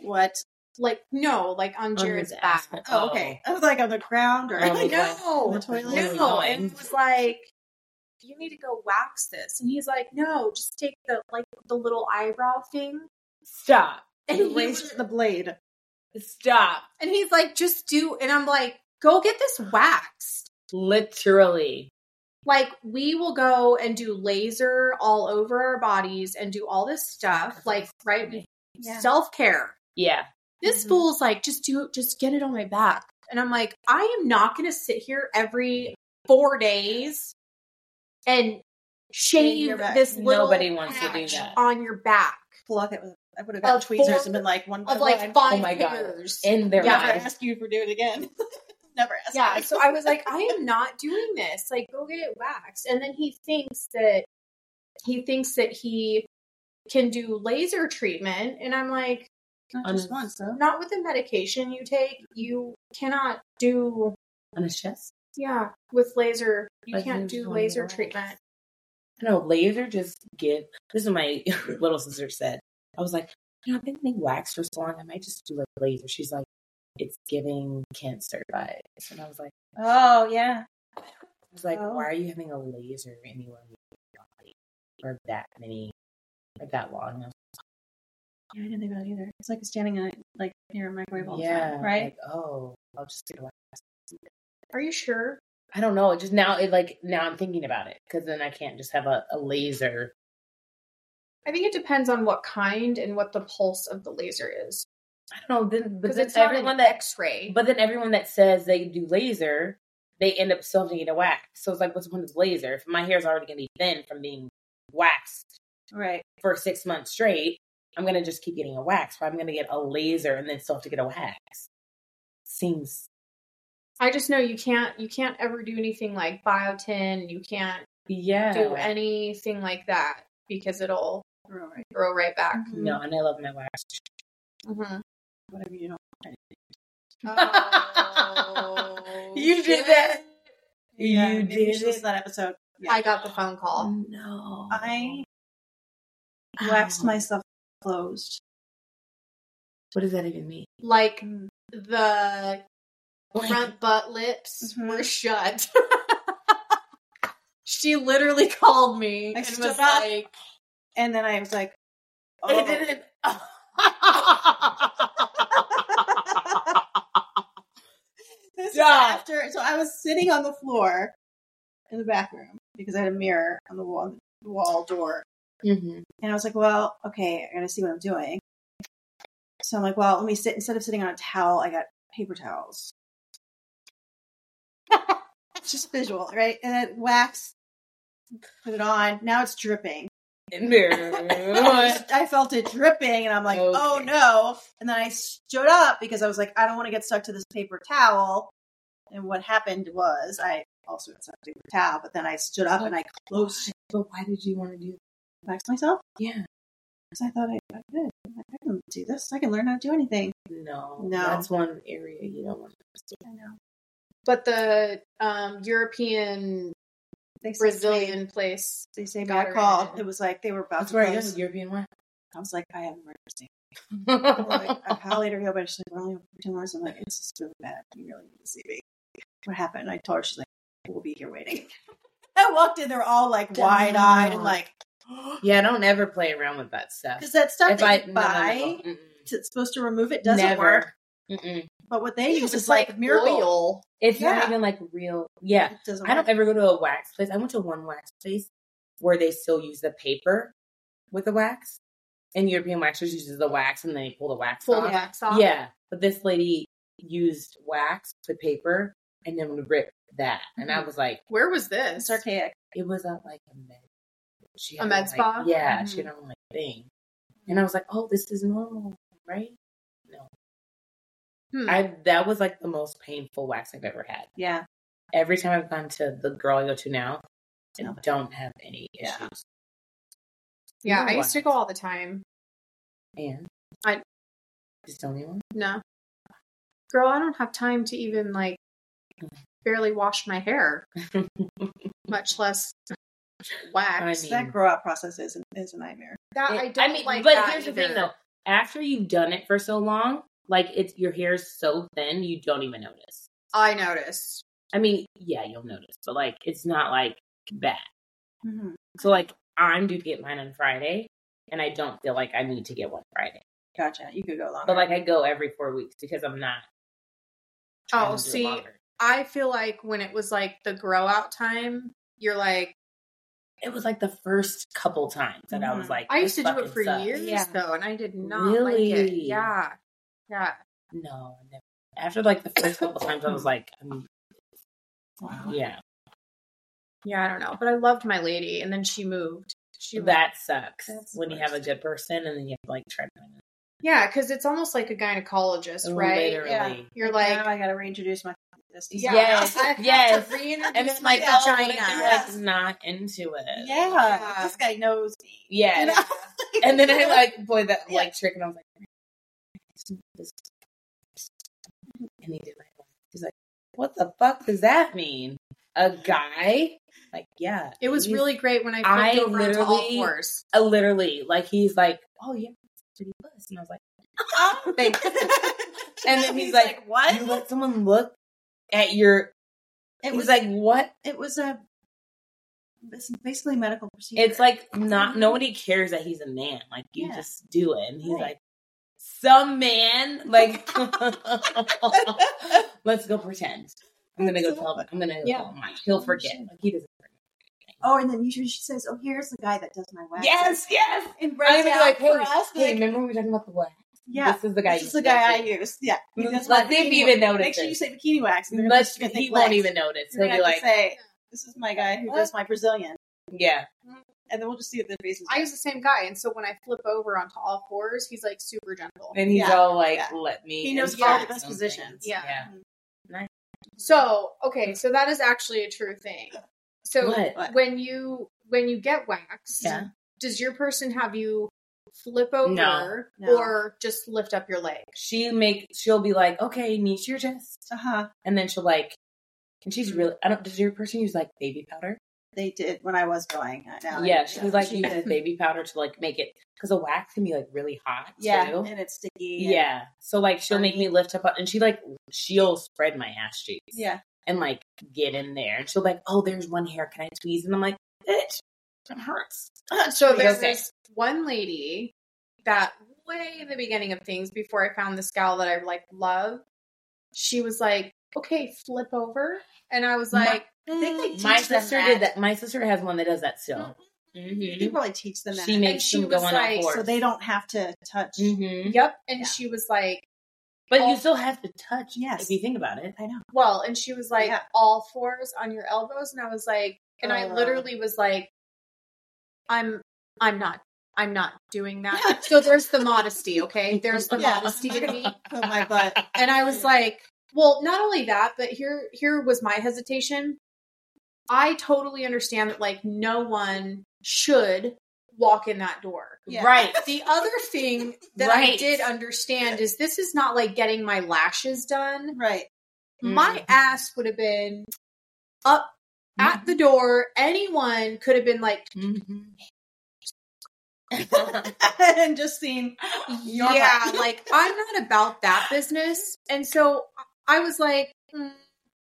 [SPEAKER 3] What?
[SPEAKER 1] Like no, like on
[SPEAKER 2] On
[SPEAKER 1] Jared's
[SPEAKER 2] his
[SPEAKER 1] back.
[SPEAKER 2] asshole.
[SPEAKER 3] Oh, okay. I was like on the ground or
[SPEAKER 2] Oh,
[SPEAKER 1] I
[SPEAKER 2] my
[SPEAKER 1] know.
[SPEAKER 3] God. The toilet
[SPEAKER 2] is
[SPEAKER 1] No.
[SPEAKER 2] annoying.
[SPEAKER 1] And it was like, you need to go wax this. And he's like, no, just take the like the little eyebrow thing.
[SPEAKER 2] Stop.
[SPEAKER 1] And,
[SPEAKER 3] the,
[SPEAKER 1] he
[SPEAKER 3] laser,
[SPEAKER 1] was-
[SPEAKER 3] the blade.
[SPEAKER 2] Stop.
[SPEAKER 1] and he's like, just do. And I'm like, go get this waxed.
[SPEAKER 2] Literally.
[SPEAKER 1] Like we will go and do laser all over our bodies and do all this stuff. Like right, self care.
[SPEAKER 2] Yeah.
[SPEAKER 1] This
[SPEAKER 2] Mm-hmm.
[SPEAKER 3] Mhm.
[SPEAKER 1] fool's like, just do, just get it on my back. And I'm like, I am not going to sit here every four days and shave
[SPEAKER 3] your back.
[SPEAKER 1] this little
[SPEAKER 2] Nobody wants to do
[SPEAKER 1] patch
[SPEAKER 2] that.
[SPEAKER 1] on your back
[SPEAKER 3] Pluck it with. I would have
[SPEAKER 1] Of
[SPEAKER 3] got tweezers
[SPEAKER 1] four-
[SPEAKER 3] and been like one
[SPEAKER 1] of
[SPEAKER 3] one.
[SPEAKER 1] like five
[SPEAKER 2] Oh my God.
[SPEAKER 1] years.
[SPEAKER 2] In their
[SPEAKER 1] Yeah.
[SPEAKER 3] Never
[SPEAKER 2] mind.
[SPEAKER 3] ask you for do it again. Never ask.
[SPEAKER 1] yeah,
[SPEAKER 3] you.
[SPEAKER 1] so I was like, I am not doing this. Like, go get it waxed. And then he thinks that he thinks that he can do laser treatment, and I'm like,
[SPEAKER 3] Not
[SPEAKER 2] on
[SPEAKER 3] just
[SPEAKER 2] his-
[SPEAKER 3] once though.
[SPEAKER 1] not with the medication you take. You cannot do
[SPEAKER 2] On his chest.
[SPEAKER 1] yeah with laser. You
[SPEAKER 2] Like,
[SPEAKER 1] can't
[SPEAKER 2] you just
[SPEAKER 1] do
[SPEAKER 2] wanna
[SPEAKER 1] laser
[SPEAKER 2] relax.
[SPEAKER 1] treatment.
[SPEAKER 2] I know laser just give. This is what my little sister said. I was like, you know, I've been getting waxed for so long. I might just do like laser. She's like, it's giving cancer vibes. And I was like,
[SPEAKER 3] Oh yeah.
[SPEAKER 2] I was like,
[SPEAKER 3] Oh.
[SPEAKER 2] why are you having a laser anywhere near your body for that many, for that long? And I was
[SPEAKER 3] Yeah, I didn't think about it either. It's like standing in, like near a microwave all
[SPEAKER 2] like,
[SPEAKER 3] the
[SPEAKER 2] yeah,
[SPEAKER 3] time, right?
[SPEAKER 2] Like, oh, I'll just get wax.
[SPEAKER 1] Are you sure?
[SPEAKER 2] I don't know. It just now, it like now I'm thinking about it because then I can't just have a, a laser.
[SPEAKER 1] I think it depends on what kind and what the pulse of the laser is.
[SPEAKER 2] I don't know. Then, but
[SPEAKER 1] Because
[SPEAKER 2] then
[SPEAKER 1] it's not
[SPEAKER 2] everyone
[SPEAKER 1] an
[SPEAKER 2] that
[SPEAKER 1] X-ray.
[SPEAKER 2] But then everyone that says they do laser, they end up still getting a wax. So it's like, what's the point of laser? If my hair's already gonna be thin from being waxed
[SPEAKER 3] Right.
[SPEAKER 2] for six months straight, I'm gonna just keep getting a wax. Or I'm gonna get a laser and then still have to get a wax. Seems
[SPEAKER 1] I just know you can't you can't ever do anything like biotin. You can't
[SPEAKER 2] yeah.
[SPEAKER 1] do anything like that because it'll
[SPEAKER 3] Right. Mm-hmm.
[SPEAKER 1] grow right back.
[SPEAKER 2] no, and I love my wax.
[SPEAKER 1] Mm-hmm.
[SPEAKER 3] Whatever you don't.
[SPEAKER 2] You did that.
[SPEAKER 3] Yeah,
[SPEAKER 2] You
[SPEAKER 1] Oh,
[SPEAKER 3] maybe we
[SPEAKER 2] Mm-hmm. did
[SPEAKER 3] should listen
[SPEAKER 2] it.
[SPEAKER 3] to that episode. Yeah.
[SPEAKER 1] I got the phone call.
[SPEAKER 2] no.
[SPEAKER 3] I waxed
[SPEAKER 2] Ow.
[SPEAKER 3] myself closed.
[SPEAKER 2] What does that even mean?
[SPEAKER 1] Like
[SPEAKER 2] Mm.
[SPEAKER 1] the
[SPEAKER 2] Like-
[SPEAKER 1] front butt lips
[SPEAKER 3] Mhm.
[SPEAKER 1] were shut. she literally called me
[SPEAKER 3] I
[SPEAKER 1] and
[SPEAKER 3] stood
[SPEAKER 1] was
[SPEAKER 3] up.
[SPEAKER 1] like,
[SPEAKER 3] And then I was like,
[SPEAKER 2] It
[SPEAKER 3] oh,
[SPEAKER 2] didn't.
[SPEAKER 3] this is
[SPEAKER 2] Yeah.
[SPEAKER 3] after. So I was sitting on the floor in the back room because I had a mirror on the wall, the wall door.
[SPEAKER 2] Mhm.
[SPEAKER 3] And I was like, well, okay, I gotta see what I'm doing. So I'm like, well, let me sit. Instead of sitting on a towel, I got paper towels. It's just visual, right? And then wax, put it on. Now it's dripping. I,
[SPEAKER 2] No.
[SPEAKER 3] just- I felt it dripping and I'm like,
[SPEAKER 2] Okay.
[SPEAKER 3] oh no. And then I stood up because I was like, I don't want to get stuck to this paper towel. And what happened was I also got stuck to the paper towel, but then I stood up and I closed
[SPEAKER 2] But why did you want to do?
[SPEAKER 3] back to myself
[SPEAKER 2] Yeah.
[SPEAKER 3] because I thought I, I could. I can do this. I can learn how to do anything.
[SPEAKER 2] No.
[SPEAKER 3] No.
[SPEAKER 2] That's one area you don't want to
[SPEAKER 3] I know.
[SPEAKER 1] but the um, European
[SPEAKER 3] They saved me.
[SPEAKER 1] Brazilian place.
[SPEAKER 3] They saved me.
[SPEAKER 1] got
[SPEAKER 3] I
[SPEAKER 1] her
[SPEAKER 3] called.
[SPEAKER 1] in.
[SPEAKER 3] It was like they were about
[SPEAKER 2] That's
[SPEAKER 3] to
[SPEAKER 2] where I
[SPEAKER 3] close.
[SPEAKER 2] European one.
[SPEAKER 3] I was like, I have an emergency. They're like, I call later go, but she's like, we're only open for 10 minutes. I'm like, it's just really bad. You really need to see me. What happened? I told her, she's like, we'll be here waiting. I walked in, they're all like
[SPEAKER 2] Damn.
[SPEAKER 3] wide eyed and like,
[SPEAKER 2] yeah, don't ever play around with that stuff.
[SPEAKER 3] because that stuff
[SPEAKER 2] If I
[SPEAKER 3] that
[SPEAKER 2] no,
[SPEAKER 3] you
[SPEAKER 2] no,
[SPEAKER 3] buy
[SPEAKER 2] no. Mm-mm.
[SPEAKER 3] that's supposed to remove it doesn't
[SPEAKER 2] Never.
[SPEAKER 3] work.
[SPEAKER 2] Mm-mm.
[SPEAKER 3] But what they use is like, miracle.
[SPEAKER 1] oil.
[SPEAKER 2] It's
[SPEAKER 3] Yeah.
[SPEAKER 2] not even like real. Yeah,
[SPEAKER 3] It doesn't
[SPEAKER 2] I
[SPEAKER 3] work.
[SPEAKER 2] don't ever go to a wax place. I went to one wax place where they still use the paper with the wax, and European waxers uses the wax and they pull the wax
[SPEAKER 1] Full
[SPEAKER 2] off.
[SPEAKER 1] wax off.
[SPEAKER 2] Yeah, but this lady used wax with paper and then would rip that, and I was like,
[SPEAKER 1] Where was this?
[SPEAKER 3] It's archaic.
[SPEAKER 2] it was at like a med. She
[SPEAKER 1] A
[SPEAKER 2] had
[SPEAKER 1] med
[SPEAKER 2] like-
[SPEAKER 1] spa?
[SPEAKER 2] Yeah,
[SPEAKER 1] Mhm.
[SPEAKER 2] she had on like thing, and I was like, oh, this is normal, right? No,
[SPEAKER 1] Hmm.
[SPEAKER 2] I that was like the most painful wax I've ever had
[SPEAKER 3] Yeah.
[SPEAKER 2] every time I've gone to the girl I go to now, I
[SPEAKER 3] Nothing.
[SPEAKER 2] don't have any
[SPEAKER 3] Yeah.
[SPEAKER 2] issues.
[SPEAKER 1] yeah, I
[SPEAKER 2] No
[SPEAKER 1] used to go all the time.
[SPEAKER 2] And
[SPEAKER 1] I-
[SPEAKER 2] just don't even.
[SPEAKER 1] No. Girl, I don't have time to even like barely wash my hair, much less
[SPEAKER 2] I
[SPEAKER 1] wax.
[SPEAKER 2] mean,
[SPEAKER 3] That grow out process is, is a nightmare.
[SPEAKER 1] that I
[SPEAKER 2] It-
[SPEAKER 1] don't like.
[SPEAKER 2] but
[SPEAKER 1] that
[SPEAKER 2] here's the
[SPEAKER 1] either.
[SPEAKER 2] thing though: after you've done it for so long, like it's your hair is so thin, you don't even notice.
[SPEAKER 1] I noticed.
[SPEAKER 2] I mean, yeah, you'll notice, but like it's not like bad.
[SPEAKER 3] Mm-hmm.
[SPEAKER 2] So like I'm due to get mine on Friday, and I don't feel like I need to get one Friday.
[SPEAKER 3] Gotcha. You could go longer.
[SPEAKER 2] But like I go every four weeks because I'm not. trying
[SPEAKER 1] Oh,
[SPEAKER 2] to do it
[SPEAKER 1] see,
[SPEAKER 2] longer.
[SPEAKER 1] I feel like when it was like the grow out time, you're like,
[SPEAKER 2] it was like the first couple times that I was
[SPEAKER 3] Mhm.
[SPEAKER 2] like,
[SPEAKER 1] Mm-hmm. I used
[SPEAKER 2] this
[SPEAKER 1] to do it
[SPEAKER 2] fucking
[SPEAKER 1] for
[SPEAKER 2] sucks.
[SPEAKER 1] years
[SPEAKER 3] Yeah.
[SPEAKER 1] though, and I did not like it.
[SPEAKER 2] Really?
[SPEAKER 1] Yeah, yeah.
[SPEAKER 2] No, I never. After like the first couple times, I was like, um,
[SPEAKER 3] wow.
[SPEAKER 2] yeah,
[SPEAKER 1] Yeah, I don't know, but I loved my lady, and then she moved. She
[SPEAKER 2] that sucks
[SPEAKER 3] That's
[SPEAKER 2] when you have a
[SPEAKER 3] worse.
[SPEAKER 2] good person and then you have to like try to find
[SPEAKER 1] yeah, because it's almost like a gynecologist,
[SPEAKER 2] it.
[SPEAKER 1] right?
[SPEAKER 2] Literally.
[SPEAKER 3] Yeah.
[SPEAKER 1] You're
[SPEAKER 3] now
[SPEAKER 1] like,
[SPEAKER 3] I got to reintroduce my. This is-
[SPEAKER 1] yeah,
[SPEAKER 2] Yes,
[SPEAKER 1] I have to
[SPEAKER 2] yes.
[SPEAKER 1] reintroduce
[SPEAKER 2] And it's
[SPEAKER 1] my
[SPEAKER 2] like, oh, what if
[SPEAKER 1] vagina.
[SPEAKER 2] they're
[SPEAKER 3] Yes.
[SPEAKER 2] like not into it.
[SPEAKER 3] Yeah.
[SPEAKER 1] Yeah.
[SPEAKER 3] This guy knows me.
[SPEAKER 2] Yeah.
[SPEAKER 3] You know?
[SPEAKER 2] And then I like, boy, that
[SPEAKER 3] Yeah.
[SPEAKER 2] like trick, and I was like, this. And he did like, he's like, what the fuck does that mean? A guy? Like, yeah.
[SPEAKER 1] It was
[SPEAKER 2] he's-
[SPEAKER 1] really great when I flipped
[SPEAKER 2] I
[SPEAKER 1] over onto all
[SPEAKER 2] literally-
[SPEAKER 1] fours.
[SPEAKER 2] Uh, literally, like he's like, oh yeah, it's pretty puss, and I was like, oh, thanks. And then he's like,
[SPEAKER 3] what?
[SPEAKER 2] you let someone look at your.
[SPEAKER 3] it
[SPEAKER 2] It was
[SPEAKER 3] was
[SPEAKER 2] like what?
[SPEAKER 3] it was a it's basically a medical procedure.
[SPEAKER 2] It's like not nobody cares that he's a man. Like you
[SPEAKER 3] Yeah.
[SPEAKER 2] just do it, and he's
[SPEAKER 3] Right.
[SPEAKER 2] like, some man. Like, let's go pretend. I'm gonna go tell. I'm gonna go
[SPEAKER 1] Yeah.
[SPEAKER 2] tell Mike. He'll forget. Like, he doesn't. Forget.
[SPEAKER 3] oh, and then usually she says, "Oh, here's the guy that does my wax."
[SPEAKER 2] Yes, yes.
[SPEAKER 3] and
[SPEAKER 2] I'm
[SPEAKER 3] breaks
[SPEAKER 2] gonna
[SPEAKER 3] out
[SPEAKER 2] be like, hey,
[SPEAKER 3] for us.
[SPEAKER 2] hey,
[SPEAKER 3] like,
[SPEAKER 2] remember we were talking about the wax?
[SPEAKER 3] yeah,
[SPEAKER 2] this is the guy.
[SPEAKER 3] this
[SPEAKER 2] you
[SPEAKER 3] is the
[SPEAKER 2] said
[SPEAKER 3] guy I
[SPEAKER 2] it.
[SPEAKER 3] use. Yeah, He does my
[SPEAKER 2] Let's see if
[SPEAKER 3] bikini
[SPEAKER 2] he even
[SPEAKER 3] wax.
[SPEAKER 2] notices.
[SPEAKER 3] Make sure you say bikini wax. and they're gonna
[SPEAKER 2] Let's,
[SPEAKER 3] think
[SPEAKER 2] he
[SPEAKER 3] wax.
[SPEAKER 2] won't even notice.
[SPEAKER 3] You're
[SPEAKER 2] He'll
[SPEAKER 3] gonna
[SPEAKER 2] be
[SPEAKER 3] have to
[SPEAKER 2] like,
[SPEAKER 3] say, "This is my guy who
[SPEAKER 2] What?
[SPEAKER 3] does my Brazilian,"
[SPEAKER 2] yeah.
[SPEAKER 3] and then we'll just see if their faces.
[SPEAKER 1] I was the same guy, and so when I flip over onto all fours, he's like super gentle.
[SPEAKER 2] And he's
[SPEAKER 3] Yeah,
[SPEAKER 2] all like,
[SPEAKER 3] yeah.
[SPEAKER 2] let me.
[SPEAKER 3] He knows
[SPEAKER 2] insert
[SPEAKER 1] all the
[SPEAKER 3] best
[SPEAKER 2] something.
[SPEAKER 3] positions.
[SPEAKER 1] Yeah.
[SPEAKER 2] yeah.
[SPEAKER 1] So okay, so that is actually a true thing. So
[SPEAKER 2] What?
[SPEAKER 3] What?
[SPEAKER 1] when you when you get waxed,
[SPEAKER 2] Yeah.
[SPEAKER 1] does your person have you flip over
[SPEAKER 3] No.
[SPEAKER 1] or just lift up your leg?
[SPEAKER 2] She make she'll be like, okay, knees to your chest,
[SPEAKER 3] Uh huh. Mm-hmm.
[SPEAKER 2] and then she'll like, and she's really. I don't. Does your person use like baby powder?
[SPEAKER 3] they did when I was growing. I- Now I-
[SPEAKER 2] yeah, she like
[SPEAKER 3] she
[SPEAKER 2] uses
[SPEAKER 3] did.
[SPEAKER 2] baby powder to like make it because the wax can be like really hot.
[SPEAKER 3] yeah,
[SPEAKER 2] too.
[SPEAKER 3] and it's sticky. and-
[SPEAKER 2] yeah. So like she'll make me lift up and she like she'll spread my ass cheeks
[SPEAKER 3] yeah.
[SPEAKER 2] and like get in there and she'll be like, oh, there's one hair. Can I tweeze? And I'm like, bitch, it hurts.
[SPEAKER 3] Uh,
[SPEAKER 1] So there's
[SPEAKER 2] Okay.
[SPEAKER 1] this one lady that way in the beginning of things before I found this gal that I like love. She was like, "Okay, flip over," and I was
[SPEAKER 2] My-
[SPEAKER 1] like,
[SPEAKER 3] I think they Mm, teach
[SPEAKER 2] My
[SPEAKER 3] them
[SPEAKER 2] sister
[SPEAKER 3] that.
[SPEAKER 2] did that. My sister has one that does that still.
[SPEAKER 3] You
[SPEAKER 2] Mm-hmm.
[SPEAKER 3] probably teach them that,
[SPEAKER 2] She makes
[SPEAKER 1] she
[SPEAKER 2] them go
[SPEAKER 1] was
[SPEAKER 2] on
[SPEAKER 1] like- so
[SPEAKER 2] all fours.
[SPEAKER 3] so they Oh. don't have to touch.
[SPEAKER 2] hmm
[SPEAKER 1] "Yep," and
[SPEAKER 3] Yeah.
[SPEAKER 1] she was like,
[SPEAKER 2] But
[SPEAKER 1] All-
[SPEAKER 2] you still have to touch.
[SPEAKER 3] Yes.
[SPEAKER 2] If you think about it.
[SPEAKER 3] I know.
[SPEAKER 1] "Well," and she was like,
[SPEAKER 3] Yeah.
[SPEAKER 1] "All fours on your elbows," and I was like, and I
[SPEAKER 3] Oh.
[SPEAKER 1] literally was like, "I'm, I'm not." I'm not doing that. So there's the modesty, okay? There's the
[SPEAKER 3] Yeah.
[SPEAKER 1] modesty to me.
[SPEAKER 3] Put my butt.
[SPEAKER 1] and I was like, well, not only that, but here here was my hesitation. I totally understand that like no one should walk in that door.
[SPEAKER 3] Yeah.
[SPEAKER 2] Right.
[SPEAKER 1] The other thing that I
[SPEAKER 2] Right.
[SPEAKER 1] did understand is this is not like getting my lashes done.
[SPEAKER 3] Right.
[SPEAKER 2] Mm-hmm.
[SPEAKER 1] My ass would have been up
[SPEAKER 2] Mm-hmm.
[SPEAKER 1] at the door. Anyone could have been like,
[SPEAKER 2] Mhm.
[SPEAKER 3] and just seeing. Your
[SPEAKER 1] yeah,
[SPEAKER 3] butt.
[SPEAKER 1] like I'm not about that business. And so I was like, mm,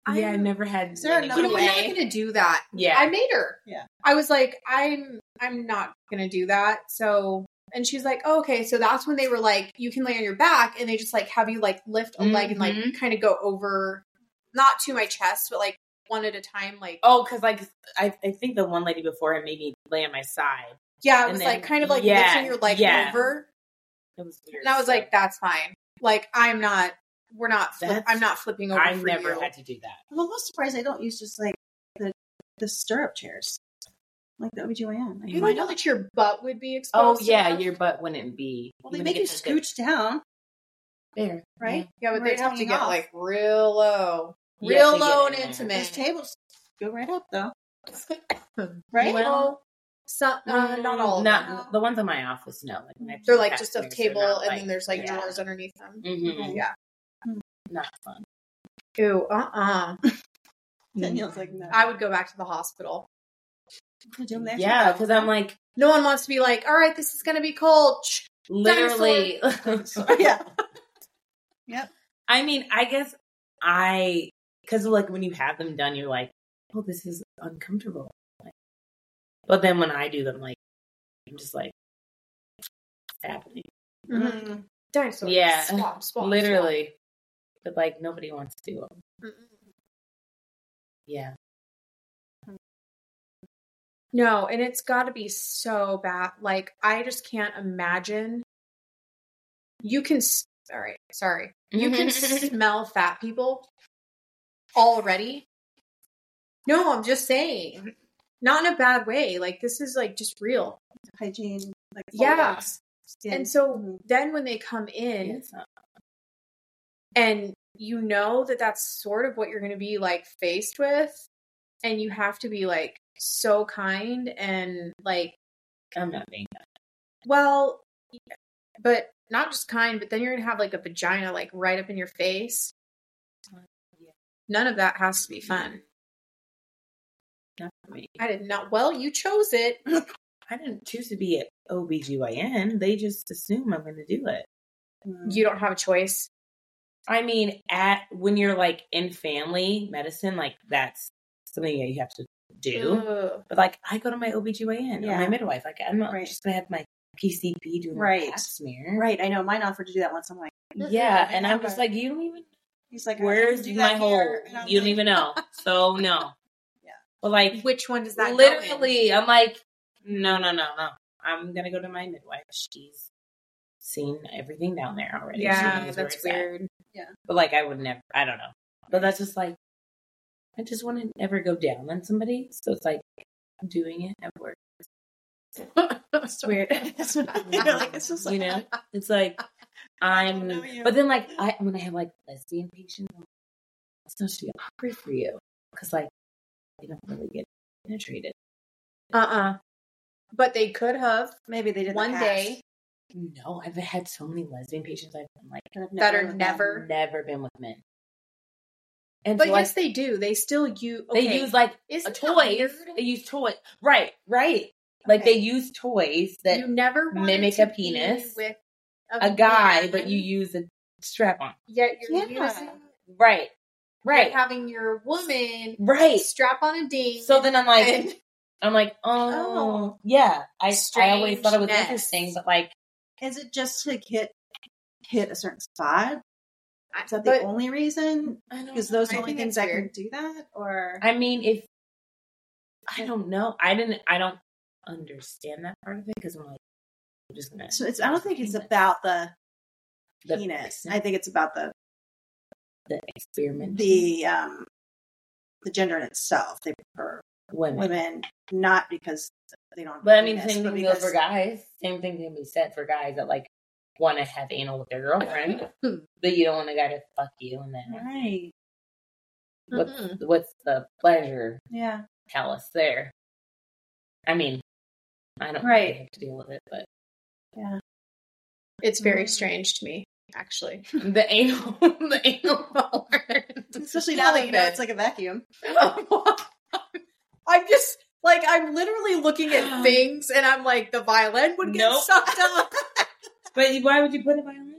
[SPEAKER 1] I'm-
[SPEAKER 2] yeah, I never had.
[SPEAKER 3] Is there
[SPEAKER 2] any
[SPEAKER 1] I'm
[SPEAKER 3] another
[SPEAKER 2] way.
[SPEAKER 1] not going to do that.
[SPEAKER 2] Yeah.
[SPEAKER 1] I made her.
[SPEAKER 3] Yeah.
[SPEAKER 1] I was like, I'm I'm not gonna do that. So and she's like, oh, okay. So that's when they were like, you can lay on your back and they just like have you like lift a leg and like
[SPEAKER 2] Mhm.
[SPEAKER 1] kind of go over not to my chest, but like one at a time, like
[SPEAKER 2] Oh, because like I, I think the one lady before it made me lay on my side.
[SPEAKER 1] yeah, it
[SPEAKER 2] and
[SPEAKER 1] was
[SPEAKER 2] then-
[SPEAKER 1] like kind of like
[SPEAKER 2] yeah,
[SPEAKER 1] lifting your leg
[SPEAKER 2] yeah.
[SPEAKER 1] over.
[SPEAKER 2] It was weird.
[SPEAKER 1] And I was
[SPEAKER 2] So
[SPEAKER 1] like, that's fine. Like I'm not we're not flip-
[SPEAKER 2] That's-
[SPEAKER 1] I'm not flipping over.
[SPEAKER 2] I
[SPEAKER 1] for
[SPEAKER 2] never
[SPEAKER 1] you.
[SPEAKER 2] had to do that.
[SPEAKER 3] I'm almost surprised I don't use just like the the stirrup chairs, like the OBGYN. Like,
[SPEAKER 1] Mm-hmm. you
[SPEAKER 3] why
[SPEAKER 1] don't know
[SPEAKER 3] not?
[SPEAKER 1] that your butt would be
[SPEAKER 2] Oh
[SPEAKER 1] exposed. to
[SPEAKER 2] yeah,
[SPEAKER 1] that?
[SPEAKER 2] your butt wouldn't be.
[SPEAKER 3] Well, they
[SPEAKER 2] wouldn't
[SPEAKER 3] make
[SPEAKER 2] get
[SPEAKER 3] you
[SPEAKER 2] to sit
[SPEAKER 3] scooch down,
[SPEAKER 2] there,
[SPEAKER 3] right?
[SPEAKER 1] yeah, but
[SPEAKER 3] Where
[SPEAKER 1] they'd
[SPEAKER 3] it's
[SPEAKER 1] have to
[SPEAKER 3] hanging
[SPEAKER 1] get
[SPEAKER 3] off.
[SPEAKER 1] like real low,
[SPEAKER 2] Yeah,
[SPEAKER 1] real
[SPEAKER 2] to get
[SPEAKER 1] low
[SPEAKER 2] in
[SPEAKER 1] and
[SPEAKER 2] there.
[SPEAKER 3] Those
[SPEAKER 1] intimate.
[SPEAKER 3] tables go right up though, right?
[SPEAKER 1] Well, some, uh, not all. of
[SPEAKER 2] mm-hmm. Mm, Not
[SPEAKER 1] them.
[SPEAKER 2] the ones in my office. No, like my
[SPEAKER 1] They're like just a
[SPEAKER 2] customers,
[SPEAKER 1] table,
[SPEAKER 2] they're
[SPEAKER 1] and
[SPEAKER 2] not,
[SPEAKER 1] then there's like
[SPEAKER 2] yeah.
[SPEAKER 1] drawers underneath them.
[SPEAKER 2] Mhm.
[SPEAKER 1] Yeah.
[SPEAKER 2] Not fun.
[SPEAKER 1] Ew. Uh. uh
[SPEAKER 3] Danielle's like, no.
[SPEAKER 1] I would go back to the hospital.
[SPEAKER 3] do them next
[SPEAKER 2] Yeah,
[SPEAKER 3] time.
[SPEAKER 2] because I'm like
[SPEAKER 1] No one wants to be like, all right, this is gonna be cold. Shh.
[SPEAKER 2] literally.
[SPEAKER 3] yeah,
[SPEAKER 2] I mean, I guess I because like when you have them done, you're like, oh, this is uncomfortable. Like, but then when I do them, like I'm just like, it's happening.
[SPEAKER 3] Mm.
[SPEAKER 1] Mm-hmm. Dinosaur.
[SPEAKER 2] Mm-hmm. Yeah.
[SPEAKER 1] Swamp, swamp,
[SPEAKER 2] literally. But like nobody wants to do them.
[SPEAKER 1] swamp. Mm-mm.
[SPEAKER 2] Yeah,
[SPEAKER 1] No, and it's got to be so bad. Like I just can't imagine. You can. s- All right, sorry. You can smell fat people already. No, I'm just saying, not in a bad way. Like this is like just real.
[SPEAKER 3] hygiene, like
[SPEAKER 1] Yeah.
[SPEAKER 3] folds, skin.
[SPEAKER 1] And so
[SPEAKER 3] Mhm.
[SPEAKER 1] then when they come in
[SPEAKER 2] it's not.
[SPEAKER 1] and you know that that's sort of what you're going to be like faced with, and you have to be like so kind and like
[SPEAKER 2] I'm not being that.
[SPEAKER 1] Well, yeah, but not just kind, but then you're gonna have like a vagina like right up in your face.
[SPEAKER 2] Yeah.
[SPEAKER 1] None of that has to be fun.
[SPEAKER 2] Not for me.
[SPEAKER 1] I did not. Well, you chose it.
[SPEAKER 2] I didn't choose to be at OBGYN. They just assume I'm going to do it.
[SPEAKER 3] Mm.
[SPEAKER 1] You don't have a choice.
[SPEAKER 2] I mean, at when you're like in family medicine, like that's something that you have to
[SPEAKER 1] Mm-hmm.
[SPEAKER 2] do.
[SPEAKER 1] Ugh.
[SPEAKER 2] But like, I go to my OBGYN or
[SPEAKER 3] Yeah.
[SPEAKER 2] my midwife. Like, I'm not
[SPEAKER 3] Right.
[SPEAKER 2] just going to have my PCP doing right.
[SPEAKER 3] Right.
[SPEAKER 2] my pap smear.
[SPEAKER 3] right? I know mine offered to do that once. I'm like,
[SPEAKER 2] Yeah. And I'm just
[SPEAKER 3] Okay.
[SPEAKER 2] like, you don't even,
[SPEAKER 3] he's like, I didn't
[SPEAKER 2] where's
[SPEAKER 3] do
[SPEAKER 2] my
[SPEAKER 3] that
[SPEAKER 2] hole?
[SPEAKER 3] here. And I'm
[SPEAKER 2] You don't
[SPEAKER 3] like,
[SPEAKER 2] even know. So, no.
[SPEAKER 3] Yeah.
[SPEAKER 2] But like,
[SPEAKER 1] Which one does that? go in?
[SPEAKER 2] literally i'm like no no no no i'm gonna go to my midwife she's seen everything down there already She
[SPEAKER 1] Yeah,
[SPEAKER 2] knows where
[SPEAKER 1] that's
[SPEAKER 2] it's at.
[SPEAKER 1] weird.
[SPEAKER 2] but like i would never i don't know but that's just like i just want to never go down on somebody so it's like i'm doing it at work
[SPEAKER 1] That's
[SPEAKER 2] weird
[SPEAKER 3] That's what I you know, like. It's just like,
[SPEAKER 2] you know it's like i'm
[SPEAKER 3] know you.
[SPEAKER 2] but then like i when i have like lesbian patients I'm like, it's not to be awkward for you because like they don't really get penetrated
[SPEAKER 1] Uh uh But they could have
[SPEAKER 3] maybe they did
[SPEAKER 1] one day
[SPEAKER 2] no i've had so many lesbian patients i've been like
[SPEAKER 1] that are never.
[SPEAKER 2] never been with men. And
[SPEAKER 1] But
[SPEAKER 2] so,
[SPEAKER 1] yes,
[SPEAKER 2] like,
[SPEAKER 1] they do. They still use.
[SPEAKER 2] they,
[SPEAKER 1] Okay.
[SPEAKER 2] use like
[SPEAKER 1] Isn't
[SPEAKER 2] a
[SPEAKER 1] that
[SPEAKER 2] toys.
[SPEAKER 1] weird?
[SPEAKER 2] They use toy. Right, right. Like
[SPEAKER 1] Okay.
[SPEAKER 2] they use toys that
[SPEAKER 1] you never wanted
[SPEAKER 2] mimic
[SPEAKER 1] to
[SPEAKER 2] a penis,
[SPEAKER 1] be with
[SPEAKER 2] a guy,
[SPEAKER 1] man,
[SPEAKER 2] but you use a strap on.
[SPEAKER 1] yet you're
[SPEAKER 3] Yeah.
[SPEAKER 1] using
[SPEAKER 2] Right, right,
[SPEAKER 1] you're having your woman
[SPEAKER 2] right.
[SPEAKER 1] strap on a ding.
[SPEAKER 2] So then I'm like,
[SPEAKER 1] and-
[SPEAKER 2] I'm like, oh, yeah. I I always thought it was
[SPEAKER 1] Strangeness.
[SPEAKER 2] interesting, but like,
[SPEAKER 3] Is it just to hit hit a certain spot? Is that the
[SPEAKER 1] but
[SPEAKER 3] only reason?
[SPEAKER 2] I don't.
[SPEAKER 3] Because those
[SPEAKER 1] I
[SPEAKER 3] are the only
[SPEAKER 1] think
[SPEAKER 3] things
[SPEAKER 1] it's
[SPEAKER 3] that can
[SPEAKER 1] weird.
[SPEAKER 3] do that, or
[SPEAKER 2] I mean, if I don't know, I didn't. I don't understand that part of it because I'm like, I'm just gonna.
[SPEAKER 3] so it's. I don't think it's
[SPEAKER 2] the,
[SPEAKER 3] about the
[SPEAKER 2] the
[SPEAKER 3] penis. I think it's about the
[SPEAKER 2] the experiment.
[SPEAKER 3] the um the gender in itself. They prefer
[SPEAKER 2] women.
[SPEAKER 3] women, not because they don't. have
[SPEAKER 2] But I
[SPEAKER 3] a
[SPEAKER 2] mean,
[SPEAKER 3] penis,
[SPEAKER 2] same
[SPEAKER 3] but
[SPEAKER 2] thing goes for guys. Same thing can be said for guys that like want to have anal with their girlfriend, but you don't want a guy to fuck you. And then
[SPEAKER 3] Right. Mm-hmm.
[SPEAKER 2] what's
[SPEAKER 1] Mm-mm.
[SPEAKER 2] what's the pleasure
[SPEAKER 3] Yeah.
[SPEAKER 2] palace there? I mean, I don't
[SPEAKER 3] Right.
[SPEAKER 2] really have to deal with it, but
[SPEAKER 3] Yeah.
[SPEAKER 1] It's very
[SPEAKER 2] Mm-hmm.
[SPEAKER 3] Mm.
[SPEAKER 1] strange to me, actually.
[SPEAKER 2] the anal, the anal part.
[SPEAKER 3] Especially now that you know
[SPEAKER 1] Relevant.
[SPEAKER 3] it's like a vacuum.
[SPEAKER 1] I'm just like I'm literally looking at things, and I'm like, the violin would get
[SPEAKER 2] Nope.
[SPEAKER 1] sucked up
[SPEAKER 2] But why would you put a violin? in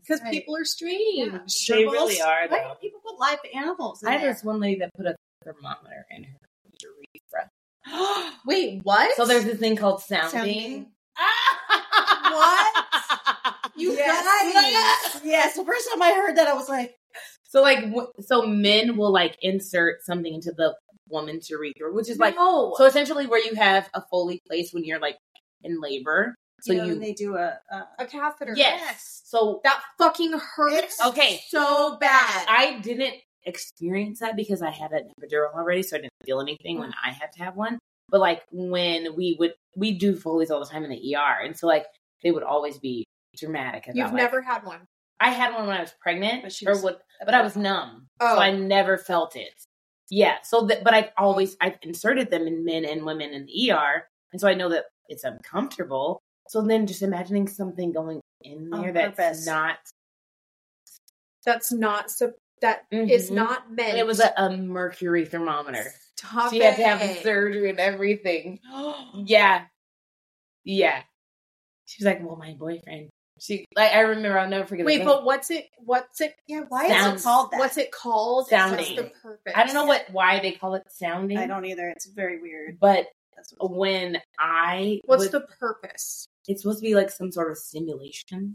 [SPEAKER 1] because
[SPEAKER 3] Right.
[SPEAKER 1] people are strange.
[SPEAKER 2] They
[SPEAKER 3] Gerbils.
[SPEAKER 2] really
[SPEAKER 3] Why
[SPEAKER 2] are,
[SPEAKER 3] do
[SPEAKER 2] though.
[SPEAKER 3] people put live animals? In
[SPEAKER 2] I had
[SPEAKER 3] there?
[SPEAKER 2] this one lady that put a thermometer in her urethra.
[SPEAKER 1] Wait, what?
[SPEAKER 2] So there's this thing called sounding.
[SPEAKER 3] Sounding.
[SPEAKER 2] what?
[SPEAKER 1] you
[SPEAKER 3] Yes.
[SPEAKER 1] guys.
[SPEAKER 3] Yes. The first time I heard that, I was like,
[SPEAKER 2] So like, w- so men will like insert something into the woman's urethra, which is like,
[SPEAKER 1] no.
[SPEAKER 2] so essentially where you have a Foley place when you're like in labor. So
[SPEAKER 3] you know,
[SPEAKER 2] you,
[SPEAKER 3] when they do a, a
[SPEAKER 1] a catheter.
[SPEAKER 2] yes. So
[SPEAKER 1] that fucking hurts.
[SPEAKER 3] It's-
[SPEAKER 2] okay,
[SPEAKER 1] so bad.
[SPEAKER 2] I didn't experience that because I had an epidural already, so I didn't feel anything when I had to have one. But like when we would, we do Foley's all the time in the ER, and so like they would always be dramatic. About,
[SPEAKER 1] You've
[SPEAKER 2] like-
[SPEAKER 1] never had one.
[SPEAKER 2] I had one when I was pregnant,
[SPEAKER 3] But she
[SPEAKER 2] or
[SPEAKER 3] was-
[SPEAKER 2] what? But I was numb,
[SPEAKER 1] Oh.
[SPEAKER 2] so I never felt it. Yeah. So, that, but I've always I've inserted them in men and women in the ER, and so I know that it's uncomfortable. So then, just imagining something going in
[SPEAKER 3] On
[SPEAKER 2] there that's
[SPEAKER 3] purpose.
[SPEAKER 2] not.
[SPEAKER 1] That's not so. That is
[SPEAKER 2] Mhm.
[SPEAKER 1] not meant.
[SPEAKER 2] And it was a, a mercury thermometer.
[SPEAKER 1] Stop
[SPEAKER 2] She had to have
[SPEAKER 1] it.
[SPEAKER 2] surgery and everything. yeah. Yeah. She was like, Well, my boyfriend. She like I remember I'll never forget. the
[SPEAKER 1] Wait,
[SPEAKER 2] name.
[SPEAKER 1] but what's it? What's it?
[SPEAKER 3] yeah. Why
[SPEAKER 2] Sounds-
[SPEAKER 3] is it called that?
[SPEAKER 1] What's it called?
[SPEAKER 2] Sounding.
[SPEAKER 1] What's the purpose?
[SPEAKER 2] I don't know what why they call it sounding.
[SPEAKER 3] I don't either. It's very weird.
[SPEAKER 2] but
[SPEAKER 3] That's what
[SPEAKER 2] when I
[SPEAKER 1] What's
[SPEAKER 2] was-
[SPEAKER 1] the purpose?
[SPEAKER 2] it's supposed to be like some sort of stimulation.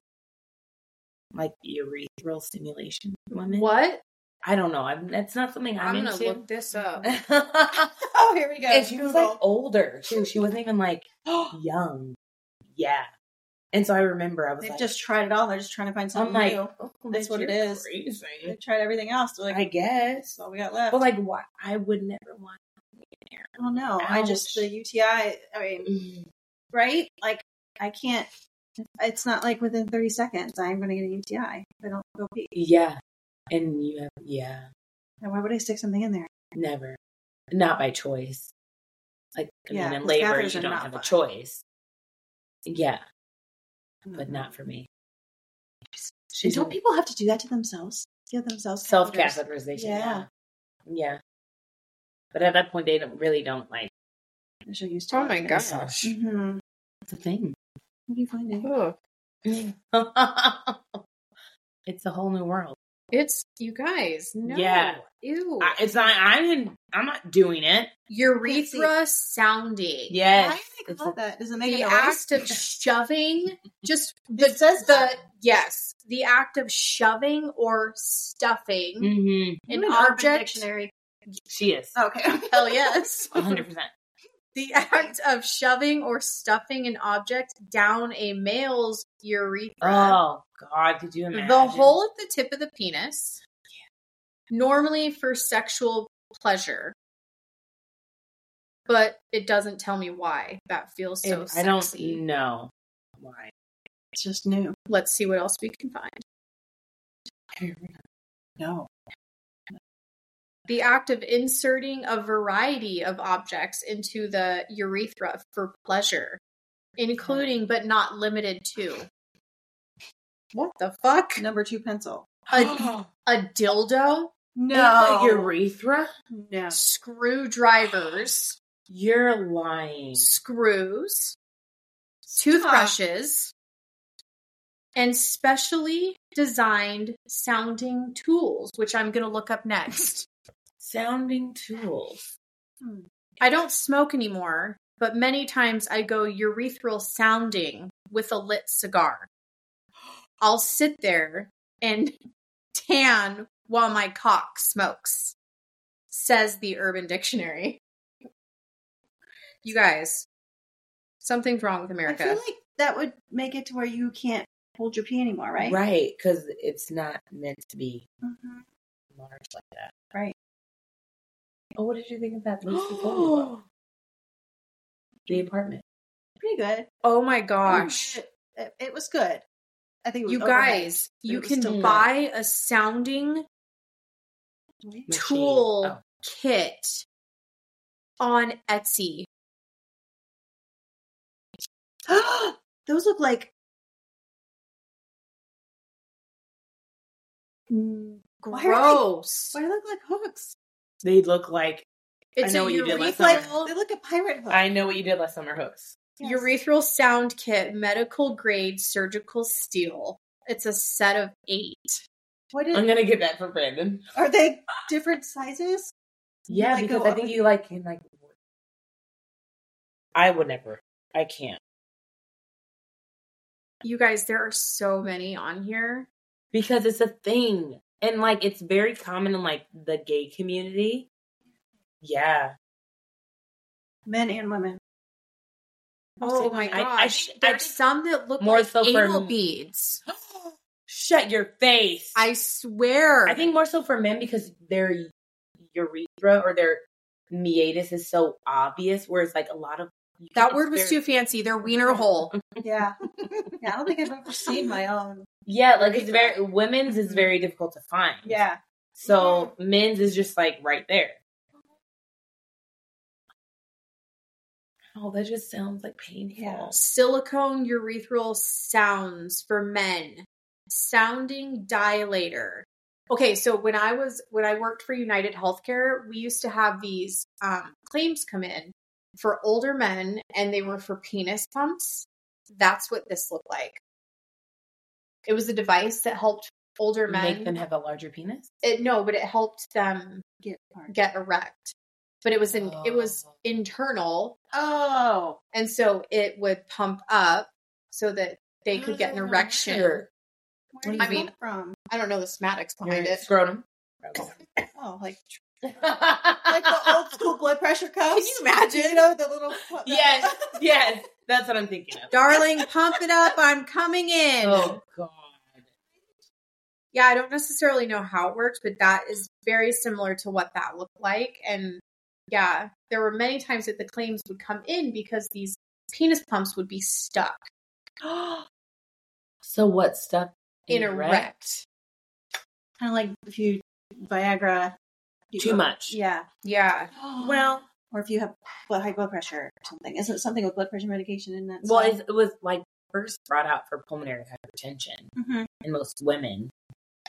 [SPEAKER 2] Like urethral stimulation. Women.
[SPEAKER 1] What?
[SPEAKER 2] I don't know. I'm that's not something I'm,
[SPEAKER 1] I'm gonna
[SPEAKER 2] into.
[SPEAKER 1] look this up.
[SPEAKER 3] oh, here we go.
[SPEAKER 2] and she was like
[SPEAKER 3] Google.
[SPEAKER 2] older too. She wasn't even like oh, young. Yeah. And so I remember I was
[SPEAKER 3] They've
[SPEAKER 2] like,
[SPEAKER 3] just tried it all. They're just trying to find
[SPEAKER 2] I'm
[SPEAKER 3] something
[SPEAKER 2] like,
[SPEAKER 3] new.
[SPEAKER 2] oh,
[SPEAKER 3] That's what it
[SPEAKER 2] you're
[SPEAKER 3] is. They've
[SPEAKER 2] Crazy.
[SPEAKER 3] tried everything else. They're like,
[SPEAKER 2] I guess.
[SPEAKER 3] that's all we got left.
[SPEAKER 2] But like, why? I would never want.
[SPEAKER 3] I don't know. I just
[SPEAKER 2] Ouch.
[SPEAKER 3] the UTI. I mean,
[SPEAKER 2] Mm-hmm.
[SPEAKER 3] right? Like, I can't. It's not like within 30 seconds I'm going to get a UTI. If I don't go pee.
[SPEAKER 2] Yeah. And you have yeah,
[SPEAKER 3] And why would I stick something in there?
[SPEAKER 2] never, not by choice. Like I
[SPEAKER 3] Yeah,
[SPEAKER 2] mean, in
[SPEAKER 3] 'cause
[SPEAKER 2] labor
[SPEAKER 3] catheters
[SPEAKER 2] you
[SPEAKER 3] are
[SPEAKER 2] don't
[SPEAKER 3] not
[SPEAKER 2] have a
[SPEAKER 3] fun.
[SPEAKER 2] choice. Yeah, but not for me.
[SPEAKER 3] And
[SPEAKER 2] Mm-hmm. She's
[SPEAKER 3] don't people have to do that to themselves? Give themselves
[SPEAKER 2] self
[SPEAKER 3] catheters?
[SPEAKER 2] catheterization. Yeah.
[SPEAKER 3] Yeah.
[SPEAKER 2] yeah, But at that point, they don't really don't like.
[SPEAKER 3] They're so used to
[SPEAKER 1] Oh
[SPEAKER 3] it.
[SPEAKER 1] my gosh.
[SPEAKER 3] Mm-hmm.
[SPEAKER 2] It's a thing.
[SPEAKER 3] What do you find out?
[SPEAKER 1] Ugh.
[SPEAKER 2] it's a whole new world.
[SPEAKER 1] It's you guys. No.
[SPEAKER 2] Yeah.
[SPEAKER 1] Ew.
[SPEAKER 2] I, it's not. I'm. In, I'm not doing it.
[SPEAKER 1] Urethra sounding.
[SPEAKER 3] Why
[SPEAKER 2] Yes.
[SPEAKER 3] do they call it that? Does it make
[SPEAKER 1] The
[SPEAKER 3] a noise?
[SPEAKER 1] act of shoving, just the,
[SPEAKER 3] It says
[SPEAKER 1] the
[SPEAKER 3] that.
[SPEAKER 1] yes, the act of shoving or stuffing
[SPEAKER 2] hmm
[SPEAKER 1] an
[SPEAKER 3] Ooh, Urban
[SPEAKER 1] object.
[SPEAKER 3] Dictionary. Oh,
[SPEAKER 2] She is.
[SPEAKER 3] Okay.
[SPEAKER 1] Hell yes.
[SPEAKER 2] 100. percent
[SPEAKER 1] The act of shoving or stuffing an object down a male's urethra,
[SPEAKER 2] Oh God, could you imagine
[SPEAKER 1] the hole at the tip of the penis, normally for sexual pleasure. But it doesn't tell me why that feels so
[SPEAKER 2] If- I don't
[SPEAKER 1] sexy.
[SPEAKER 2] know why.
[SPEAKER 3] It's just new.
[SPEAKER 1] Let's see what else we can find.
[SPEAKER 3] No.
[SPEAKER 1] The act of inserting a variety of objects into the urethra for pleasure, including but not limited to. What the fuck?
[SPEAKER 3] Number two pencil.
[SPEAKER 1] A, a dildo,
[SPEAKER 2] They have, like, urethra.
[SPEAKER 3] no.
[SPEAKER 1] screwdrivers,
[SPEAKER 2] You're lying.
[SPEAKER 1] screws,
[SPEAKER 3] Stop.
[SPEAKER 1] toothbrushes, and specially designed sounding tools, which I'm going to look up next.
[SPEAKER 2] Sounding tools.
[SPEAKER 3] Hmm.
[SPEAKER 1] I don't smoke anymore, but many times I go urethral sounding with a lit cigar. I'll sit there and tan while my cock smokes, says the Urban Dictionary. You guys, something's wrong with
[SPEAKER 3] I
[SPEAKER 1] America.
[SPEAKER 3] feel like that would make it to where you can't hold your pee anymore, right?
[SPEAKER 2] Right, because it's not meant to be
[SPEAKER 3] Mhm.
[SPEAKER 2] large like that.
[SPEAKER 3] Right.
[SPEAKER 2] Oh, what did you think of that? Lucy Goldwell? the apartment.
[SPEAKER 3] Pretty good.
[SPEAKER 1] oh my gosh.
[SPEAKER 3] It, it- it was good. I think it was
[SPEAKER 1] You
[SPEAKER 3] overhyped.
[SPEAKER 1] guys, you
[SPEAKER 3] It was
[SPEAKER 1] can
[SPEAKER 3] still good.
[SPEAKER 1] buy a sounding
[SPEAKER 2] Machine.
[SPEAKER 1] tool
[SPEAKER 2] Oh.
[SPEAKER 1] kit on Etsy.
[SPEAKER 3] Those look like Mm, Why are they-
[SPEAKER 1] Gross.
[SPEAKER 3] why do they look like hooks?
[SPEAKER 2] They look like
[SPEAKER 1] It's
[SPEAKER 2] I know
[SPEAKER 1] a
[SPEAKER 2] what you did
[SPEAKER 3] It's
[SPEAKER 2] last
[SPEAKER 3] like
[SPEAKER 1] urethral,
[SPEAKER 3] they look like pirate hooks.
[SPEAKER 2] I know what you did last summer, hooks.
[SPEAKER 3] Yes.
[SPEAKER 1] urethral sound kit, medical grade surgical steel. It's a set of eight.
[SPEAKER 3] What
[SPEAKER 2] I'm
[SPEAKER 3] is,
[SPEAKER 2] gonna get that for Brandon.
[SPEAKER 3] are they different sizes?
[SPEAKER 2] Yeah,
[SPEAKER 3] Like,
[SPEAKER 2] because
[SPEAKER 3] go
[SPEAKER 2] I think you like can like. I would never. I can't
[SPEAKER 1] You guys, there are so many on here.
[SPEAKER 2] because it's a thing, and like it's very common in like the gay community. Yeah.
[SPEAKER 3] Men and women.
[SPEAKER 1] Oh my
[SPEAKER 2] I- I
[SPEAKER 1] gosh.
[SPEAKER 2] think- I
[SPEAKER 1] There's
[SPEAKER 2] think
[SPEAKER 1] some that look
[SPEAKER 2] more
[SPEAKER 1] like
[SPEAKER 2] so for
[SPEAKER 1] anal
[SPEAKER 2] m-
[SPEAKER 1] beads.
[SPEAKER 2] Shut your face.
[SPEAKER 1] I swear.
[SPEAKER 2] I think more so for men because their urethra or their meatus is so obvious, whereas like a lot of you
[SPEAKER 1] that
[SPEAKER 2] can-
[SPEAKER 1] word was
[SPEAKER 2] it's
[SPEAKER 1] too
[SPEAKER 2] very-
[SPEAKER 1] fancy. Their wiener hole.
[SPEAKER 3] Yeah. yeah. I don't think I've ever seen my own.
[SPEAKER 2] yeah, like it's Mm-hmm. very women's is very difficult to find.
[SPEAKER 3] Yeah.
[SPEAKER 2] So men's is just like right there. Oh, that just sounds like painful.
[SPEAKER 3] Yeah.
[SPEAKER 1] silicone urethral sounds for men sounding dilator okay so when i was when i worked for united healthcare we used to have these um, claims come in for older men and they were for penis pumps that's what this looked like it was a device that helped older men
[SPEAKER 2] Make them have a larger penis.
[SPEAKER 1] it, no but it helped them
[SPEAKER 3] Get hard.
[SPEAKER 1] get erect but it was an it was
[SPEAKER 2] Oh.
[SPEAKER 1] internal
[SPEAKER 3] Oh.
[SPEAKER 1] and so it would pump up so that they could get an erection.
[SPEAKER 2] Your-
[SPEAKER 3] Where did
[SPEAKER 2] I
[SPEAKER 3] I
[SPEAKER 1] mean-
[SPEAKER 3] mean, from?
[SPEAKER 1] I don't know the somatics
[SPEAKER 2] your
[SPEAKER 1] behind it.
[SPEAKER 2] Scrotum.
[SPEAKER 3] Oh, like like the
[SPEAKER 2] yes,
[SPEAKER 3] old school blood pressure cuffs.
[SPEAKER 1] Can you imagine?
[SPEAKER 3] You know the little
[SPEAKER 2] yes, that's what I'm thinking of.
[SPEAKER 1] Darling, pump it up. I'm coming in.
[SPEAKER 2] Oh God.
[SPEAKER 1] Yeah, I don't necessarily know how it works, but that is very similar to what that looked like. And yeah, there were many times that the claims would come in because these penis pumps would be stuck
[SPEAKER 2] so what stuff
[SPEAKER 1] in a
[SPEAKER 2] erect?
[SPEAKER 1] wreck.
[SPEAKER 3] Kind of like if you Viagra. you
[SPEAKER 2] Too
[SPEAKER 3] go-
[SPEAKER 2] much.
[SPEAKER 3] Yeah.
[SPEAKER 1] Yeah.
[SPEAKER 3] Well, or if you have blood, high blood pressure or something. Isn't it something with blood pressure medication in that?
[SPEAKER 2] Well, it's- it was like first brought out for pulmonary hypertension,
[SPEAKER 3] hmm
[SPEAKER 2] and most women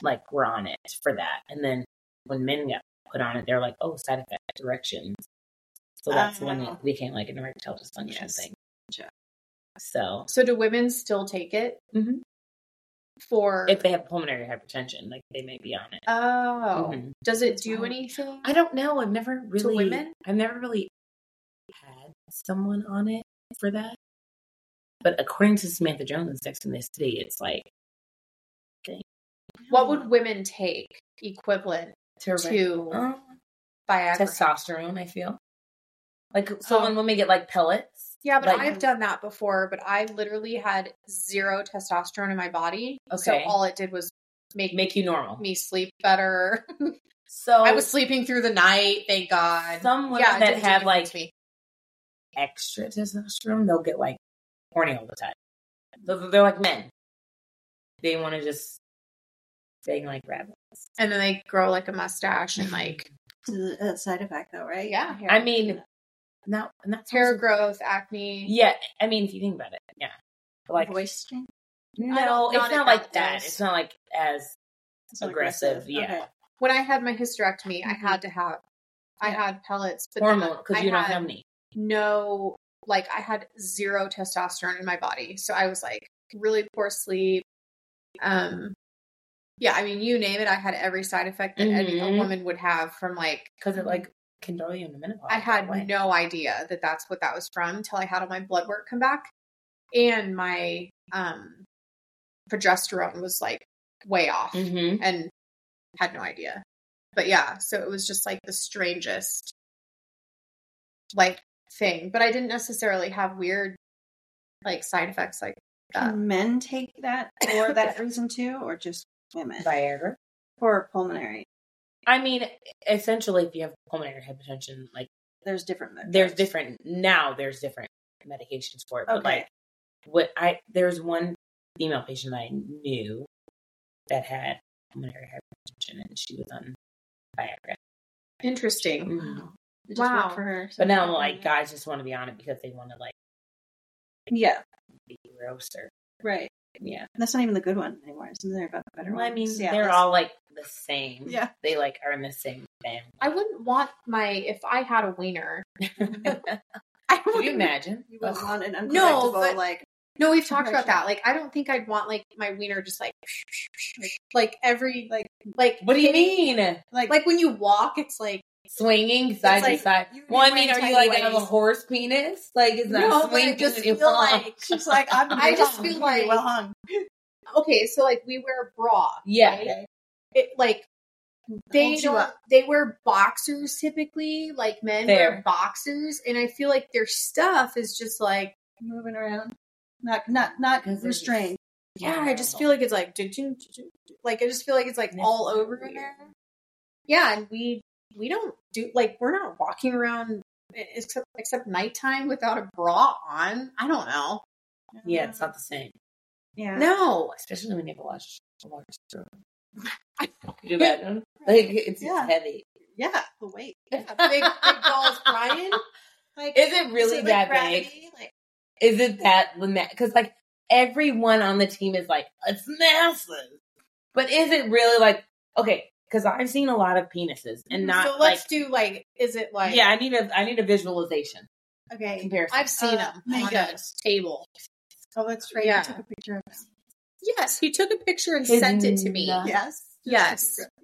[SPEAKER 2] like were on it for that. And then when men got put on it, they're like, "Oh, side effect directions." So that's when
[SPEAKER 3] Oh.
[SPEAKER 2] it became like an erectile dysfunction
[SPEAKER 3] Yes.
[SPEAKER 2] thing.
[SPEAKER 3] Gotcha.
[SPEAKER 2] So
[SPEAKER 1] So do women still take it
[SPEAKER 2] Mhm.
[SPEAKER 1] for?
[SPEAKER 2] if they have pulmonary hypertension, like they may be on it.
[SPEAKER 1] oh,
[SPEAKER 2] Mhm.
[SPEAKER 1] does it
[SPEAKER 3] That's
[SPEAKER 1] do
[SPEAKER 3] wild.
[SPEAKER 1] anything?
[SPEAKER 2] Um, I don't know. I've never really
[SPEAKER 1] women?
[SPEAKER 2] I've never really had someone on it for that. But according to Samantha Jones in Sex and the City, it's like
[SPEAKER 1] What would women take equivalent
[SPEAKER 2] to,
[SPEAKER 1] to
[SPEAKER 2] Um,
[SPEAKER 1] Viagra?
[SPEAKER 2] testosterone. I feel like so
[SPEAKER 1] Oh.
[SPEAKER 2] when women get like pellets.
[SPEAKER 1] Yeah, but
[SPEAKER 2] like,
[SPEAKER 1] I've done that before, but I literally had zero testosterone in my body. So
[SPEAKER 2] Okay.
[SPEAKER 1] all it did was make,
[SPEAKER 2] make you normal.
[SPEAKER 1] me sleep better.
[SPEAKER 2] So
[SPEAKER 1] I was sleeping through the night, thank God.
[SPEAKER 2] some women
[SPEAKER 1] yeah, it
[SPEAKER 2] that
[SPEAKER 1] didn't do
[SPEAKER 2] have
[SPEAKER 1] anything
[SPEAKER 2] like
[SPEAKER 1] to me.
[SPEAKER 2] extra testosterone, they'll get like horny all the time. So they're like men. They want to just they like rabbits.
[SPEAKER 1] and then they grow like a mustache and like
[SPEAKER 3] It's a, a uh, side effect, though, right?
[SPEAKER 1] yeah, hair,
[SPEAKER 2] I mean, not and that's
[SPEAKER 1] hair growth, acne.
[SPEAKER 2] Yeah, I mean, if you think about it, yeah. But, Like,
[SPEAKER 3] voice change.
[SPEAKER 1] I
[SPEAKER 2] no,
[SPEAKER 1] don't-
[SPEAKER 2] it's
[SPEAKER 1] not
[SPEAKER 2] not
[SPEAKER 1] at
[SPEAKER 2] like
[SPEAKER 1] that
[SPEAKER 2] that.
[SPEAKER 1] dose.
[SPEAKER 2] It's not like as
[SPEAKER 3] It's
[SPEAKER 2] aggressive. Yeah,
[SPEAKER 3] Okay.
[SPEAKER 1] when I had my hysterectomy, I
[SPEAKER 3] Mhm.
[SPEAKER 1] had to have, I had pellets, but then
[SPEAKER 2] Mm-hmm. hormone because
[SPEAKER 1] I
[SPEAKER 2] you don't
[SPEAKER 1] had
[SPEAKER 2] have any.
[SPEAKER 1] no, like I had zero testosterone in my body, so I was like really poor sleep. Um, yeah, I mean, you name it, I had every side effect that any a
[SPEAKER 2] Mhm.
[SPEAKER 1] woman would have from like
[SPEAKER 2] Because it like can throw you into menopause.
[SPEAKER 1] I had
[SPEAKER 2] that way.
[SPEAKER 1] no idea that that's what that was from until I had all my blood work come back, and my um progesterone was like way off
[SPEAKER 2] Mhm.
[SPEAKER 1] and had no idea. But yeah, so it was just like the strangest like thing. But I didn't necessarily have weird like side effects like
[SPEAKER 2] Uh,
[SPEAKER 1] that.
[SPEAKER 3] Can men take that for that reason too, or just women
[SPEAKER 2] Viagra.
[SPEAKER 3] or pulmonary?
[SPEAKER 2] I mean, essentially, if you have pulmonary hypertension, like
[SPEAKER 3] There's different. methods.
[SPEAKER 2] there's different now. There's different medications for it. But
[SPEAKER 3] Okay.
[SPEAKER 2] like what I there's one female patient I knew that had pulmonary hypertension, and she was on Viagra.
[SPEAKER 1] Interesting.
[SPEAKER 2] Mhm.
[SPEAKER 3] It Mm-hmm. just worked
[SPEAKER 1] Wow.
[SPEAKER 3] for her.
[SPEAKER 2] But now,
[SPEAKER 3] Mm-hmm.
[SPEAKER 2] like, guys just want to be on it because they want to like
[SPEAKER 3] yeah,
[SPEAKER 2] be gross or
[SPEAKER 3] right.
[SPEAKER 2] yeah.
[SPEAKER 3] That's not even the good one anymore. Isn't there about the better
[SPEAKER 2] Well, I
[SPEAKER 3] one?
[SPEAKER 2] mean,
[SPEAKER 3] Yeah,
[SPEAKER 2] they're
[SPEAKER 3] that's-
[SPEAKER 2] all like the same.
[SPEAKER 3] Yeah.
[SPEAKER 2] they like are in the same family.
[SPEAKER 1] I wouldn't want my if I had a wiener.
[SPEAKER 2] Could
[SPEAKER 1] I
[SPEAKER 2] you
[SPEAKER 1] wouldn't.
[SPEAKER 2] imagine?
[SPEAKER 3] You would
[SPEAKER 2] Ugh.
[SPEAKER 3] want an
[SPEAKER 1] No,
[SPEAKER 3] unpredictable,
[SPEAKER 1] but-
[SPEAKER 3] like
[SPEAKER 1] No, we've talked about
[SPEAKER 3] Impression.
[SPEAKER 1] that. Like, I don't think I'd want like my wiener just like like every like
[SPEAKER 3] Like-
[SPEAKER 1] like
[SPEAKER 2] What do you
[SPEAKER 1] hitting-
[SPEAKER 2] mean?
[SPEAKER 3] like
[SPEAKER 1] Like when you walk, it's like
[SPEAKER 2] Swinging side
[SPEAKER 1] like
[SPEAKER 2] to side.
[SPEAKER 3] you-
[SPEAKER 2] Well, I
[SPEAKER 3] you
[SPEAKER 2] mean,
[SPEAKER 3] went
[SPEAKER 2] are you
[SPEAKER 3] tiny
[SPEAKER 2] like gonna have a
[SPEAKER 3] ways.
[SPEAKER 2] horse penis? Like, is that
[SPEAKER 1] no, but I
[SPEAKER 2] swinging?
[SPEAKER 1] just
[SPEAKER 2] and you
[SPEAKER 1] feel
[SPEAKER 2] fall?
[SPEAKER 1] like
[SPEAKER 3] she's like I'm.
[SPEAKER 1] I just
[SPEAKER 3] hung.
[SPEAKER 1] feel
[SPEAKER 3] You're
[SPEAKER 1] like-
[SPEAKER 3] well hung.
[SPEAKER 1] okay, so like we wear a bra.
[SPEAKER 2] yeah,
[SPEAKER 1] right? It like they
[SPEAKER 3] Holds you
[SPEAKER 1] don't,
[SPEAKER 3] up.
[SPEAKER 1] they wear boxers typically. Like men wear
[SPEAKER 2] Fair.
[SPEAKER 1] boxers, and I feel like their stuff is just like
[SPEAKER 3] moving around, not not not
[SPEAKER 2] Because they're
[SPEAKER 3] restrained.
[SPEAKER 1] yeah. I just feel like it's like did you like I just feel like it's like all
[SPEAKER 2] Necessary.
[SPEAKER 1] over in there. Yeah, and we we don't do like we're not walking around e, except except nighttime without a bra on. I don't know.
[SPEAKER 3] Uh-huh.
[SPEAKER 2] yeah, it's not the same,
[SPEAKER 3] yeah.
[SPEAKER 1] No,
[SPEAKER 2] especially when you have a large, a large room. Could you imagine? Like, it's
[SPEAKER 3] Yeah.
[SPEAKER 2] just heavy.
[SPEAKER 3] yeah,
[SPEAKER 2] Oh,
[SPEAKER 3] the weight.
[SPEAKER 1] yeah, big big balls, Brian. Like
[SPEAKER 2] Is it really
[SPEAKER 1] so, like,
[SPEAKER 2] that big?
[SPEAKER 1] gravity, Like,
[SPEAKER 2] Is it that because like everyone on the team is like it's massive, but is it really like okay? Because I've seen a lot of penises and not
[SPEAKER 1] Mm-hmm. so.
[SPEAKER 2] like
[SPEAKER 1] Let's do like. Is it like?
[SPEAKER 2] yeah. I need a I need a visualization
[SPEAKER 3] Okay.
[SPEAKER 2] comparison.
[SPEAKER 1] I've seen
[SPEAKER 3] Uh,
[SPEAKER 1] them Oh on a
[SPEAKER 3] mangoes.
[SPEAKER 1] table.
[SPEAKER 3] Oh, that's right.
[SPEAKER 1] Yeah.
[SPEAKER 3] You took a picture of us.
[SPEAKER 1] Yes, he took a picture and
[SPEAKER 2] His
[SPEAKER 1] sent it to me.
[SPEAKER 2] nut.
[SPEAKER 3] Yes.
[SPEAKER 1] Yes.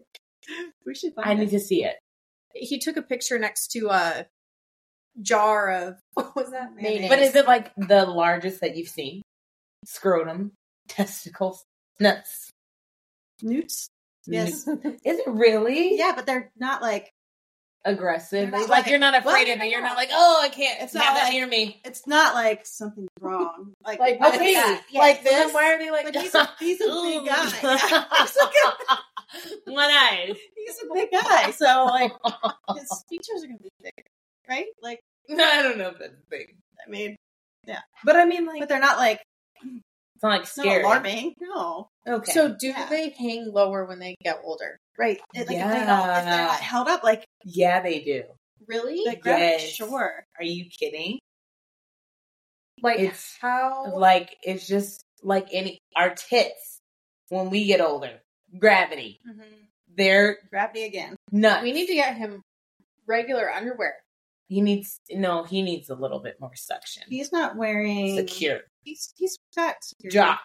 [SPEAKER 3] We should find
[SPEAKER 2] I need to see it.
[SPEAKER 1] He took a picture next to a jar of what was that?
[SPEAKER 3] Mayonnaise.
[SPEAKER 2] But is it like the largest that you've seen? Scrotum, testicles, nuts.
[SPEAKER 3] Newts. Yes.
[SPEAKER 2] Is it really
[SPEAKER 3] yeah, but they're not like They're
[SPEAKER 2] aggressive?
[SPEAKER 3] not
[SPEAKER 2] Like,
[SPEAKER 3] like-
[SPEAKER 2] you're not afraid
[SPEAKER 3] Well,
[SPEAKER 2] of it. You're
[SPEAKER 3] no.
[SPEAKER 2] not like, oh, I can't.
[SPEAKER 3] It's
[SPEAKER 2] It's not
[SPEAKER 3] not
[SPEAKER 2] that
[SPEAKER 3] like-
[SPEAKER 2] near me.
[SPEAKER 3] it's not like something's wrong. Like,
[SPEAKER 1] Like,
[SPEAKER 3] what is
[SPEAKER 1] okay,
[SPEAKER 3] that? Yeah,
[SPEAKER 2] like
[SPEAKER 3] this?
[SPEAKER 2] then why are they like?
[SPEAKER 3] But he's a he's a big guy.
[SPEAKER 2] One eyed.
[SPEAKER 3] he's a big guy. So like his features are gonna be thick, right? Like
[SPEAKER 2] I don't know if that's a thing.
[SPEAKER 3] I mean,
[SPEAKER 2] But I mean, like,
[SPEAKER 3] but they're not like
[SPEAKER 2] it's not like
[SPEAKER 3] it's not
[SPEAKER 2] scary.
[SPEAKER 3] alarming. No,
[SPEAKER 2] Okay.
[SPEAKER 1] So do
[SPEAKER 3] Yeah.
[SPEAKER 1] they hang lower when they get older?
[SPEAKER 3] right? It- like if, they don't, if they're
[SPEAKER 2] Yeah.
[SPEAKER 3] not held up, like
[SPEAKER 2] yeah, they do.
[SPEAKER 1] Really?
[SPEAKER 3] the
[SPEAKER 1] Like,
[SPEAKER 3] gravity,
[SPEAKER 2] Yes.
[SPEAKER 3] sure.
[SPEAKER 2] Are you kidding? it's
[SPEAKER 1] how?
[SPEAKER 2] Like it's just like any our tits when we get older. Gravity. They're
[SPEAKER 3] Gravity again.
[SPEAKER 2] nuts.
[SPEAKER 1] we need to get him regular underwear.
[SPEAKER 2] he needs no. He needs a little bit more suction.
[SPEAKER 3] He's not wearing
[SPEAKER 2] Secure
[SPEAKER 3] He's he's got security.
[SPEAKER 2] jock.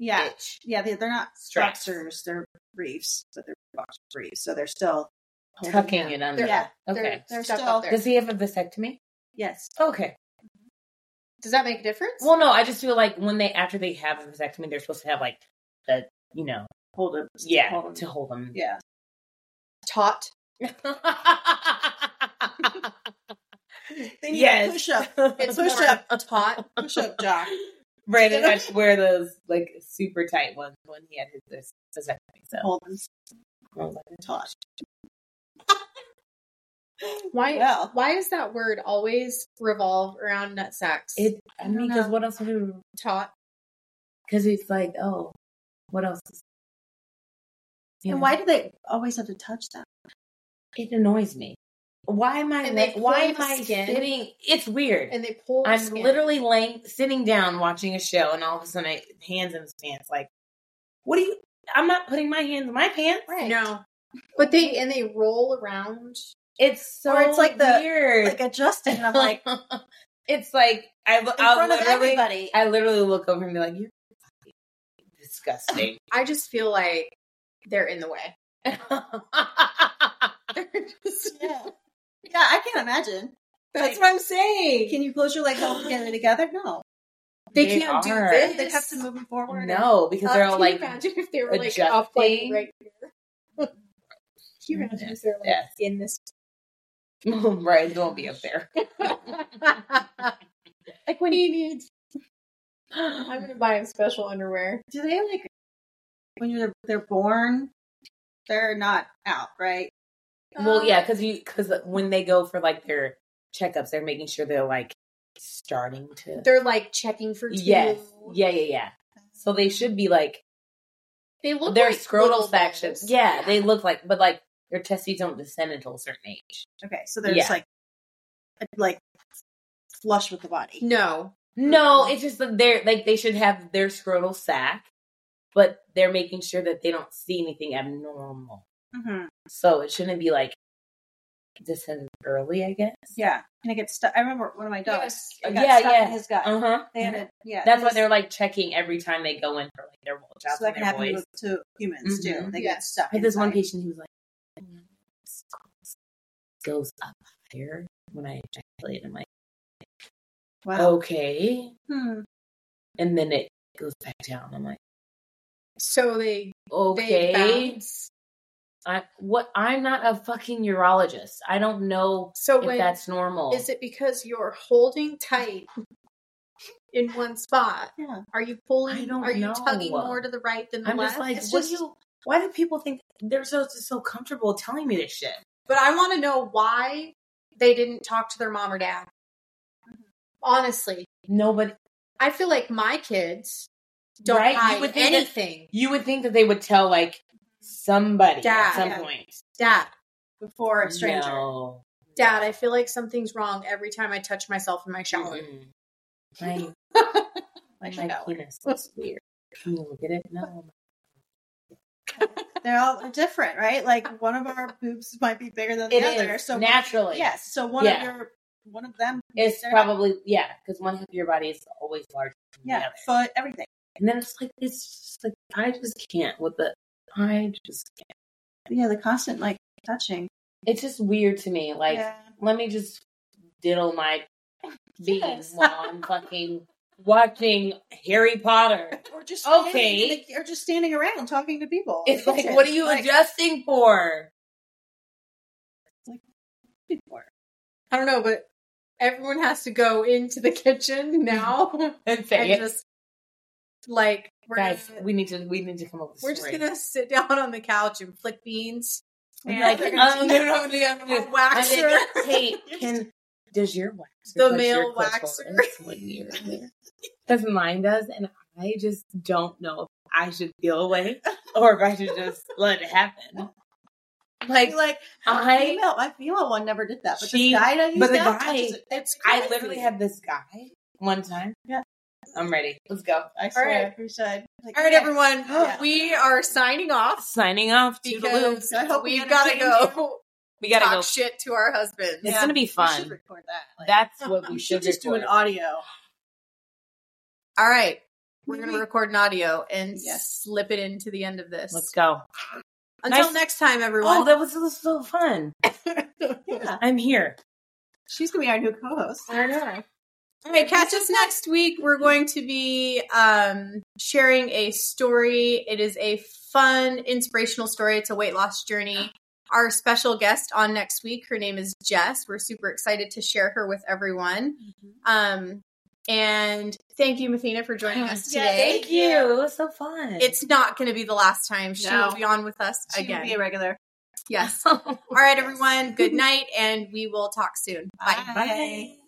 [SPEAKER 3] Yeah,
[SPEAKER 2] bitch.
[SPEAKER 3] yeah. They, they're not
[SPEAKER 2] Straps.
[SPEAKER 3] boxers. They're briefs, but they're boxer briefs. So they're still holding
[SPEAKER 2] tucking
[SPEAKER 3] down.
[SPEAKER 2] it under.
[SPEAKER 3] Yeah.
[SPEAKER 2] Okay.
[SPEAKER 1] They're,
[SPEAKER 3] They're
[SPEAKER 1] stuff
[SPEAKER 3] still-
[SPEAKER 1] up there.
[SPEAKER 2] Does he have a vasectomy?
[SPEAKER 3] Yes.
[SPEAKER 2] Okay.
[SPEAKER 1] Does that make a difference?
[SPEAKER 2] Well, no, I just feel like when they after they have a vasectomy, they're supposed to have like the you know
[SPEAKER 3] Hold them.
[SPEAKER 2] yeah
[SPEAKER 3] Hold 'em.
[SPEAKER 2] to hold them.
[SPEAKER 3] Yeah.
[SPEAKER 1] Taut.
[SPEAKER 3] They need
[SPEAKER 2] yes.
[SPEAKER 3] Push up.
[SPEAKER 1] It's
[SPEAKER 3] Push
[SPEAKER 1] more
[SPEAKER 3] up.
[SPEAKER 1] Taut.
[SPEAKER 3] Push up, jock.
[SPEAKER 2] Brandon had to wear those like super tight ones when he had his this vasectomy. So
[SPEAKER 3] Hold them.
[SPEAKER 2] I was like,
[SPEAKER 3] Taut.
[SPEAKER 1] Why?
[SPEAKER 3] Well.
[SPEAKER 1] Why does that word always revolve around nut sacks?
[SPEAKER 2] it. I
[SPEAKER 3] I don't
[SPEAKER 2] mean, because
[SPEAKER 3] know.
[SPEAKER 2] what else would we?
[SPEAKER 1] taut.
[SPEAKER 2] Because it's like, oh, what else? Is, you
[SPEAKER 3] And
[SPEAKER 2] know,
[SPEAKER 3] why do they always have to touch them?
[SPEAKER 2] it annoys me? Why am I?
[SPEAKER 1] And they
[SPEAKER 2] la- Why
[SPEAKER 1] pull
[SPEAKER 2] am
[SPEAKER 1] the
[SPEAKER 2] I
[SPEAKER 1] skin.
[SPEAKER 2] sitting? It's weird.
[SPEAKER 1] And they pull. the
[SPEAKER 2] I'm
[SPEAKER 1] skin.
[SPEAKER 2] literally laying, sitting down, watching a show, and all of a sudden, I hands in his pants. Like, what do you? I'm not putting my hands in my pants.
[SPEAKER 1] no. But they and they roll around.
[SPEAKER 2] It's so
[SPEAKER 3] Or it's like the-
[SPEAKER 2] weird.
[SPEAKER 3] like adjusting, and I'm like in
[SPEAKER 2] it's like I will
[SPEAKER 3] front of
[SPEAKER 2] literally
[SPEAKER 3] everybody.
[SPEAKER 2] I literally look over and be like, You're fucking disgusting.
[SPEAKER 1] I just feel like they're in the way.
[SPEAKER 2] I
[SPEAKER 1] They're just,
[SPEAKER 3] yeah. yeah, I can't imagine.
[SPEAKER 1] that's what I'm saying.
[SPEAKER 3] Can you close your legs all together together? No,
[SPEAKER 1] they,
[SPEAKER 2] They
[SPEAKER 1] can't do
[SPEAKER 2] are.
[SPEAKER 1] this.
[SPEAKER 3] they have to move them forward. and-
[SPEAKER 2] no, because they're
[SPEAKER 1] Uh,
[SPEAKER 2] all
[SPEAKER 1] can
[SPEAKER 2] like
[SPEAKER 1] you imagine if they were like up like
[SPEAKER 2] adjusting.
[SPEAKER 1] right here. can you imagine if they're like
[SPEAKER 2] Yes.
[SPEAKER 1] in this?
[SPEAKER 2] right, don't be up there.
[SPEAKER 1] like when he needs. I'm gonna buy him special underwear.
[SPEAKER 3] do they like when you're they're born? They're not out, right?
[SPEAKER 2] Well,
[SPEAKER 1] Um,
[SPEAKER 2] yeah, because you because when they go for like their checkups, they're making sure they're like starting to.
[SPEAKER 1] they're like checking for teeth.
[SPEAKER 2] Yes, yeah, yeah, yeah. So they should be like
[SPEAKER 1] They look
[SPEAKER 2] their
[SPEAKER 1] like little
[SPEAKER 2] scrotal section.
[SPEAKER 1] balls.
[SPEAKER 2] Yeah, they look like, but like their testes don't descend until a certain age.
[SPEAKER 3] Okay, so they're just
[SPEAKER 2] Yeah.
[SPEAKER 3] like like flush with the body.
[SPEAKER 1] no.
[SPEAKER 2] No,
[SPEAKER 1] Mm-hmm.
[SPEAKER 2] it's just that they're like they should have their scrotal sac, but they're making sure that they don't see anything abnormal.
[SPEAKER 3] Mm-hmm.
[SPEAKER 2] So it shouldn't be like descended early, I guess.
[SPEAKER 3] Yeah, and it gets stuck. I remember one of my dogs.
[SPEAKER 1] Yes.
[SPEAKER 3] it got
[SPEAKER 2] Yeah,
[SPEAKER 3] stuck
[SPEAKER 2] yeah.
[SPEAKER 3] in his gut.
[SPEAKER 2] Uh
[SPEAKER 1] Uh-huh.
[SPEAKER 2] huh.
[SPEAKER 3] They
[SPEAKER 1] Mm-hmm.
[SPEAKER 3] had a, yeah,
[SPEAKER 2] That's why
[SPEAKER 3] what
[SPEAKER 2] they're like checking every time they go in for like their
[SPEAKER 3] so
[SPEAKER 2] jobs
[SPEAKER 3] that
[SPEAKER 2] and
[SPEAKER 3] can
[SPEAKER 2] their
[SPEAKER 3] happen
[SPEAKER 2] voice.
[SPEAKER 3] to, to humans too.
[SPEAKER 2] Mhm.
[SPEAKER 3] They get
[SPEAKER 1] Yes.
[SPEAKER 3] stuck.
[SPEAKER 2] I had this one
[SPEAKER 3] inside.
[SPEAKER 2] patient who was like, "Mm, goes up higher when I ejaculate. I'm like,
[SPEAKER 3] Wow.
[SPEAKER 2] okay.
[SPEAKER 3] Hmm.
[SPEAKER 2] And then it goes back down. I'm like,
[SPEAKER 1] So they they
[SPEAKER 2] okay.
[SPEAKER 1] bounce.
[SPEAKER 2] I, what? I'm not a fucking urologist. I don't know
[SPEAKER 1] So
[SPEAKER 2] if
[SPEAKER 1] when
[SPEAKER 2] that's normal.
[SPEAKER 1] is it because you're holding tight in one spot?
[SPEAKER 3] Yeah.
[SPEAKER 1] Are you
[SPEAKER 2] I
[SPEAKER 1] pulling?
[SPEAKER 2] don't
[SPEAKER 1] Are you
[SPEAKER 2] know.
[SPEAKER 1] tugging more to the right than the
[SPEAKER 2] I'm
[SPEAKER 1] left?
[SPEAKER 2] just like,
[SPEAKER 1] It's
[SPEAKER 2] what
[SPEAKER 1] just-
[SPEAKER 2] do you? Why do people think they're so just so comfortable telling me this shit?
[SPEAKER 1] But I want to know why they didn't talk to their mom or dad.
[SPEAKER 2] Mm-hmm.
[SPEAKER 1] Honestly,
[SPEAKER 2] Nobody.
[SPEAKER 1] I feel like my kids don't
[SPEAKER 2] Right? You
[SPEAKER 1] hide
[SPEAKER 2] would think that-
[SPEAKER 1] anything.
[SPEAKER 2] You would think that they would tell like somebody
[SPEAKER 1] Dad.
[SPEAKER 2] at some
[SPEAKER 3] Yeah.
[SPEAKER 2] point.
[SPEAKER 1] Dad,
[SPEAKER 3] Before a stranger.
[SPEAKER 2] No.
[SPEAKER 1] dad, I feel like something's wrong every time I touch myself in my shower.
[SPEAKER 2] Mm-mm. My,
[SPEAKER 3] Like,
[SPEAKER 2] my
[SPEAKER 3] no.
[SPEAKER 2] penis looks weird. Can you look at it? No.
[SPEAKER 3] They're all different, right? Like one of our boobs might be bigger than the
[SPEAKER 2] It
[SPEAKER 3] other.
[SPEAKER 2] is
[SPEAKER 3] So one-
[SPEAKER 2] naturally.
[SPEAKER 3] yes. So one
[SPEAKER 2] Yeah.
[SPEAKER 3] of your one of them.
[SPEAKER 2] It's
[SPEAKER 3] they're not-
[SPEAKER 2] probably yeah, because one half of your body is always larger than the
[SPEAKER 3] yeah.
[SPEAKER 2] other.
[SPEAKER 3] Foot, everything.
[SPEAKER 2] And then it's like it's just like I just can't with the I just can't.
[SPEAKER 3] Yeah, the constant like touching.
[SPEAKER 2] It's just weird to me. Like
[SPEAKER 3] yeah.
[SPEAKER 2] let me just diddle my beans
[SPEAKER 3] Yes.
[SPEAKER 2] while I'm fucking watching Harry Potter.
[SPEAKER 3] Or just
[SPEAKER 2] Okay.
[SPEAKER 3] standing- like, or just standing around talking to people.
[SPEAKER 2] It's like what are you
[SPEAKER 3] Like,
[SPEAKER 2] adjusting for?
[SPEAKER 3] before.
[SPEAKER 1] I don't know, but everyone has to go into the kitchen now
[SPEAKER 2] And
[SPEAKER 1] and
[SPEAKER 2] say it.
[SPEAKER 1] just like we're
[SPEAKER 2] Guys,
[SPEAKER 1] gonna-
[SPEAKER 2] we need to we need to come up with a
[SPEAKER 1] we're just
[SPEAKER 2] story.
[SPEAKER 1] gonna sit down on the couch and flick beans.
[SPEAKER 2] And
[SPEAKER 3] Yeah,
[SPEAKER 2] like,
[SPEAKER 3] they're
[SPEAKER 2] um,
[SPEAKER 3] gonna-
[SPEAKER 2] no, no, no, no, no.
[SPEAKER 1] A waxer.
[SPEAKER 2] I think, hey, can does your waxer
[SPEAKER 1] The
[SPEAKER 2] touch
[SPEAKER 1] male
[SPEAKER 2] your clitoris
[SPEAKER 1] waxer.
[SPEAKER 2] when you're in there? Because mine does, and I just don't know if I should feel away or if I should just let it happen. Like,
[SPEAKER 3] You're like
[SPEAKER 2] I,
[SPEAKER 3] female, my female one never did that, but
[SPEAKER 2] She-
[SPEAKER 3] this guy that used
[SPEAKER 2] but the
[SPEAKER 3] that
[SPEAKER 2] guy-
[SPEAKER 3] touches it. It's
[SPEAKER 2] I
[SPEAKER 3] crazy.
[SPEAKER 2] literally had this guy one time.
[SPEAKER 3] Yeah.
[SPEAKER 2] I'm ready. Let's go.
[SPEAKER 3] I swear,
[SPEAKER 1] right.
[SPEAKER 3] we should. Like,
[SPEAKER 1] All right,
[SPEAKER 3] yeah.
[SPEAKER 1] everyone,
[SPEAKER 3] Yeah.
[SPEAKER 1] we are signing off
[SPEAKER 2] Signing off. Toodaloo.
[SPEAKER 1] because
[SPEAKER 3] I hope we
[SPEAKER 1] we've got to
[SPEAKER 3] entertained
[SPEAKER 1] go
[SPEAKER 2] We gotta
[SPEAKER 1] talk
[SPEAKER 2] go.
[SPEAKER 1] shit to our husbands.
[SPEAKER 2] It's gonna be
[SPEAKER 3] We should
[SPEAKER 2] fun.
[SPEAKER 3] record that. Like,
[SPEAKER 2] That's what we
[SPEAKER 3] we
[SPEAKER 2] should
[SPEAKER 3] should just do an
[SPEAKER 2] record.
[SPEAKER 3] audio.
[SPEAKER 1] All right. We're
[SPEAKER 3] Maybe-
[SPEAKER 1] going to record an audio and
[SPEAKER 3] Yes.
[SPEAKER 1] slip it into the end of this.
[SPEAKER 2] Let's go.
[SPEAKER 1] Until
[SPEAKER 2] Nice-
[SPEAKER 1] next time,
[SPEAKER 2] Oh,
[SPEAKER 1] everyone.
[SPEAKER 2] that was, that was so fun.
[SPEAKER 3] Yeah,
[SPEAKER 2] I'm here.
[SPEAKER 3] she's gonna be our new co-host.
[SPEAKER 1] I know. All right, catch us next week. We're going to be um, sharing a story. It is a fun, inspirational story. It's a weight loss journey. Our special guest on next week, her name is Jess. We're super excited to share her with everyone.
[SPEAKER 2] Mm-hmm.
[SPEAKER 1] Um, and thank you, Mathena, for joining us
[SPEAKER 3] Yeah,
[SPEAKER 1] today.
[SPEAKER 2] Thank you. It was so fun.
[SPEAKER 1] It's not going to be the last time. She
[SPEAKER 3] No.
[SPEAKER 1] will be on with us
[SPEAKER 3] She
[SPEAKER 1] again.
[SPEAKER 3] will be a regular.
[SPEAKER 1] Yes. All right, everyone. Good night, and we will talk soon. Bye.
[SPEAKER 3] Bye.